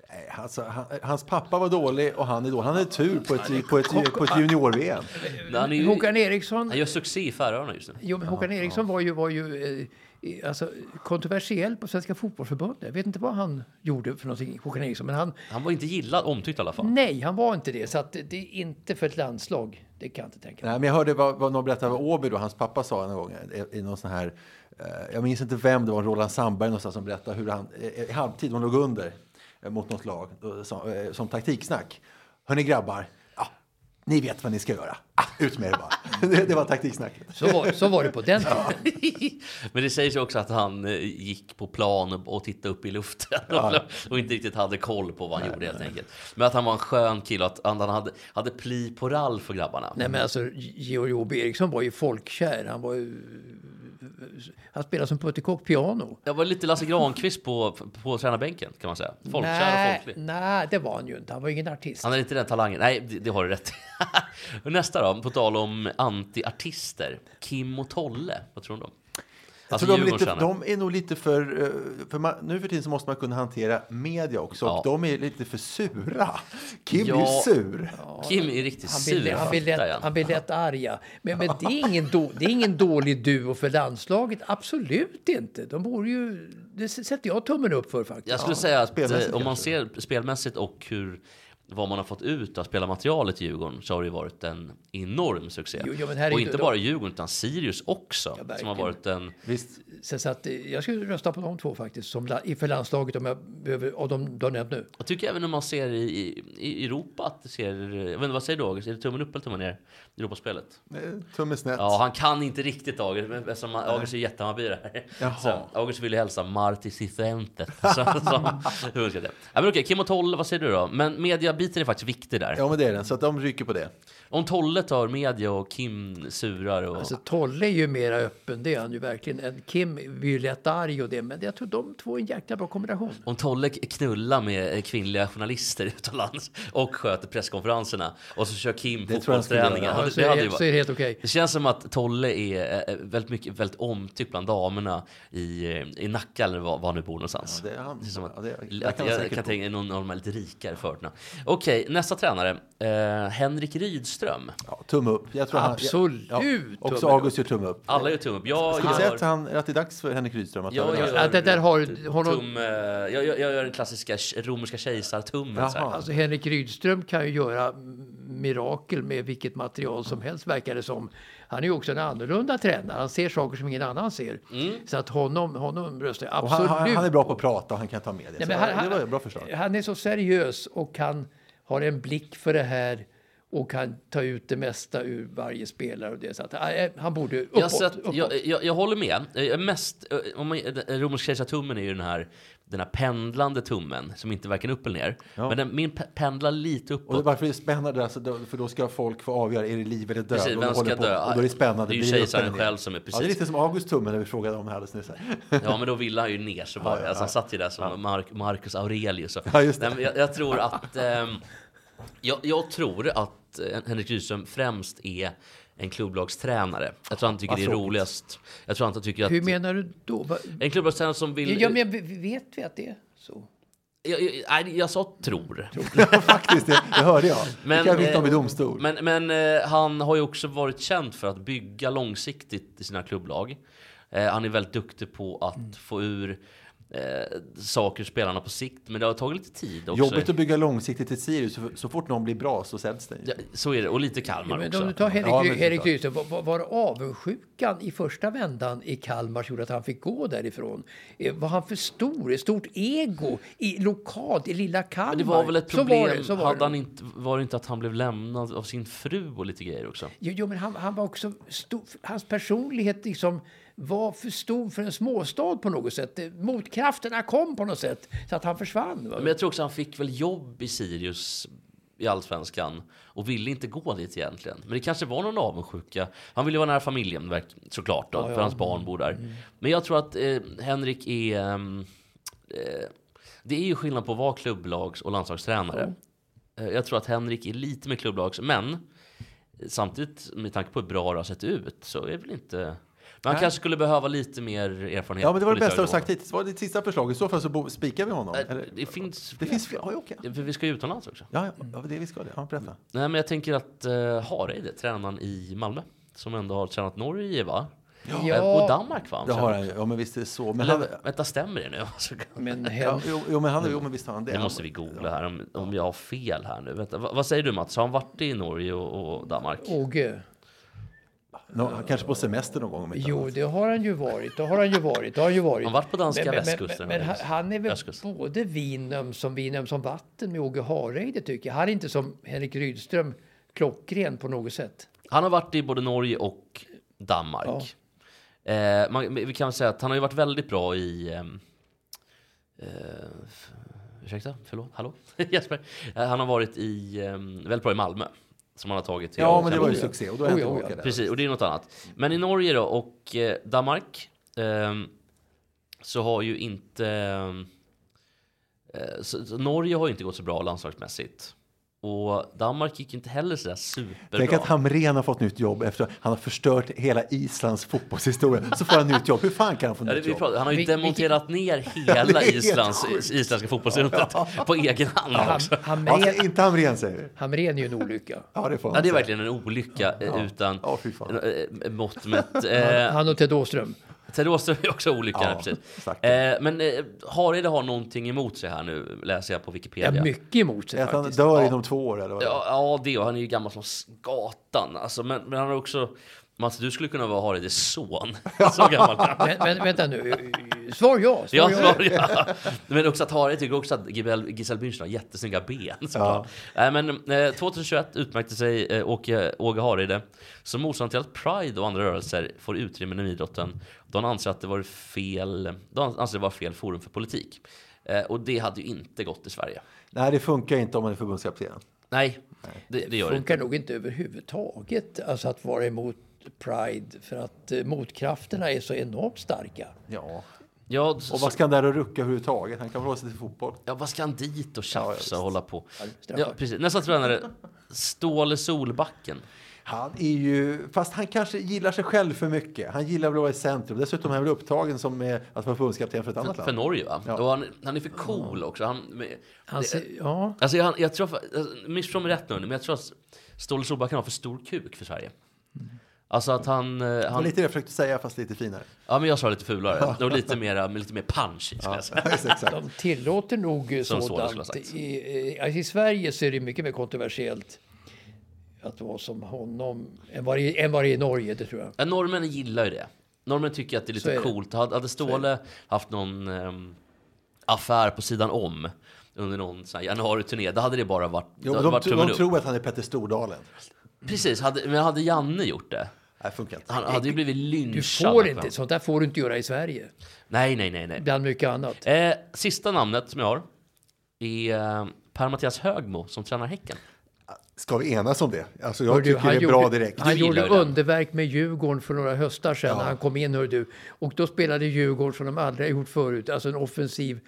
Speaker 1: Nej, Alltså, han, hans pappa var dålig och han är dålig. Han hade tur på ett, på ett, på ett junior-VM.
Speaker 3: Han, är ju,
Speaker 2: Håkan Eriksson
Speaker 3: han gör succé i Färöarna just nu.
Speaker 2: Jo, men Håkan Eriksson var ju, var ju eh, i- alltså, kontroversiell på Svenska Fotbollförbundet. Jag vet inte vad han gjorde för någonting, Håkan Eriksson. Men han,
Speaker 3: Han var inte gillad, omtyckt i alla fall.
Speaker 2: nej, han var inte det. Så att det är inte för ett landslag. Det kan jag inte tänka mig.
Speaker 1: Nej, men jag hörde vad, vad någon berättade vad Åby då, hans pappa sa en gång eh, i någon sån här, eh, jag minns inte vem det var, Roland Sandberg någonstans som berättade hur han eh, i halvtid, de låg under eh, mot något lag då, som, eh, som taktiksnack. Hörni grabbar, ja, ni vet vad ni ska göra. Ah, ut med er bara. det, det var taktiksnacket.
Speaker 2: Så var, så var det på den tiden.
Speaker 3: Men det sägs ju också att han eh, gick på plan och och tittade upp i luften och inte riktigt hade koll på vad han gjorde helt enkelt. Men att han var en skön kille och att han hade, hade pli på rall för grabbarna.
Speaker 2: Nej, men alltså Georg O.B. Eriksson var ju folkkär. Han var ju... Han spelade som puttekock piano.
Speaker 3: Jag var lite Lasse Granqvist på, på tränarbänken kan man säga. Folkkär
Speaker 2: nej,
Speaker 3: och folklig.
Speaker 2: nej, det var han ju inte. Han var ju ingen artist.
Speaker 3: Han hade inte den talangen. Nej, det, det har du rätt i. Och Nästa då, på tal om antiartister. Kim och Tolle, vad tror du om dem? Alltså
Speaker 1: så de, är
Speaker 3: Djurgårdens
Speaker 1: lite,
Speaker 3: tränare.
Speaker 1: de är nog lite för... eh, för man, nu för tiden så måste man kunna hantera media också.
Speaker 3: Ja.
Speaker 1: Och de är lite för sura. Kim är
Speaker 3: Ja.
Speaker 1: ju sur.
Speaker 3: Kim är riktigt
Speaker 2: Han
Speaker 3: sur.
Speaker 2: blir, han, blir
Speaker 3: fattar jag.
Speaker 2: lätt, han blir lätt arga. Men, men det, är ingen då, det är ingen dålig duo för landslaget. Absolut inte. De borde ju... Det s- sätter jag tummen upp för faktiskt.
Speaker 3: Jag skulle säga att
Speaker 1: spelmässigt
Speaker 3: eh, om man
Speaker 1: kanske.
Speaker 3: ser spelmässigt och hur vad man har fått ut av spelarmaterialet i Djurgården så har det ju varit en enorm succé.
Speaker 2: Jo, jo, men här är
Speaker 3: och
Speaker 2: ju
Speaker 3: inte
Speaker 2: då-
Speaker 3: bara Djurgården utan Sirius också.
Speaker 2: verkligen.
Speaker 3: som har varit en...
Speaker 1: Visst,
Speaker 2: Så, så att, eh, jag skulle rösta på de två faktiskt, som, la- inför landslaget om jag behöver, av de du har nämnt nu.
Speaker 3: Jag tycker även när man ser i, i, i Europa att det ser... Jag vet inte, vad säger du August? Är det tummen upp eller tummen ner? i Europaspelet?
Speaker 1: eh, tummen snett.
Speaker 3: Ja, han kan inte riktigt August, men eftersom han, August är jättehammarbyare här.
Speaker 1: Jaha.
Speaker 3: Så August ville hälsa Marti Cifuentes. Så, så, hur önskar jag det. ja, men okej, Kim och Tolle, vad säger du då? Men mediabiten är faktiskt viktig där.
Speaker 1: Ja, men det är den. Så att de rycker på det.
Speaker 3: Om Tolle tar media och Kim surar och...
Speaker 2: Alltså, Tolle är ju mera öppen, det är han ju verkligen. En Kim blir ju lätt arg och det, men jag tror de två är en jäkla bra kombination.
Speaker 3: Om Tolle k- knullar med eh, kvinnliga journalister utomlands och sköter presskonferenserna och så kör Kim
Speaker 1: Det tror jag han skulle
Speaker 3: fotbollsträningar.
Speaker 1: göra.
Speaker 3: Ja,
Speaker 2: Ja,
Speaker 3: det-
Speaker 2: så,
Speaker 3: det hade
Speaker 2: är,
Speaker 3: ju
Speaker 2: så är det
Speaker 3: varit-
Speaker 2: helt okej.
Speaker 3: Det känns som att Tolle är eh, väldigt, mycket, väldigt omtyckt bland damerna i, eh, i Nacka eller var, var han nu bor någonstans.
Speaker 1: Ja, det är han.
Speaker 3: känns som att,
Speaker 1: Ja, det- det
Speaker 3: att
Speaker 1: kan han
Speaker 3: jag
Speaker 1: säkert
Speaker 3: kan
Speaker 1: bo.
Speaker 3: tänka mig någon av de här lite rikare förorterna. Okej, nästa tränare. Eh, Henrik Rydström.
Speaker 1: Ja, tumme upp. Jag tror
Speaker 2: Absolut,
Speaker 1: Han, ja, också
Speaker 2: tumme
Speaker 1: August gör tumme upp.
Speaker 3: Alla gör tumme upp. Jag
Speaker 1: Skulle du säga att,
Speaker 3: gör...
Speaker 1: han, att det är dags för Henrik Rydström att
Speaker 3: Jag
Speaker 1: ta över?
Speaker 3: gör
Speaker 2: Ja, det där har- har någon-
Speaker 3: tum, eh, jag, jag, jag gör den klassiska k- romerska kejsartummen. så här.
Speaker 1: Jaha.
Speaker 2: Alltså Henrik Rydström kan ju göra mirakel med vilket material
Speaker 1: Mm.
Speaker 2: som helst verkar det som. Han är ju också en annorlunda tränare. Han ser saker som ingen annan ser. Så att honom, honom röstar jag
Speaker 1: Mm. Och han,
Speaker 2: absolut.
Speaker 1: han, han är bra på att prata och han kan ta med det.
Speaker 2: Nej,
Speaker 1: Så
Speaker 2: men han,
Speaker 1: det var ett bra förslag.
Speaker 2: Han är så seriös och han har en blick för det här och kan ta ut det mesta ur varje spelare. Och det, så att, eh, han borde uppåt.
Speaker 3: Jag, sett,
Speaker 2: uppåt.
Speaker 3: jag, jag, jag håller med. Eh, Mest, eh, om man, eh, romersk kejsartummen är ju den här, den här pendlande tummen som inte varken upp eller ner. Men den, min pe- pendlar lite
Speaker 1: Och det,
Speaker 3: uppåt.
Speaker 1: varför är det spännande? Alltså, då- för då ska folk få avgöra, är det liv eller död?
Speaker 3: Precis,
Speaker 1: Och
Speaker 3: vem
Speaker 1: de håller
Speaker 3: ska
Speaker 1: på.
Speaker 3: dö?
Speaker 1: Och då är det spännande.
Speaker 3: Det är ju
Speaker 1: Blir upp
Speaker 3: kejsaren
Speaker 1: eller ner?
Speaker 3: själv som är
Speaker 1: Ja, det är
Speaker 3: precis.
Speaker 1: lite som August tummen när vi frågade om det alldeles nyss. här.
Speaker 3: Ja, men då ville han ju ner så bara. alltså, han satt ju där som Mark, Marcus Aurelius.
Speaker 1: Ja, just det.
Speaker 3: Nej, men jag, jag tror att, ehm, jag, jag tror att eh, Henrik Rydström främst är en klubblagstränare. Jag tror han tycker
Speaker 1: Vad
Speaker 3: det är
Speaker 1: tråkigt.
Speaker 3: roligast. Jag tror han tycker att...
Speaker 2: Hur menar du då? Va-
Speaker 3: En klubblagstränare som vill...
Speaker 2: Ja, men vet vi att det är så?
Speaker 3: jag, jag, nej, jag sa tror.
Speaker 1: Faktiskt, det, det hörde jag.
Speaker 3: Men,
Speaker 1: det kan jag vittna om i
Speaker 3: eh,
Speaker 1: domstol.
Speaker 3: Men, men eh, han har ju också varit känd för att bygga långsiktigt i sina klubblag. Eh, han är väldigt duktig på att
Speaker 2: Mm.
Speaker 3: få ur eh, saker ur spelarna på sikt. Men det har tagit lite tid också.
Speaker 1: Jobbigt att bygga långsiktigt i Sirius. Så, så fort någon blir bra så säljs den. ju.
Speaker 3: Ja, Så är det. Och lite Kalmar
Speaker 2: Men
Speaker 3: också.
Speaker 2: om du tar Henrik,
Speaker 1: Ja, men
Speaker 2: Henrik
Speaker 1: titta.
Speaker 2: Rydström, var, var- var det avundsjukan i första vändan i Kalmar som gjorde att han fick gå därifrån? Eh, Var han för stor? Ett stort ego i, lokalt i lilla Kalmar?
Speaker 3: Men det var väl ett
Speaker 2: Så var
Speaker 3: problem.
Speaker 2: det, så var
Speaker 3: Hade
Speaker 2: det.
Speaker 3: han inte, var det inte att han blev lämnad av sin fru och lite grejer också?
Speaker 2: Jo, jo, men han, han var också stor, hans personlighet liksom var för stor för en småstad på något sätt. Det- Motkrafterna kom på något sätt så att han försvann. Va?
Speaker 3: Men jag tror också han fick väl jobb i Sirius i Allsvenskan och ville inte gå dit egentligen. Men det kanske var någon avundsjuka. Han ville vara nära familjen verk- såklart då, för hans barn bor där.
Speaker 1: Mm.
Speaker 3: Men jag tror att eh, Henrik är... ehm, Eh, det är ju skillnad på att vara klubblags och landslagstränare. Eh, Jag tror att Henrik är lite mer klubblags, men samtidigt med tanke på hur bra det har sett ut så är väl inte... Men han kanske skulle behöva lite mer erfarenhet.
Speaker 1: Ja, men det var
Speaker 3: på
Speaker 1: det
Speaker 3: lite
Speaker 1: bästa du
Speaker 3: högre
Speaker 1: sagt hittills. Var det ditt sista förslag? I så fall så bo- spikar vi honom.
Speaker 3: nivå.
Speaker 1: Eller-
Speaker 3: Eh, Det finns...
Speaker 1: det finns fler. Ja, okej.
Speaker 3: För vi ska ju utomlands också.
Speaker 1: Ja, ja, ja, det vi ska det. Ja, berätta.
Speaker 3: Nej, men jag tänker att eh, Hareide, tränaren i Malmö, som ändå har tränat Norge, va? Eh, Och Danmark, va? Han
Speaker 1: Det har
Speaker 3: tränat.
Speaker 1: han ju. Ja, men visst är det så. Men han,
Speaker 3: Eller, vänta, stämmer det nu? Så-
Speaker 2: Men
Speaker 1: ja,
Speaker 2: Hen-
Speaker 1: jo, jo, men han, jo, men visst har han det.
Speaker 3: Det måste vi googla här om, om jag har fel här nu. Vänta, vad, vad säger du Mats? Har han varit i Norge och, och Danmark?
Speaker 2: Åge,
Speaker 1: Nå, han kanske på semester någon gång om inte
Speaker 2: jo
Speaker 1: annat.
Speaker 2: det har han ju varit, det har han ju varit, det har han ju varit.
Speaker 3: Han har varit på danska
Speaker 2: Men- men-
Speaker 3: västkusten.
Speaker 2: Men, men han- han är väl
Speaker 3: Östkusten.
Speaker 2: både vinöm som vinöm som vatten med Åge Hareide tycker jag. Han är inte som Henrik Rydström klockren på något sätt.
Speaker 3: Han har varit i både Norge och Danmark. Eh, man, men vi kan väl säga att han har ju varit väldigt bra i... ehm, Eh, f- ursäkta, förlåt, hallå? Jesper. Eh, han har varit i, ehm, väldigt bra i Malmö. Som han har tagit till...
Speaker 1: Ja, men det var ju
Speaker 3: Champions
Speaker 1: succé
Speaker 3: League.
Speaker 1: och då är han
Speaker 2: Oh, ja, oh, ja.
Speaker 1: tillbaka där.
Speaker 3: Precis, och det är något annat. Men i Norge då och eh, Danmark ehm, så har ju inte... ehm, eh, så, så Norge har ju inte gått så bra landslagsmässigt. Och Danmark gick inte heller sådär superbra.
Speaker 1: Tänk att Hamrén har fått nytt jobb efter han har förstört hela Islands fotbollshistoria. Så får han nytt jobb. Hur fan kan han få
Speaker 3: Ja, det
Speaker 1: nytt
Speaker 3: vi
Speaker 1: jobb?
Speaker 3: pratar, han har ju
Speaker 2: Vilket-
Speaker 3: demonterat ner
Speaker 1: det är
Speaker 3: hela
Speaker 1: helt
Speaker 3: Islands,
Speaker 1: sjukt.
Speaker 3: isländska fotbollsrundet på egen hand.
Speaker 2: Ham,
Speaker 3: också.
Speaker 2: Hamrén,
Speaker 1: Alltså, inte Hamrén säger vi.
Speaker 2: Hamrén är ju en olycka.
Speaker 1: Ja, det får han
Speaker 3: Ja, det är
Speaker 1: säga.
Speaker 3: verkligen en olycka eh, utan
Speaker 1: Ja, fy fan.
Speaker 3: eh, mått mätt. Eh,
Speaker 2: Han och Ted Åström.
Speaker 3: Ted Åström är också olyckan,
Speaker 1: Ja,
Speaker 3: ja, precis.
Speaker 1: exakt.
Speaker 3: Eh, men eh, Hareide har någonting emot sig här nu, läser jag på Wikipedia.
Speaker 2: Ja, mycket emot sig
Speaker 1: Att han
Speaker 2: faktiskt.
Speaker 1: dör inom två år eller vad det är.
Speaker 3: Ja, ja, det och han är ju gammal som gatan. Alltså, men, men han har också... Mats, du skulle kunna vara Hareides son. Så gammal.
Speaker 2: Men, men vänta nu, svar ja. Svar
Speaker 3: Ja,
Speaker 2: ja,
Speaker 3: svar ja. Men också att Hareide tycker också att Giselle, Giselle Bündchen har jättesnygga ben. såklart. Nej, men eh, 2021 utmärkte sig eh, Åke, Åge Hareide som motståndare till att Pride och andra rörelser får utrymme inom idrotten. då han anser att det var fel, då han anser det var fel forum för politik. Eh, och det hade ju inte gått i Sverige.
Speaker 1: Nej, det funkar inte om man är förbundskapten.
Speaker 3: Nej, det, det gör det inte.
Speaker 2: funkar nog inte överhuvudtaget alltså att vara emot Pride för att eh, motkrafterna är så enormt starka.
Speaker 1: Ja.
Speaker 3: Ja,
Speaker 1: Och vad ska han där och rucka överhuvudtaget? Han kan väl hålla sig till fotboll.
Speaker 3: Ja, vad ska han dit och tjafsa och hålla på?
Speaker 2: straffar.
Speaker 3: Ja, precis. Nästa tränare, Ståle Solbacken.
Speaker 1: Han är ju, fast han kanske gillar sig själv för mycket. Han gillar väl att vara i centrum. Dessutom är han väl upptagen som eh, att vara förbundskapten för ett annat
Speaker 3: För
Speaker 1: land.
Speaker 3: Norge, va? Och han, han är för cool också. Han, men-
Speaker 2: Han ser, ja,
Speaker 3: alltså, jag, jag tror, alltså, missförstå mig rätt nu, men jag tror att Ståle Solbacken har för stor kuk för Sverige. Alltså att han... eh,
Speaker 1: Det var
Speaker 3: han
Speaker 1: lite det jag försökte säga, fast lite finare.
Speaker 3: ja, men jag sa det lite fulare. Det var lite mer, eh, lite mer punch i, skulle jag säga.
Speaker 1: Exakt.
Speaker 2: de tillåter nog eh,
Speaker 3: Som Ståhle skulle ha
Speaker 2: sådant.
Speaker 3: sagt.
Speaker 2: I, eh, alltså I Sverige så är det mycket mer kontroversiellt att vara som honom än vad det, än vad det är i Norge, det tror jag.
Speaker 3: Ja, norrmännen gillar ju det. Norrmän tycker att det är
Speaker 2: Så
Speaker 3: lite
Speaker 2: är det.
Speaker 3: coolt. Hade, hade Ståle haft någon ehm, affär på sidan om under någon sån här januari-turné, då hade det bara varit,
Speaker 1: Jo,
Speaker 3: det
Speaker 1: men
Speaker 3: hade
Speaker 1: de,
Speaker 3: varit
Speaker 1: de,
Speaker 3: tummen
Speaker 1: de
Speaker 3: upp.
Speaker 1: tror att han är Petter Stordalen.
Speaker 3: Precis, hade, men hade Janne gjort det?
Speaker 1: Nej, funkar inte.
Speaker 3: Han hade ju blivit
Speaker 2: Du
Speaker 3: lynchad.
Speaker 2: får inte, sånt där får du inte göra i Sverige,
Speaker 3: Nej, nej, nej. nej.
Speaker 2: bland mycket annat.
Speaker 3: Eh, sista namnet som jag har är eh, Per-Mattias Högmo som tränar Häcken.
Speaker 1: Ska vi enas om det? Alltså, jag
Speaker 2: Hör du,
Speaker 1: tycker det är bra direkt.
Speaker 2: Han
Speaker 3: Du gillar
Speaker 2: gjorde
Speaker 3: ju den.
Speaker 2: underverk med Djurgården för några höstar sedan när han kom in, hör du. Och då spelade Djurgården som de aldrig har gjort förut. Alltså en offensiv,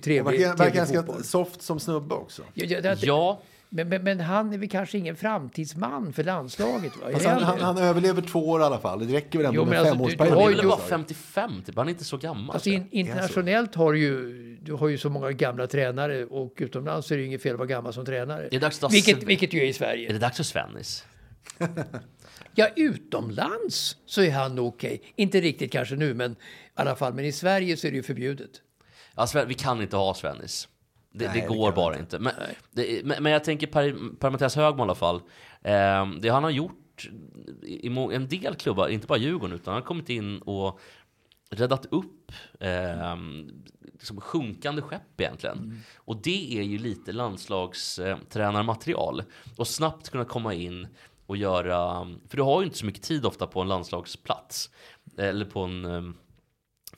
Speaker 1: Han
Speaker 2: trevlig,
Speaker 1: verkar, verkar
Speaker 2: trevlig
Speaker 1: ganska
Speaker 2: fotboll.
Speaker 1: soft som snubbe också.
Speaker 2: Ja, ja, det-
Speaker 3: Ja,
Speaker 2: Men, men, men han är väl kanske ingen framtidsman för landslaget? Va? Är
Speaker 1: Fast Alltså, han,
Speaker 2: det?
Speaker 1: han, han överlever två år i alla fall. Det räcker väl ändå
Speaker 2: Jo,
Speaker 1: med
Speaker 2: men alltså,
Speaker 1: fem års
Speaker 2: du- du har
Speaker 3: han är
Speaker 2: ju
Speaker 3: väl
Speaker 2: gjort-
Speaker 3: bara 55 typ, han är inte så gammal.
Speaker 2: Alltså in, internationellt har du ju, du har ju så många gamla tränare och utomlands är det ju inget fel att vara gammal som tränare.
Speaker 3: Det är dags att ta
Speaker 2: vilket,
Speaker 3: Sven-
Speaker 2: vilket ju är i
Speaker 3: Är
Speaker 2: Sverige.
Speaker 3: det dags för Svennis?
Speaker 2: Ja, utomlands så är han okej. Inte riktigt kanske nu, men i alla fall. Men i Sverige så är det ju förbjudet.
Speaker 3: Ja, Sven, vi kan inte ha Svennis. Det, det går bara inte. Men, det, men, men jag tänker Per- Per-Mattias Högmo i alla fall. Eh, det han har gjort i, i må- en del klubbar, inte bara Djurgården, utan han har kommit in och räddat upp eh, liksom sjunkande skepp egentligen. Och det är ju lite landslagstränarmaterial. Och snabbt kunna komma in och göra, för du har ju inte så mycket tid ofta på en landslagsplats. Eller på en eh,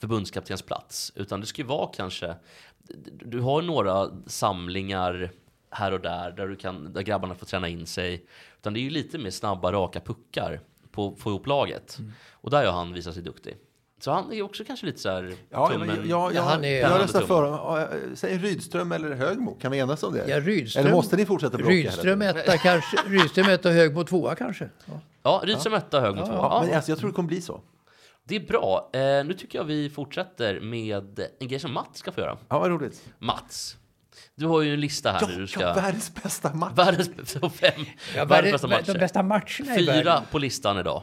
Speaker 3: förbundskaptens plats. Utan det ska ju vara kanske, du har några samlingar här och där, där, du kan, där grabbarna får träna in sig. Utan
Speaker 1: Mm.
Speaker 3: det är ju lite mer snabba, raka puckar på att få ihop laget. Och där har han visat sig duktig. Så han är också kanske lite så här
Speaker 1: Ja,
Speaker 3: tummen.
Speaker 1: men jag, jag,
Speaker 2: han är-
Speaker 3: han
Speaker 1: jag
Speaker 3: är
Speaker 1: röstar
Speaker 3: dum.
Speaker 1: för honom. Säg Rydström eller Högmo. Kan vi enas om det?
Speaker 2: Ja, Rydström,
Speaker 1: Eller måste ni fortsätta bråka? hela
Speaker 2: Rydström
Speaker 1: tiden?
Speaker 2: etta kanske. Rydström etta hög mot tvåa kanske. Ja.
Speaker 3: Ja, Rydström etta, Högmo tvåa.
Speaker 1: Ja,
Speaker 3: Ja,
Speaker 1: men alltså, jag tror det kommer bli så.
Speaker 3: Det är bra. Eh, nu tycker jag vi fortsätter med en grej som Mats ska få göra.
Speaker 1: Ja, vad roligt.
Speaker 3: Mats, du har ju en lista här
Speaker 1: Ja,
Speaker 3: nu. Du ska...
Speaker 1: ja, världens bästa match.
Speaker 3: Världens bästa fem.
Speaker 2: världens-
Speaker 3: världens bästa matcher.
Speaker 2: De bästa matcherna i
Speaker 3: Fyra
Speaker 2: världen.
Speaker 3: på listan idag.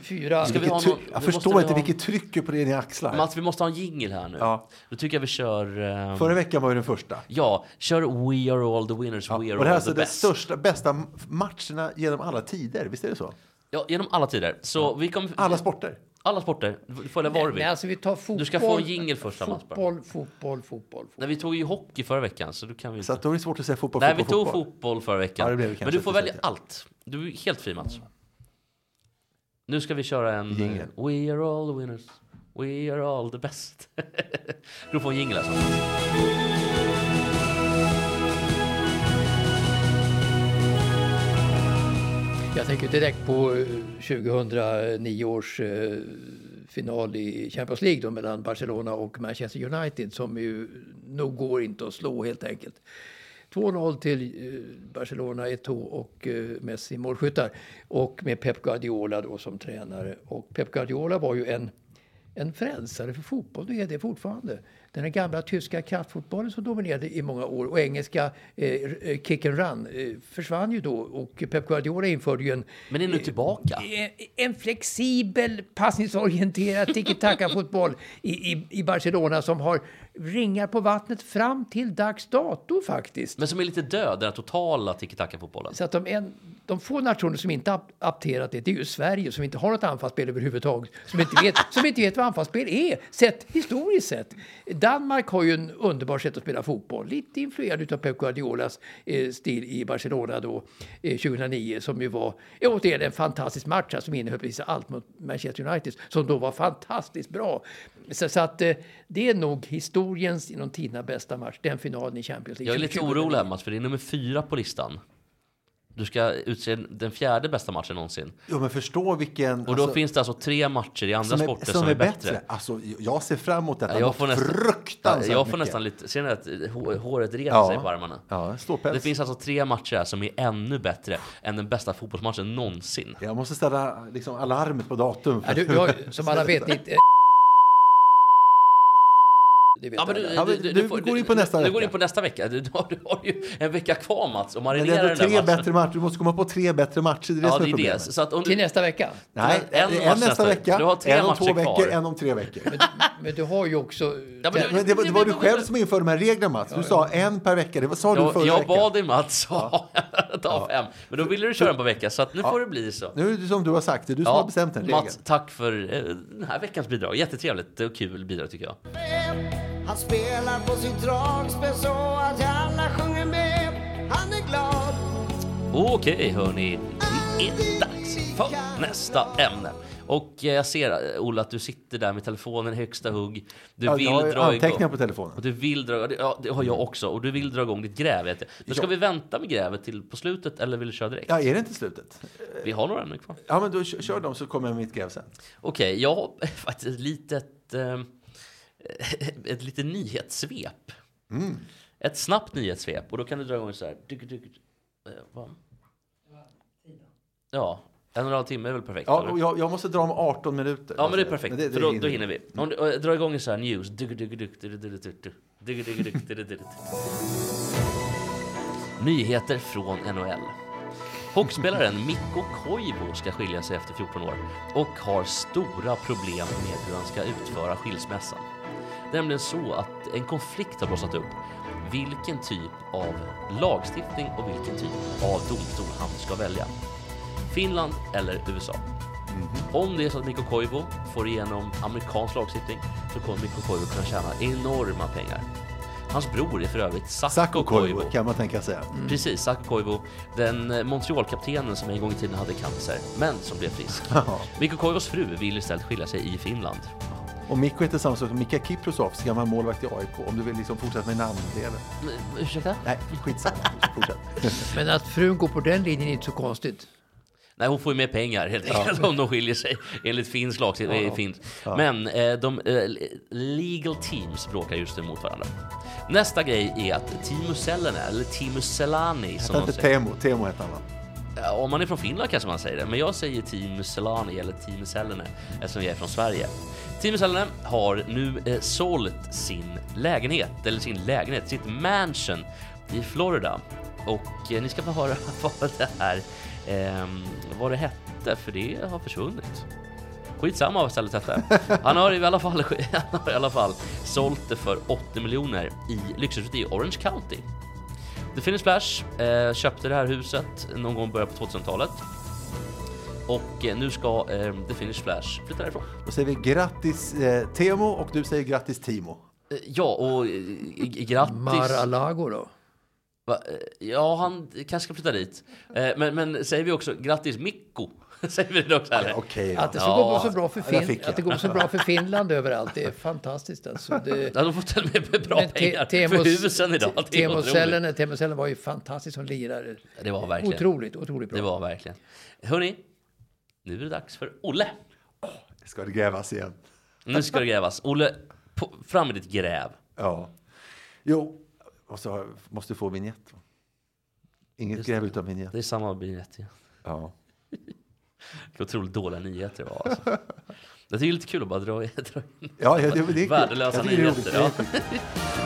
Speaker 2: Fy, fyra.
Speaker 3: Ska vi
Speaker 1: Vilket
Speaker 3: ha
Speaker 1: try-
Speaker 3: någon-
Speaker 1: jag
Speaker 3: vi måste
Speaker 1: förstår
Speaker 3: väl
Speaker 1: inte
Speaker 3: ha-
Speaker 1: vilket tryck på er ni axlar.
Speaker 3: Mats, vi måste ha en jingle här nu.
Speaker 1: Ja.
Speaker 3: Då tycker jag vi kör... ehm,
Speaker 1: Förra veckan var ju den första.
Speaker 3: Ja, kör We are all the winners, we are
Speaker 1: Och det här är
Speaker 3: all
Speaker 1: alltså
Speaker 3: the
Speaker 1: de
Speaker 3: best.
Speaker 1: största, bästa matcherna genom alla tider. Visst är det så?
Speaker 3: Ja, genom alla tider. Så vi kommer...
Speaker 1: Alla sporter.
Speaker 3: alla sporter. Du får välja var
Speaker 2: Nej,
Speaker 3: du vill.
Speaker 2: alltså vi tar fotboll.
Speaker 3: Du ska få en jingle först, Mats, bara.
Speaker 2: Fotboll, fotboll, fotboll. fotboll.
Speaker 3: Nej, vi tog ju hockey förra veckan, så du kan vi...
Speaker 1: Så att då är det svårt att säga fotboll,
Speaker 3: Nej, vi
Speaker 1: fotboll,
Speaker 3: tog
Speaker 1: fotboll.
Speaker 3: fotboll förra
Speaker 1: Ja,
Speaker 3: veckan.
Speaker 1: det blev det
Speaker 3: Men
Speaker 1: kanske
Speaker 3: du får
Speaker 1: till
Speaker 3: välja
Speaker 1: slut, ja.
Speaker 3: allt. Du är helt fri, Mats. Nu ska vi köra en...
Speaker 1: Jingle.
Speaker 3: eh, We are all the winners. We are all the best. du får en jingle alltså.
Speaker 2: Jag tänker direkt på eh, 2009 års eh, final i Champions League då, mellan Barcelona och Manchester United som ju nog går inte att slå helt enkelt. 2-0 till eh, Barcelona, Eto'o och eh, Messi målskyttar och med Pep Guardiola då som tränare. Och Pep Guardiola var ju en en frälsare för fotboll, det är det fortfarande. Den här gamla tyska kraftfotbollen som dominerade i många år och engelska eh, r- eh, kick and run eh, försvann ju då och Pep Guardiola införde ju en,
Speaker 3: Men är nu tillbaka.
Speaker 2: en, en flexibel passningsorienterad tiki-taka-fotboll i, i, i Barcelona som har ringar på vattnet fram till dags dato faktiskt.
Speaker 3: Men som är lite död, den här totala tiki-taka-fotbollen.
Speaker 2: Så att de, en, de få nationer som inte ap- apterat det, det är ju Sverige som inte har något anfallsspel överhuvudtaget. Som inte vet, som inte vet vad anfallsspel är, sett, historiskt sett. Danmark har ju en underbar sätt att spela fotboll. Lite influerad av Pep Guardiolas eh, stil i Barcelona då, eh, 2009. Som ju var, ja, återigen en fantastisk match här, som innehöll precis allt mot Manchester United. Som då var fantastiskt bra. Så, så att eh, det är nog historiens, genom tiderna, bästa match. Den finalen i Champions League.
Speaker 3: Jag är lite
Speaker 2: 2009.
Speaker 3: orolig här Mats, för det är nummer fyra på listan. Du ska utse den fjärde bästa matchen någonsin.
Speaker 1: Jo, men förstå vilken...
Speaker 3: Och då finns det alltså tre matcher i andra sporter som, är bättre.
Speaker 1: Alltså, jag ser fram emot detta
Speaker 3: Ja, Jag får
Speaker 1: något
Speaker 3: nästan,
Speaker 1: fruktansvärt
Speaker 3: jag
Speaker 1: mycket.
Speaker 3: får nästan lite, ser ni att eh, hå- håret reser
Speaker 1: Ja.
Speaker 3: sig på armarna?
Speaker 1: Ja,
Speaker 3: Det
Speaker 1: ståpäls.
Speaker 3: finns alltså tre matcher här som är ännu bättre än den bästa fotbollsmatchen någonsin.
Speaker 1: Jag måste ställa liksom, alarmet på datum.
Speaker 2: Ja, du, du har, som alla vet, ditt... eh, Det vet
Speaker 3: Ja, men du,
Speaker 2: alla.
Speaker 1: Ja, men du går in på nästa
Speaker 3: du, Du
Speaker 1: vecka.
Speaker 3: går in på nästa vecka. Du, du, har, du har ju en vecka kvar Mats och
Speaker 1: men
Speaker 3: marinera
Speaker 1: det är ändå
Speaker 3: den där
Speaker 1: tre
Speaker 3: matchen.
Speaker 1: bättre matcher. Du måste komma på tre bättre matcher. Det är det
Speaker 3: Ja,
Speaker 1: som är
Speaker 3: det är det.
Speaker 1: problemet.
Speaker 3: Så att om
Speaker 2: Till
Speaker 3: du,
Speaker 2: nästa vecka.
Speaker 1: Nej,
Speaker 3: En
Speaker 1: en,
Speaker 3: match
Speaker 1: nästa,
Speaker 3: nästa
Speaker 1: vecka,
Speaker 3: vecka. Du har tre
Speaker 1: en om
Speaker 3: matcher
Speaker 1: två
Speaker 3: kvar.
Speaker 1: veckor, en om tre veckor.
Speaker 2: Men, men du har ju också...
Speaker 3: Ja, men du-
Speaker 1: Men det, var- det var du själv som införde de här reglerna Mats. Du sa en per vecka. Det var, sa du
Speaker 3: jag,
Speaker 1: förra
Speaker 3: jag
Speaker 1: veckan.
Speaker 3: bad dig Mats ta ta fem, men då ville du köra en på vecka, så att nu får det bli så.
Speaker 1: Nu är det som du har sagt. Det är du som har bestämt den regeln.
Speaker 3: Mats, tack för eh, den här veckans bidrag. Jättetrevligt och kul bidrag tycker jag.
Speaker 8: Han spelar på sitt dragspel så att alla sjunger med. Han är glad.
Speaker 3: Okej hörni, det är dags för nästa ämne. Och eh, jag ser eh, Ola att du sitter där med telefonen i högsta hugg. Du
Speaker 1: Ja,
Speaker 3: vill
Speaker 1: jag har ju
Speaker 3: dra
Speaker 1: anteckningar
Speaker 3: igång.
Speaker 1: på telefonen. Mm.
Speaker 3: Och du vill dra, ja, det har jag också. Och du vill dra igång ditt gräv. vet jag. Men ska vi vänta med grävet till på slutet eller vill du köra direkt?
Speaker 1: Ja, är det inte slutet?
Speaker 3: Vi har några ämnen kvar.
Speaker 1: Ja, men då kör, kör dem så kommer jag med mitt gräv sen.
Speaker 3: Okej, jag har faktiskt ett litet, eh, ett litet nyhetssvep.
Speaker 1: Mm.
Speaker 3: Ett snabbt nyhetssvep. Och då kan du dra igång så här. Dyk, dyk, eh, vad? Ja, en och en halv timme är väl perfekt?
Speaker 1: Ja,
Speaker 3: eller?
Speaker 1: och jag, jag måste dra om 18 minuter.
Speaker 3: Ja, men det är
Speaker 1: Alltså, Men
Speaker 3: perfekt.
Speaker 1: det- det
Speaker 3: för då,
Speaker 1: hinner
Speaker 3: då
Speaker 1: vi.
Speaker 3: hinner vi. Om du, eh, dra igång en sån här news. Dugg, dugg, dugg, dugg, dugg, dugg, dugg, dugg, dugg, dugg, dugg, dugg. Nyheter från NHL. Hockeyspelaren Mikko Koivu ska skilja sig efter 14 år och har stora problem med hur han ska utföra skilsmässan. Det är nämligen så att en konflikt har blossat upp. Vilken typ av lagstiftning och vilken typ av domstol han ska välja. Finland eller USA? Om det är så att Mikko Koivu får igenom amerikansk lagstiftning så kommer Mikko Koivu kunna tjäna enorma pengar. Hans bror är för övrigt Sakko
Speaker 1: Sakko
Speaker 3: Koivu.
Speaker 1: Koivu kan man tänka sig.
Speaker 3: Precis, Sakko Koivu, den eh, Montreal-kaptenen som en gång i tiden hade cancer, men som blev frisk. Mikko Koivus fru vill istället skilja sig i Finland.
Speaker 1: Och Mikko heter samma sak som Mika Kiprosovs, gammal målvakt i AIK. Om du vill liksom fortsätta med namndelen.
Speaker 3: Men, Ursäkta?
Speaker 1: Nej, skitsamma. Fortsätt.
Speaker 2: Men att frun går på den linjen är inte så konstigt.
Speaker 3: Nej, hon får ju mer pengar helt enkelt om de skiljer sig enligt finsk lagstiftning. eh, finsk. Men eh, de eh, legal teams bråkar just nu mot varandra. Nästa grej är att Timo Sellene, eller Timo Selani
Speaker 1: Hette
Speaker 3: som de
Speaker 1: inte
Speaker 3: säger.
Speaker 1: Temo? Temo hette han va?
Speaker 3: Ja, Om man är från Finland kanske man säger det, men jag säger Team Selani eller Team Sellene eftersom jag är från Sverige. Team Sellene har nu eh, sålt sin lägenhet, eller sin lägenhet, sitt mansion i Florida. Och eh, ni ska få höra vad det här, ehm, vad det hette, för det har försvunnit. Skitsamma vad stället hette. Han har i alla fall, han har i alla fall sålt det för 80 miljoner i lyxhuset i Orange County. The Finnish Splash eh, köpte det här huset någon gång i början på 2000-talet. Och eh, nu ska eh, The Finnish Splash flytta därifrån.
Speaker 1: Då säger vi grattis eh, Temo och du säger grattis Timo.
Speaker 3: Eh, ja, och eh, g- grattis.
Speaker 2: Mar-a-Lago då?
Speaker 3: Va, eh, ja, han kanske ska flytta dit. Eh, men, men säger vi också grattis Mikko? säger vi det också eller?
Speaker 1: Okej,
Speaker 2: Att det, ska
Speaker 3: Ja,
Speaker 2: gå så bra för
Speaker 1: där
Speaker 2: fin-
Speaker 1: fick jag.
Speaker 2: att det går så bra för Finland överallt, det är fantastiskt alltså. Det,
Speaker 3: Ja, de får till och med bra
Speaker 2: Te-
Speaker 3: pengar
Speaker 2: Teemos-
Speaker 3: för husen idag. Det är otroligt.
Speaker 2: Teemosellen Teemosellen var ju fantastisk som lirare.
Speaker 3: Det var verkligen.
Speaker 2: Otroligt, otroligt bra.
Speaker 3: Det var verkligen. Hörni, nu är det dags för Olle.
Speaker 1: ska det grävas igen?
Speaker 3: Nu ska det grävas. Olle, på, fram med ditt gräv.
Speaker 1: Ja. Jo, och så måste du få vignett. va? Inget gräv utan vignett.
Speaker 3: Det är samma biljett igen.
Speaker 1: Ja.
Speaker 3: Vilka otroligt dåliga nyheter det var. Alltså. Jag tycker det är lite kul att bara dra, dra in
Speaker 1: Ja, ja, det, det är kul.
Speaker 3: värdelösa
Speaker 1: Jag tycker det är roligt.
Speaker 3: nyheter.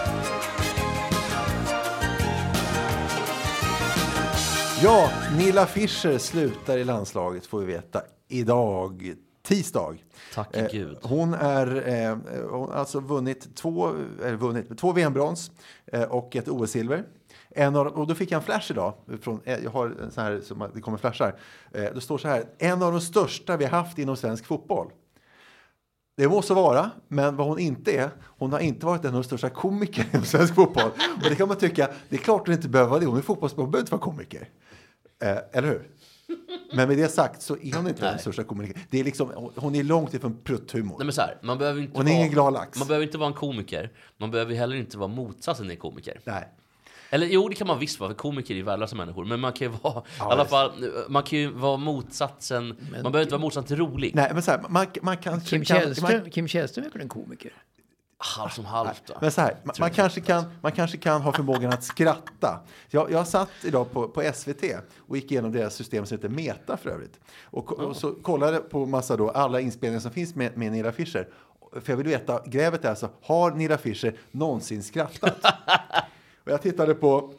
Speaker 3: Ja.
Speaker 1: Ja, Nilla Fischer slutar i landslaget får vi veta idag, tisdag.
Speaker 3: Tack
Speaker 1: Eh,
Speaker 3: gud.
Speaker 1: Hon är eh, hon har alltså vunnit två, eller vunnit, två VM-brons eh, och ett OS-silver. En av, dem- och då fick jag en flash idag. Från, eh, jag har en sån här, som, det kommer flashar. Eh, det står så här, en av de största vi har haft inom svensk fotboll. Det må så vara, men vad hon inte är, hon har inte varit en av de största komikerna inom svensk fotboll. Och det kan man tycka, det är klart hon inte behöver vara det, hon är fotbollsspelare, hon behöver inte vara komiker. Eh, eller hur? Men med det sagt så är hon inte den största komikern. Det är liksom, hon- hon är långt ifrån prutthumor.
Speaker 3: Nej, men så här, man behöver inte
Speaker 1: Hon är
Speaker 3: vara,
Speaker 1: ingen glad lax.
Speaker 3: Man behöver inte vara en komiker. Man behöver heller inte vara motsatsen till en komiker.
Speaker 1: Nej.
Speaker 3: Eller jo, det kan man visst vara, för komiker är ju värdelösa människor. Men man kan ju vara, i alla
Speaker 1: just det.
Speaker 3: fall, man kan ju vara motsatsen. man behöver inte vara motsatsen till rolig.
Speaker 1: Nej, men så här, man, man kan...
Speaker 2: Kim,
Speaker 1: kan,
Speaker 2: Källström,
Speaker 1: Man,
Speaker 2: Kim Källström är väl en komiker?
Speaker 3: Halvt som halvt. va?
Speaker 1: men så här, man, man, kanske kan, man kanske kan ha förmågan att skratta. Jag, jag satt idag på, på SVT och gick igenom deras system som heter Meta för övrigt. Och, ko- och så kollade på massa då, alla inspelningar som finns med, med Nilla Fischer. För jag vill veta, grävet är alltså, har Nilla Fischer någonsin skrattat? Och jag tittade på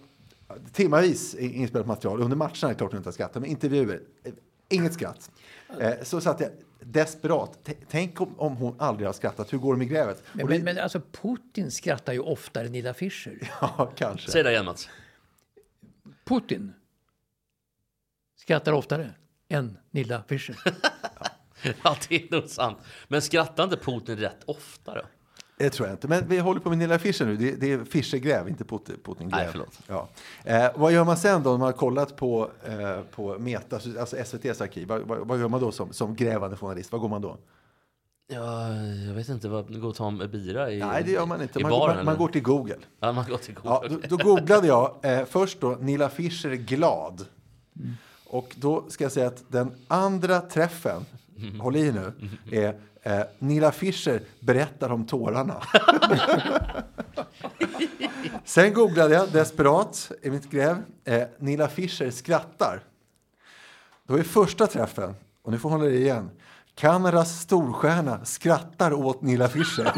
Speaker 1: timmavis i- inspelat material. Under matcherna är det klart hon inte har skrattat, men intervjuer, eh, inget skratt. Eh, Så satt jag desperat. T- Tänk om, om hon aldrig har skrattat, hur går det med grävet?
Speaker 2: Men,
Speaker 1: Och det,
Speaker 2: men, men alltså Putin skrattar ju oftare än Nilla Fischer.
Speaker 1: ja, kanske.
Speaker 3: Säg det igen Mats.
Speaker 2: Putin skrattar oftare än Nilla Fischer.
Speaker 3: Ja, det är nog sant. Men skrattar inte Putin rätt ofta då?
Speaker 1: Det tror jag inte. Men vi håller på med Nilla Fischer nu. Det, det är Fischer-gräv, inte Put- Putin-gräv.
Speaker 3: Nej, förlåt.
Speaker 1: Ja. Eh, vad gör man sen då när man har kollat på, eh, på Meta, alltså SVTs arkiv? Vad, vad, vad gör man då som, som grävande journalist? Vad går man då?
Speaker 3: Ja, jag vet inte, vad, gå och ta en bira i
Speaker 1: Nej, det gör man inte.
Speaker 3: I
Speaker 1: Man,
Speaker 3: baren,
Speaker 1: går- man, man
Speaker 3: eller?
Speaker 1: går till Google.
Speaker 3: Ja, man går till
Speaker 1: Ja,
Speaker 3: Google.
Speaker 1: då, då googlade jag eh, först då Nilla Fischer glad. Och då ska jag säga att den andra träffen, håll i nu, är eh, Nilla Fischer berättar om tårarna. Sen googlade jag desperat i mitt gräv, eh, Nilla Fischer skrattar. Då är första träffen, och nu får jag hålla i igen, Kanadas storstjärna skrattar åt Nilla Fischer.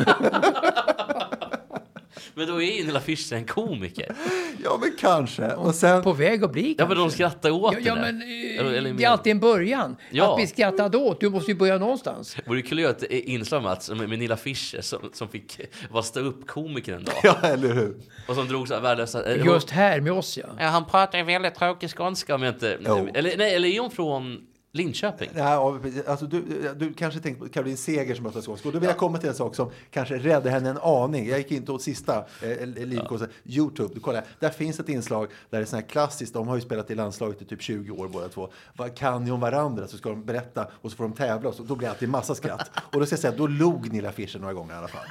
Speaker 3: Men då är ju Nilla Fischer en komiker.
Speaker 1: ja, men kanske. Och sen...
Speaker 2: På väg att bli
Speaker 3: Ja, men de
Speaker 2: kanske.
Speaker 3: skrattar åt
Speaker 2: Ja, ja
Speaker 3: det där.
Speaker 2: men eh,
Speaker 3: Eller- eller
Speaker 2: det är alltid en början.
Speaker 3: Ja.
Speaker 2: Att bli skrattad åt, du måste ju börja någonstans.
Speaker 3: Vore kul att göra ett eh, inslag Mats, med med Nilla Fischer som, som fick vara ståuppkomiker en dag.
Speaker 1: Ja, eller hur?
Speaker 3: Och som drog så här värdelösa... eh,
Speaker 2: Just här med oss ja.
Speaker 3: hon- Ja, han pratar ju väldigt tråkig skånska om jag inte...
Speaker 1: Jo.
Speaker 3: Eller, nej, eller är hon från Linköping?
Speaker 1: Nej, ja, precis. alltså, du, du kanske tänkte på Caroline Seger som pratar skånska. Och Då vill jag komma till en sak som kanske räddade henne en aning. Jag gick in åt sista eh, livkursen, Youtube. Du kollar, där finns ett inslag där det är sån här klassiskt. De har ju spelat i landslaget i typ 20 år båda två. Vad kan ni om varandra? Så ska de berätta och så får de tävla och så, då blir det alltid massa skratt. Och då ska jag säga, då log Nilla Fischer några gånger i alla fall.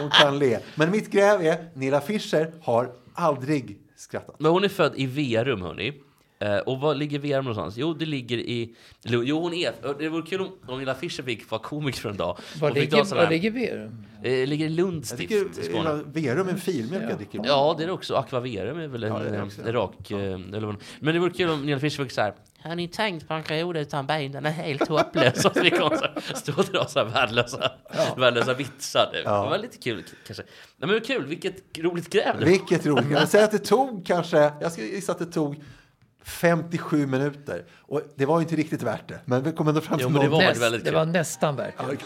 Speaker 1: Hon kan le. Men mitt gräv är, Nilla Fischer har aldrig skrattat.
Speaker 3: Men hon är född i Verum, hörni. Eh, Eh, och var ligger VM någonstans? Jo, det ligger i... Jo, hon är... Det vore kul om, om Ella Fischer fick vara komiker för en dag.
Speaker 2: Var
Speaker 3: Hon fick
Speaker 2: ligger,
Speaker 3: ta sån
Speaker 2: var
Speaker 3: här-
Speaker 2: ligger Verum?
Speaker 3: eh, ligger i Lunds
Speaker 1: Jag
Speaker 3: stift i
Speaker 1: tycker
Speaker 3: Skåne.
Speaker 1: hela Verum är en filmjölk jag dricker.
Speaker 3: Ja, det är det också. Aquaverum är väl en
Speaker 1: det är det
Speaker 3: eh,
Speaker 1: också.
Speaker 3: rak... eh, Eller vad. Men det vore kul om Neil Fischer fick så här... Har ni tänkt på en period utan ben? Den är helt hopplös. Och så vi kommer så här, stå och dra så här värdelösa, värdelösa vitsar. Det var lite kul k- kanske. Nej, men kul. Vilket roligt gräv det var.
Speaker 1: Vilket roligt. Jag säger att det tog kanske, jag skulle gissa att det tog 57 minuter. Och det var ju inte riktigt värt det. Men vi kom ändå fram till
Speaker 3: Jo, men det
Speaker 1: någon-
Speaker 3: var
Speaker 2: Näst,
Speaker 3: det väldigt
Speaker 2: det
Speaker 3: kul.
Speaker 2: var nästan värt det.
Speaker 5: Ta en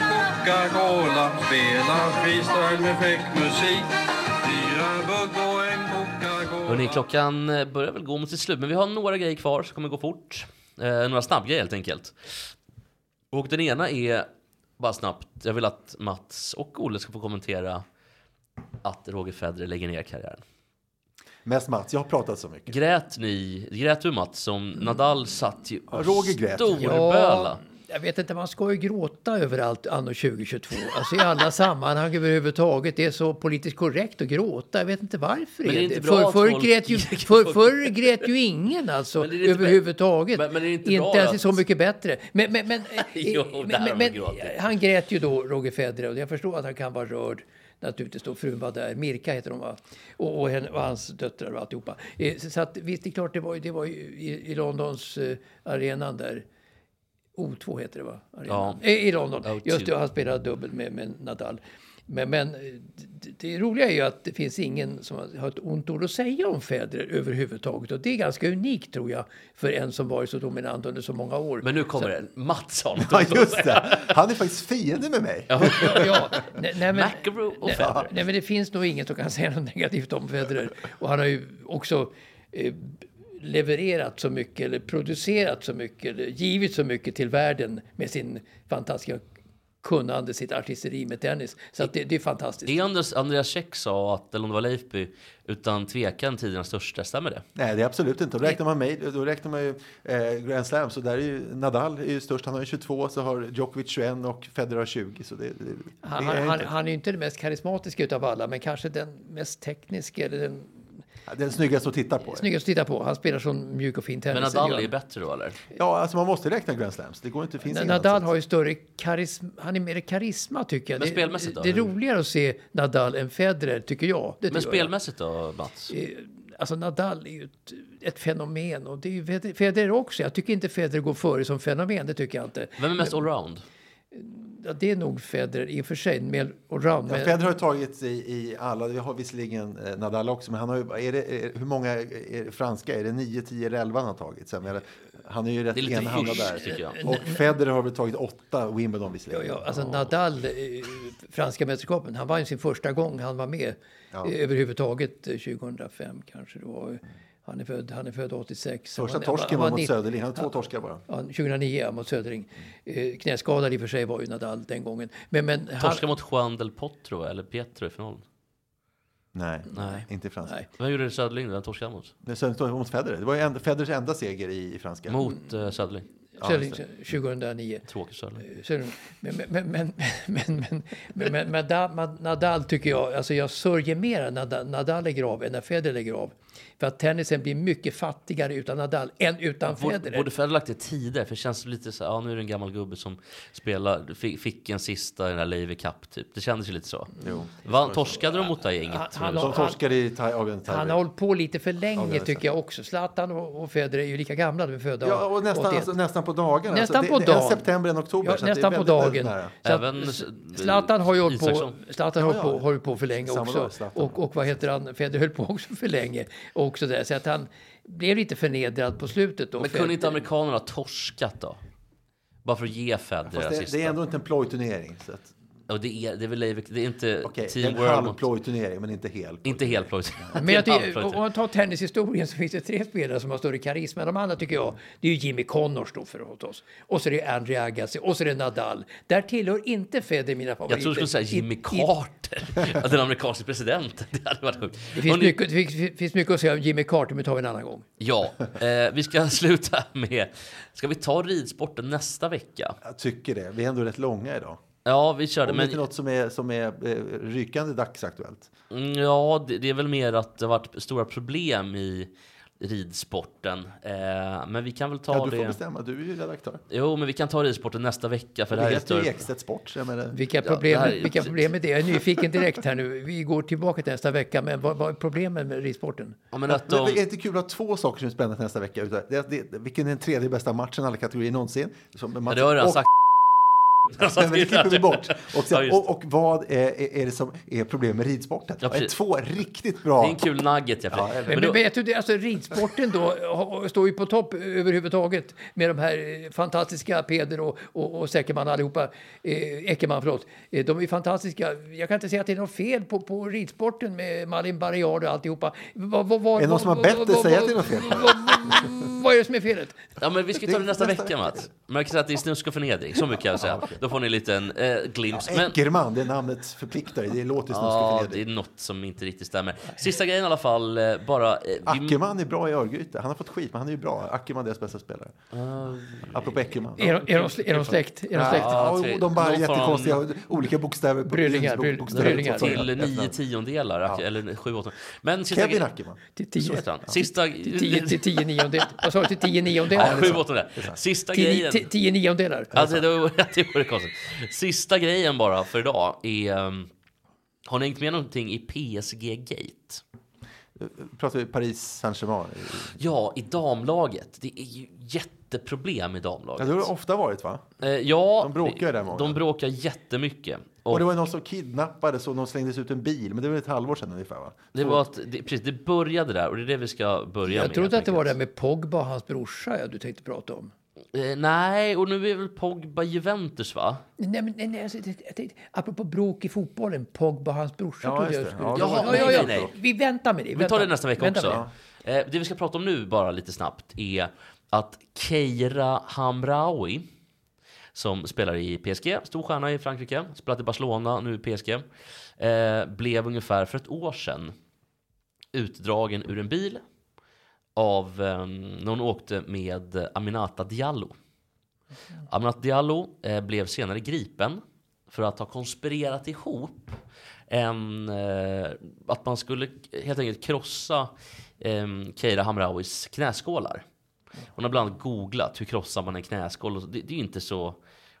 Speaker 5: Coca-Cola, spela freestyle med fräck musik. Fyra bugg och en Coca-Cola.
Speaker 3: Hörrni, klockan eh, börjar väl gå mot sitt slut, men vi har några grejer kvar som kommer gå fort. Eh, några snabbgrejer helt enkelt. Och den ena är bara snabbt. Jag vill att Mats och Olle ska få kommentera att Roger Federer lägger ner karriären.
Speaker 1: Mest Mats, jag har pratat så mycket.
Speaker 3: Grät ni, grät du Mats som Nadal satt ju och
Speaker 1: Mm. Roger grät.
Speaker 3: storböla?
Speaker 2: jag vet inte, man ska ju gråta överallt anno 2022. Alltså i alla sammanhang överhuvudtaget. Det är så politiskt korrekt att gråta. Jag vet inte varför.
Speaker 3: Men det är inte bra
Speaker 2: förr,
Speaker 3: att
Speaker 2: förr,
Speaker 3: folk-
Speaker 2: grät ju, förr, förr grät ju ingen alltså
Speaker 3: Men det är inte-
Speaker 2: överhuvudtaget.
Speaker 3: Men- men det är inte bra
Speaker 2: ens i
Speaker 3: att-
Speaker 2: Så mycket bättre. Men, men, men, eh,
Speaker 3: Jo,
Speaker 2: eh,
Speaker 3: där har
Speaker 2: men,
Speaker 3: man
Speaker 2: men
Speaker 3: gråtit.
Speaker 2: han grät ju då, Roger Federer. Och jag förstår att han kan vara rörd. Naturligtvis då frun var där, Mirka heter hon va? Och, och, henne, och hans döttrar och alltihopa. Eh, Så, så att visst, det är klart, det var ju, det var ju i, i Londons eh, arenan där. O2 heter det va? Arenan.
Speaker 3: Ja.
Speaker 2: Eh, I London.
Speaker 3: O2.
Speaker 2: Just det, och han spelade dubbel med, med Nadal. Men, men eh, det, det roliga är ju att det finns ingen som har- har ett ont ord att säga om Federer överhuvudtaget. Och det är ganska unikt tror jag för en som varit så dominant under så många år.
Speaker 3: Men nu kommer det. Mats har något
Speaker 1: Ja,
Speaker 3: att
Speaker 1: just
Speaker 3: säga.
Speaker 1: det. Han är faktiskt fiende med mig.
Speaker 2: ja, ja. Nej, nej, men,
Speaker 3: McEnroe och
Speaker 2: nej,
Speaker 3: Federer.
Speaker 2: nej, men det finns nog ingen som kan säga något negativt om Federer. Och han har ju också eh, levererat så mycket, eller producerat så mycket, eller givit så mycket till världen med sin fantastiska kunnande, sitt artisteri med tennis. Så att det, det är fantastiskt.
Speaker 3: Det Andreas, Andreas Käck sa, att, eller om det var Leifby, utan tvekan tidernas största, stämmer det?
Speaker 1: Nej, det är absolut inte. Då räknar man, mig, då räknar man ju eh, Grand Slam. Så där är ju Nadal är ju störst. Han har ju 22, så har Djokovic 21 och Federer har 20. Så det, det, det
Speaker 2: Han,
Speaker 1: är
Speaker 2: han, han,
Speaker 1: inte-
Speaker 2: han är ju inte den mest karismatiska utav alla, men kanske den mest tekniska, eller den
Speaker 1: den snyggaste att titta på.
Speaker 2: snyggaste att titta på. Han spelar sån mjuk och fin tennis.
Speaker 3: Men Nadal är bättre då, eller?
Speaker 1: Ja, alltså man måste räkna Grand Slams. Det går inte, finns ingen annan
Speaker 2: Nadal
Speaker 1: sätt.
Speaker 2: har ju större karisma, han är mer karisma tycker jag.
Speaker 3: Men
Speaker 2: Det-
Speaker 3: spelmässigt då?
Speaker 2: Det är roligare att se Nadal än Federer tycker jag. Det
Speaker 3: Men
Speaker 2: tycker jag.
Speaker 3: spelmässigt då, Mats?
Speaker 2: Alltså Nadal är ju ett, ett fenomen och det är ju Fed- Federer också. Jag tycker inte Federer går före som fenomen, det tycker jag inte.
Speaker 3: Vem är mest allround?
Speaker 2: Ja, det är nog Federer i och för sig, mer allround.
Speaker 1: Ja,
Speaker 2: men-
Speaker 1: Federer har ju tagit sig i alla, vi har visserligen eh, Nadal också, men han har ju, är det, är, hur många eh, är det franska? Är det 9, 10 eller 11 han har tagit? Sen, eller, han är ju rätt
Speaker 3: Det är lite
Speaker 1: enhandad
Speaker 3: hysch,
Speaker 1: där.
Speaker 3: tycker jag.
Speaker 1: Och Federer har väl tagit åtta Wimbledon visserligen.
Speaker 2: Ja, alltså Nadal, eh, franska mästerskapen, han vann ju sin första gång han var med eh, överhuvudtaget eh, 2005 kanske. Det var, han, är född, han är född 86.
Speaker 1: Första
Speaker 2: Han-
Speaker 1: torsken
Speaker 2: han
Speaker 1: var mot
Speaker 2: nitt-
Speaker 1: Söderling, han har två torskar bara.
Speaker 2: Ja, 2009 ja, mot Södring. Eh, knäskadad i och för sig var ju Nadal den gången. Men, men han-
Speaker 3: Torska mot Juan del Potro, eller Pietro i finalen?
Speaker 1: Nej,
Speaker 3: Nej.
Speaker 1: inte franska.
Speaker 2: Nej.
Speaker 3: Vem gjorde Söderling då? Vem torskade han mot?
Speaker 1: Men Söderling mot Federer, det var ju en, Federers enda seger i, i franska.
Speaker 3: Mot eh, Söderling.
Speaker 2: Södring 2009.
Speaker 3: Tråkig Söderling.
Speaker 2: Södring. Men, men, men, men, men, men, men, men, men Nadal- Nadal tycker jag, alltså jag sörjer mer när Nadal- Nadal är grav än när Federer är grav. För att tennisen blir mycket fattigare utan Nadal än utan
Speaker 3: Borde
Speaker 2: Federer.
Speaker 3: borde Federer lagt det tidigare? För det känns lite så här, ja nu är det en gammal gubbe som spelar, fick, fick en sista i den här Leivy Cup typ. Det kändes ju lite så. Jo, Van, torskade de mot det här
Speaker 2: Han-
Speaker 3: gänget?
Speaker 2: han
Speaker 3: som-
Speaker 1: De
Speaker 2: har-
Speaker 1: torskade i thai, avgörande
Speaker 2: Han har
Speaker 1: tiebreak.
Speaker 2: hållit på lite för länge
Speaker 1: just det.
Speaker 2: tycker jag också. Zlatan och, och Federer är ju lika gamla, de är födda
Speaker 1: Ja, och nästan,
Speaker 2: 81.
Speaker 1: alltså, nästan på dagarna.
Speaker 2: Nästan
Speaker 1: alltså,
Speaker 2: på
Speaker 1: det, det är
Speaker 2: dagen.
Speaker 1: en september, en oktober.
Speaker 2: Ja,
Speaker 1: så att
Speaker 2: nästan
Speaker 1: det är
Speaker 2: på
Speaker 1: väldigt,
Speaker 2: dagen.
Speaker 1: väldigt nära.
Speaker 2: Så att
Speaker 3: Även,
Speaker 2: S-
Speaker 3: eh,
Speaker 2: Zlatan har ju hållit på,
Speaker 3: Isaksson.
Speaker 2: Zlatan har
Speaker 1: Ja,
Speaker 2: på,
Speaker 1: ja.
Speaker 2: har ju på för länge
Speaker 1: Samma
Speaker 2: också.
Speaker 1: dag, Zlatan.
Speaker 2: och, och vad heter han, Federer höll på också för länge. Och så, där. så att han blev lite förnedrad på slutet. Då.
Speaker 3: Men
Speaker 2: Federer-
Speaker 3: kunde inte amerikanerna ha torskat då? Bara för att ge Federer
Speaker 1: Fast
Speaker 3: den
Speaker 1: det,
Speaker 3: sista.
Speaker 1: det är ändå inte en plojturnering. så att-
Speaker 3: Och det är, det är väl Leivik, det är inte
Speaker 1: Okej, det är
Speaker 3: Team
Speaker 1: en
Speaker 3: World
Speaker 1: halv
Speaker 3: mot...
Speaker 1: plojturnering, men inte hel.
Speaker 3: Inte helt plöjt.
Speaker 2: Men jag tycker, om man tar tennishistorien så finns det tre spelare som har större karisma än de andra tycker jag. Det är ju Jimmy Connors då för oss. Och så är det Andre Agassi och så är det Nadal. Där tillhör inte Federer mina
Speaker 3: Jag
Speaker 2: favoriter.
Speaker 3: trodde du skulle
Speaker 2: I-
Speaker 3: säga Jimmy
Speaker 2: i-
Speaker 3: Carter, att den amerikanske presidenten. Det hade varit sjukt.
Speaker 2: Det finns
Speaker 3: Hörrni,
Speaker 2: mycket, det finns- det finns mycket att säga om Jimmy Carter, men tar vi en annan gång.
Speaker 3: Ja, eh, vi ska sluta med... Ska vi ta ridsporten nästa vecka?
Speaker 1: Jag tycker det. Vi är ändå rätt långa idag.
Speaker 3: Ja, vi kör det.
Speaker 1: Om det inte är
Speaker 3: Men
Speaker 1: något som är, som är eh, rykande dagsaktuellt.
Speaker 3: mm, ja, det, det är väl mer att det har varit stora problem i ridsporten. Eh, men vi kan väl ta
Speaker 1: Ja, du får
Speaker 3: det...
Speaker 1: bestämma, du är ju redaktör.
Speaker 3: Jo, men vi kan ta ridsporten nästa vecka. För det
Speaker 1: Det
Speaker 3: här är
Speaker 1: heter ju
Speaker 3: större...
Speaker 1: Ekstedt Sport. Jag menar,
Speaker 2: Vilka,
Speaker 3: Ja,
Speaker 2: problem,
Speaker 3: det här är-
Speaker 2: vilka problemet är? Jag är nyfiken direkt här nu. Vi går tillbaka till nästa vecka, men vad, vad är problemen med ridsporten?
Speaker 3: Ja, men att
Speaker 1: Men
Speaker 3: de...
Speaker 1: Är det inte kul att ha två saker som är spännande nästa vecka? Utan Det, det, vilken är den tredje bästa matchen i alla kategorier någonsin? Som
Speaker 3: Ja,
Speaker 1: match-
Speaker 3: det har han
Speaker 1: och-
Speaker 3: sagt.
Speaker 1: Nej, men det klipper vi bort. Och,
Speaker 3: Ja,
Speaker 1: sen,
Speaker 3: just det.
Speaker 1: och, och vad är, är det som är problem med ridsporten?
Speaker 3: Ja,
Speaker 1: Ja,
Speaker 3: precis.
Speaker 1: två riktigt
Speaker 3: Det
Speaker 1: bra...
Speaker 3: är en kul nugget. Ja,
Speaker 1: Ja,
Speaker 3: men
Speaker 2: Men,
Speaker 3: då-
Speaker 2: men vet du, det, alltså, ridsporten då har- står ju på topp överhuvudtaget med de här eh, fantastiska Peder och, och, och Säckerman allihopa. Eh, Eckerman, förlåt. Eh, de är fantastiska. Jag kan inte säga att det är något fel på, på ridsporten med Malin Barriard och alltihopa. Vad- vad- vad-
Speaker 1: Är det någon som har
Speaker 2: vad-
Speaker 1: bett
Speaker 2: vad-
Speaker 1: dig
Speaker 2: vad-
Speaker 1: säga att det är
Speaker 2: vad-
Speaker 1: något fel på
Speaker 2: vad- vad- Vad är det som är felet?
Speaker 3: Ja, men vi ska ta det nästa vecka, Mats. Men jag kan säga att det är snusk och förnedring. Så mycket kan jag säga. Då får ni en liten eh, glimt. Men
Speaker 1: Eckerman, det namnet förpliktar ju. Det låter ju
Speaker 3: ja, det är
Speaker 1: snuskigt.
Speaker 3: något som inte riktigt stämmer. Sista grejen i alla fall. eh, Bara...
Speaker 1: Ah.
Speaker 3: Eh, vi...
Speaker 1: Ackerman är bra i Örgryte. Han har fått skit, men han är ju bra. Ackerman är deras bästa spelare.
Speaker 3: Ah.
Speaker 1: Apropå Eckerman.
Speaker 2: Är de, är de, sl- är de släkt? Är de släkt?
Speaker 1: Ah. Ja,
Speaker 3: tre-
Speaker 1: och de bara
Speaker 3: Alltså, någon
Speaker 1: jättekonstiga,
Speaker 3: form-
Speaker 1: olika bokstäver. på-
Speaker 2: Bryllingar, bryll-
Speaker 1: bokstäver,
Speaker 2: bryllingar.
Speaker 1: så att
Speaker 3: Till
Speaker 1: säga.
Speaker 3: nio tiondelar, eller sju, åtta. Men sista
Speaker 1: Kevin
Speaker 3: gre-
Speaker 1: Ackerman.
Speaker 2: Till
Speaker 3: Så
Speaker 2: tio,
Speaker 3: heter han. Sista...
Speaker 2: till tio, till tio niondelar? Vad sa du? Till tio
Speaker 3: Ja,
Speaker 2: niondelar?
Speaker 1: liksom.
Speaker 3: sju åttondelar. Sista
Speaker 2: Till
Speaker 3: grejen.
Speaker 2: ni- till tio niondelar?
Speaker 3: Alltså, det var, det var konstigt. Sista grejen bara för idag är... ehm, har ni hängt med någonting i PSG-gate?
Speaker 1: Pratar vi Paris Saint-Germain?
Speaker 3: Ja, i damlaget. Det är ju jätteproblem i
Speaker 1: Ja,
Speaker 3: damlaget.
Speaker 1: det har det ofta varit, va?
Speaker 3: Eh, ja,
Speaker 1: De bråkar ju där, många.
Speaker 3: De bråkar jättemycket. Och,
Speaker 1: Och det
Speaker 3: det, var,
Speaker 1: var någon som kidnappades och någon slängdes ut en bil. Men det var ett halvår sedan ungefär, va?
Speaker 3: att, det, precis, det började där och det är det vi ska börja med.
Speaker 2: Jag trodde att det var det
Speaker 3: helt
Speaker 2: här med Pogba och hans brorsa ja, du tänkte prata om.
Speaker 3: enkelt. Eh, nej, och nu är väl Pogba Juventus va?
Speaker 2: Nej, men nej, nej, alltså, det- jag tänkte, apropå bråk i fotbollen, Pogba och hans brorsa
Speaker 1: Ja,
Speaker 2: trodde
Speaker 1: just
Speaker 2: jag
Speaker 1: det.
Speaker 2: skulle...
Speaker 1: Ja,
Speaker 3: det var-
Speaker 2: ja, ja, ja,
Speaker 3: nej, nej.
Speaker 2: Vi väntar med det.
Speaker 3: Vi tar det nästa vecka
Speaker 2: vänta
Speaker 3: också.
Speaker 2: med det.
Speaker 3: Eh, det vi ska prata om nu bara lite snabbt är att Keira Hamraoui som spelar i PSG, stor stjärna i Frankrike, spelat i Barcelona, nu i PSG, eh, blev ungefär för ett år sedan utdragen ur en bil av eh, när hon åkte med Aminata Diallo. Aminata Diallo eh, blev senare gripen för att ha konspirerat ihop en, eh, att man skulle helt enkelt krossa eh, Keira Hamrauis knäskålar. Hon har bland annat googlat hur krossar man en knäskål. Och så. Det, det är ju inte så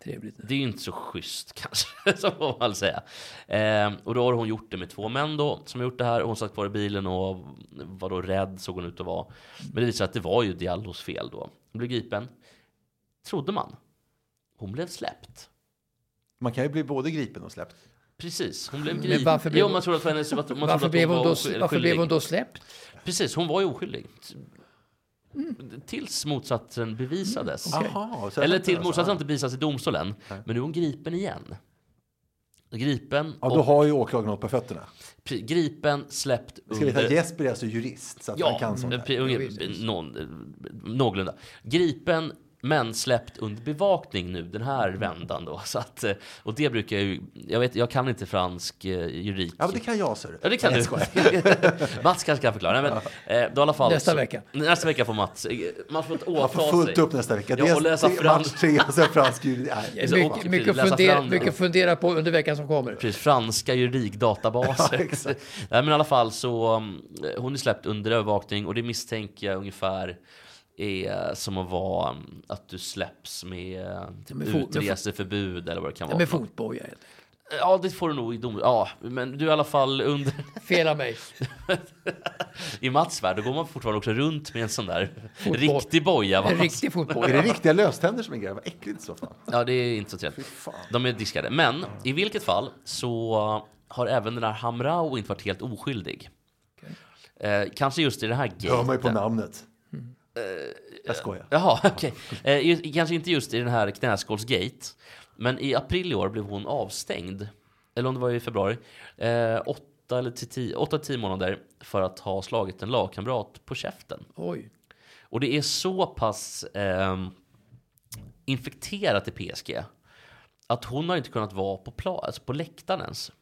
Speaker 2: Trevligt.
Speaker 3: det är ju inte så schysst kanske, så får man väl säga. Ehm, och då har hon gjort det med två män då, som har gjort det här. Och hon satt kvar i bilen och var då rädd, såg hon ut att vara. Men det visade sig att det var ju Diallos fel då. Hon blev gripen. Trodde man. Hon blev släppt.
Speaker 1: Man kan ju bli både gripen och släppt.
Speaker 3: Precis, hon blev
Speaker 2: Men
Speaker 3: gripen.
Speaker 2: varför blev
Speaker 3: jo,
Speaker 2: hon-
Speaker 3: man trodde att hennes... Man trodde att
Speaker 2: Varför,
Speaker 3: hon
Speaker 2: blev
Speaker 3: var
Speaker 2: hon, då,
Speaker 3: oskyldig-
Speaker 2: varför blev hon då släppt?
Speaker 3: Precis, hon var ju oskyldig. Tills motsatsen bevisades.
Speaker 2: Mm,
Speaker 1: Aha, så jag
Speaker 3: Eller
Speaker 1: fattar
Speaker 3: till
Speaker 1: alltså.
Speaker 3: motsatsen inte bevisas i domstolen. Men nu är hon gripen igen. Gripen,
Speaker 1: Ja,
Speaker 3: och,
Speaker 1: då har ju åklagaren något på fötterna.
Speaker 3: pre- gripen släppt
Speaker 1: Ska vi veta att
Speaker 3: under...
Speaker 1: Jesper är alltså jurist, så att han
Speaker 3: Ja,
Speaker 1: kan sånt
Speaker 3: pre-
Speaker 1: här.
Speaker 3: unge- någon, eh, någorlunda. Gripen, men släppt under bevakning nu den här vändan då. Så att, eh, och det brukar jag ju... Jag, vet, jag kan inte fransk eh, juridik.
Speaker 1: Ja, men det kan jag, ser du.
Speaker 3: Ja, det kan
Speaker 1: Nej,
Speaker 3: du.
Speaker 1: jag skojar.
Speaker 3: Mats kanske kan förklara. Nej, men, eh, då i alla fall,
Speaker 2: Nästa
Speaker 3: så-
Speaker 2: vecka.
Speaker 3: Nästa vecka får Mats... eh, Man får inte åta sig.
Speaker 1: Jag får fullt upp nästa vecka.
Speaker 3: Ja, och
Speaker 1: Dels
Speaker 3: läsa
Speaker 1: det är
Speaker 3: fransk.
Speaker 1: match tre och sen fransk juridik. Nej,
Speaker 3: så åker
Speaker 2: Mycket,
Speaker 3: vi
Speaker 2: mycket,
Speaker 3: läsa
Speaker 2: att fundera,
Speaker 3: fram det.
Speaker 2: mycket att fundera på under veckan som kommer.
Speaker 3: Precis, franska
Speaker 1: Ja,
Speaker 3: juridikdatabaser.
Speaker 1: exakt.
Speaker 3: Nej, men i alla fall så, um, hon är släppt under övervakning och det misstänker jag ungefär är som att vara um, att du släpps med eh, typ,
Speaker 2: Med fo- med fo-
Speaker 3: utreseförbud eller vad det kan vara.
Speaker 2: Med
Speaker 3: för något.
Speaker 2: fotboja. helt enkelt.
Speaker 3: ja, det får du nog i dom. Ja, men du är i alla fall under...
Speaker 2: Fel av mig.
Speaker 3: I Mats värld, då går man fortfarande också runt med en sån där
Speaker 2: Fotboll.
Speaker 3: riktig boja. va?
Speaker 2: En riktig
Speaker 1: Är
Speaker 2: fotboja.
Speaker 1: det riktiga löständer som är grejen? Vad äckligt i så fall.
Speaker 3: Ja, det är inte så trevligt. De är diskade. Men i vilket fall så har även den här Hamrao inte varit helt oskyldig. Eh, kanske just i det här gaten.
Speaker 1: Hör man ju på namnet. Jag skojar.
Speaker 3: Jaha, okej. Eh, ju- kanske inte just i den här knäskålsgate. Men i april i år blev hon avstängd. Eller om det var i februari. Eh, åtta eller till tio, åtta, till tio månader för att ha slagit en lagkamrat på käften.
Speaker 2: Oj.
Speaker 3: Och det är så pass ehm, infekterat i PSG att hon har inte kunnat vara på, pla- alltså på läktaren ens.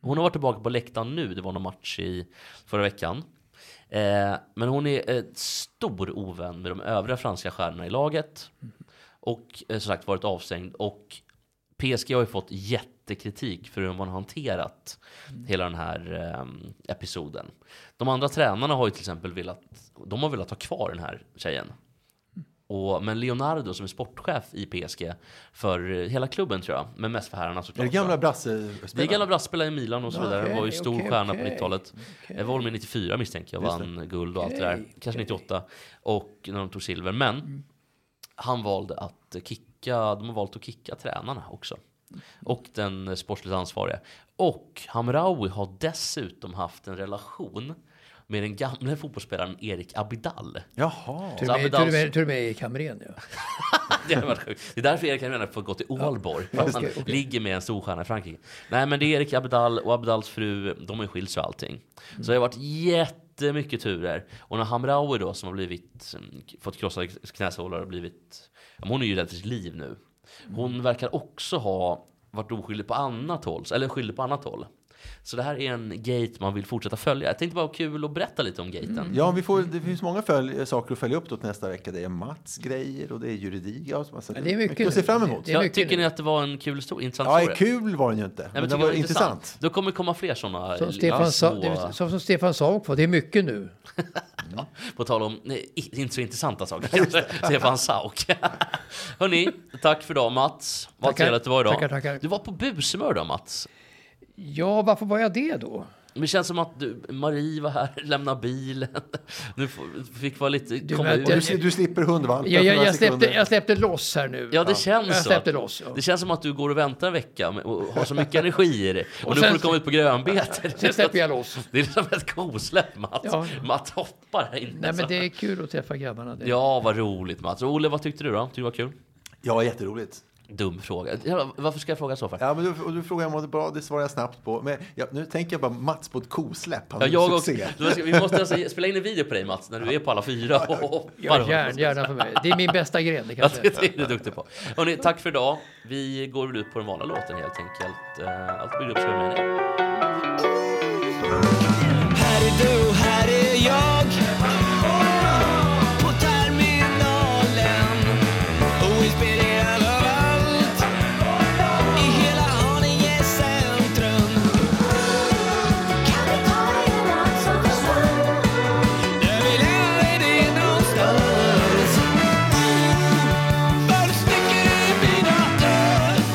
Speaker 3: Hon har varit tillbaka på läktaren nu, det var någon match i förra veckan. Eh, men hon är eh, stor ovän med de övriga franska stjärnorna i laget. Och eh, som sagt varit avstängd och PSG har ju fått jättekritik för hur man har hanterat hela den här ehm, episoden. De andra tränarna har ju till exempel velat, de har velat ha kvar den här tjejen. Och, men Leonardo som är sportchef i PSG för eh, hela klubben tror jag, men mest för herrarna såklart.
Speaker 1: Är det gamla
Speaker 3: va? Det är gamla
Speaker 1: brassespelare?
Speaker 3: brassspelare i Milan och så vidare.
Speaker 2: Ah, Okej,
Speaker 3: var ju stor
Speaker 2: okej,
Speaker 3: stjärna
Speaker 2: okej.
Speaker 3: på 90-talet. Okay. var väl med 94 misstänker jag.
Speaker 1: Just det.
Speaker 3: Vann guld och allt det där.
Speaker 2: Okej, Mm.
Speaker 3: Kanske 98. Och när de tog silver. Men han valde att kicka. De har valt att kicka tränarna också.
Speaker 2: Mm.
Speaker 3: Och den sportsligt ansvarige. Och Hamraoui har dessutom haft en relation med den gamle fotbollsspelaren Erik Abidal.
Speaker 1: Jaha.
Speaker 2: Till
Speaker 3: Så
Speaker 2: och med-
Speaker 3: Abidal-
Speaker 2: till och med- till och med i Kamren, ja.
Speaker 3: Det hade varit sjukt. Det är därför Erik Hamrén får gå till Aalborg. för att han
Speaker 2: okej, okej.
Speaker 3: ligger med en storstjärna i Frankrike. Nej, men det är Erik Abidal och Abidals fru. De har ju skilts och allting. Så det har varit jättemycket turer. Och när Hamraoui då, som har blivit, mm, fått krossade knäsålar och blivit... ja, men Hon är ju rädd för sitt liv nu. Hon verkar också ha varit oskyldig på annat håll. Eller skyldig på annat håll. Så det här är en gate man vill fortsätta följa. Jag tänkte bara kul att berätta lite om
Speaker 2: Mm.
Speaker 3: gaten. Mm.
Speaker 1: Ja, vi får, det finns många följ, saker att följa upp då till nästa vecka. Det är Mats grejer och det är juridik. Ja, så massa-
Speaker 2: Ja, det är mycket
Speaker 1: att se
Speaker 2: nu.
Speaker 1: fram emot.
Speaker 2: Det är
Speaker 3: Jag,
Speaker 2: mycket
Speaker 3: tycker
Speaker 2: nu.
Speaker 3: ni att det var en kul historia? Intressant
Speaker 1: Ja,
Speaker 3: historia?
Speaker 1: kul var den ju inte. Men,
Speaker 3: Nej, men
Speaker 1: det
Speaker 3: tycker
Speaker 1: var
Speaker 3: jag är
Speaker 1: intressant.
Speaker 3: Då kommer det komma fler sådana.
Speaker 2: Som Stefan, sa, det, som, som Stefan Sauk var, det är mycket nu.
Speaker 3: På tal om nej, i- inte så intressanta saker kanske. Stefan Sauk. Hörni, tack för idag Mats. Vad
Speaker 2: Tackar.
Speaker 3: trevligt att du var idag.
Speaker 2: Tackar, tackar.
Speaker 3: Du var på busmör då Mats.
Speaker 2: Ja, varför var jag det då?
Speaker 3: Men Det känns som att du, Marie var här, lämnade bilen. Du f- fick vara lite...
Speaker 2: Du,
Speaker 3: kom
Speaker 2: men
Speaker 3: ut.
Speaker 1: Och du, du slipper hundvalpen
Speaker 2: Jag,
Speaker 1: för
Speaker 2: jag,
Speaker 1: några
Speaker 2: jag, släppte,
Speaker 1: sekunder.
Speaker 2: jag släppte loss här nu.
Speaker 3: Ja, det känns
Speaker 2: Jag
Speaker 3: så.
Speaker 2: släppte loss. Ja.
Speaker 3: Det känns som att du går och väntar en vecka med- och har så mycket energi i dig. Och, nu
Speaker 2: sen-
Speaker 3: får du komma ut på grönbete.
Speaker 2: Sen släpper jag loss.
Speaker 3: Det är som ett kosläpp Mats.
Speaker 2: Ja.
Speaker 3: Mats hoppar här inne.
Speaker 2: Nej,
Speaker 3: så.
Speaker 2: men det är kul att träffa grabbarna. Det.
Speaker 3: Ja, vad roligt Mats. Och Olle, vad tyckte du då? Tyckte du det var kul?
Speaker 1: Ja, jätteroligt.
Speaker 3: Dum fråga. Ja, Varför ska jag fråga så för?
Speaker 1: Ja, men du, och du frågar om jag mådde bra, det svarar jag snabbt på. Men ja, nu tänker jag bara Mats på ett kosläpp. Han
Speaker 3: Ja,
Speaker 1: ja,
Speaker 3: jag och,
Speaker 1: succé.
Speaker 3: Då ska- vi måste alltså spela in en video på dig Mats, när du är på alla fyra och hoppar.
Speaker 2: Ja, gärna, gärna för mig. Det är min bästa gren, det kan
Speaker 3: Ja,
Speaker 2: jag
Speaker 3: det,
Speaker 2: säga.
Speaker 3: det är du duktig på. Hörrni, tack för idag. Vi går väl ut på den vanliga låten helt enkelt. Eh, Allt bygger upp sig med dig.
Speaker 8: Här är du, här är jag På terminalen Och inspirerad av allt I hela Haninge centrum Kan du ta dig en natt som försvann? Jag vill höra dig någonstans Var du sticker i mina ögon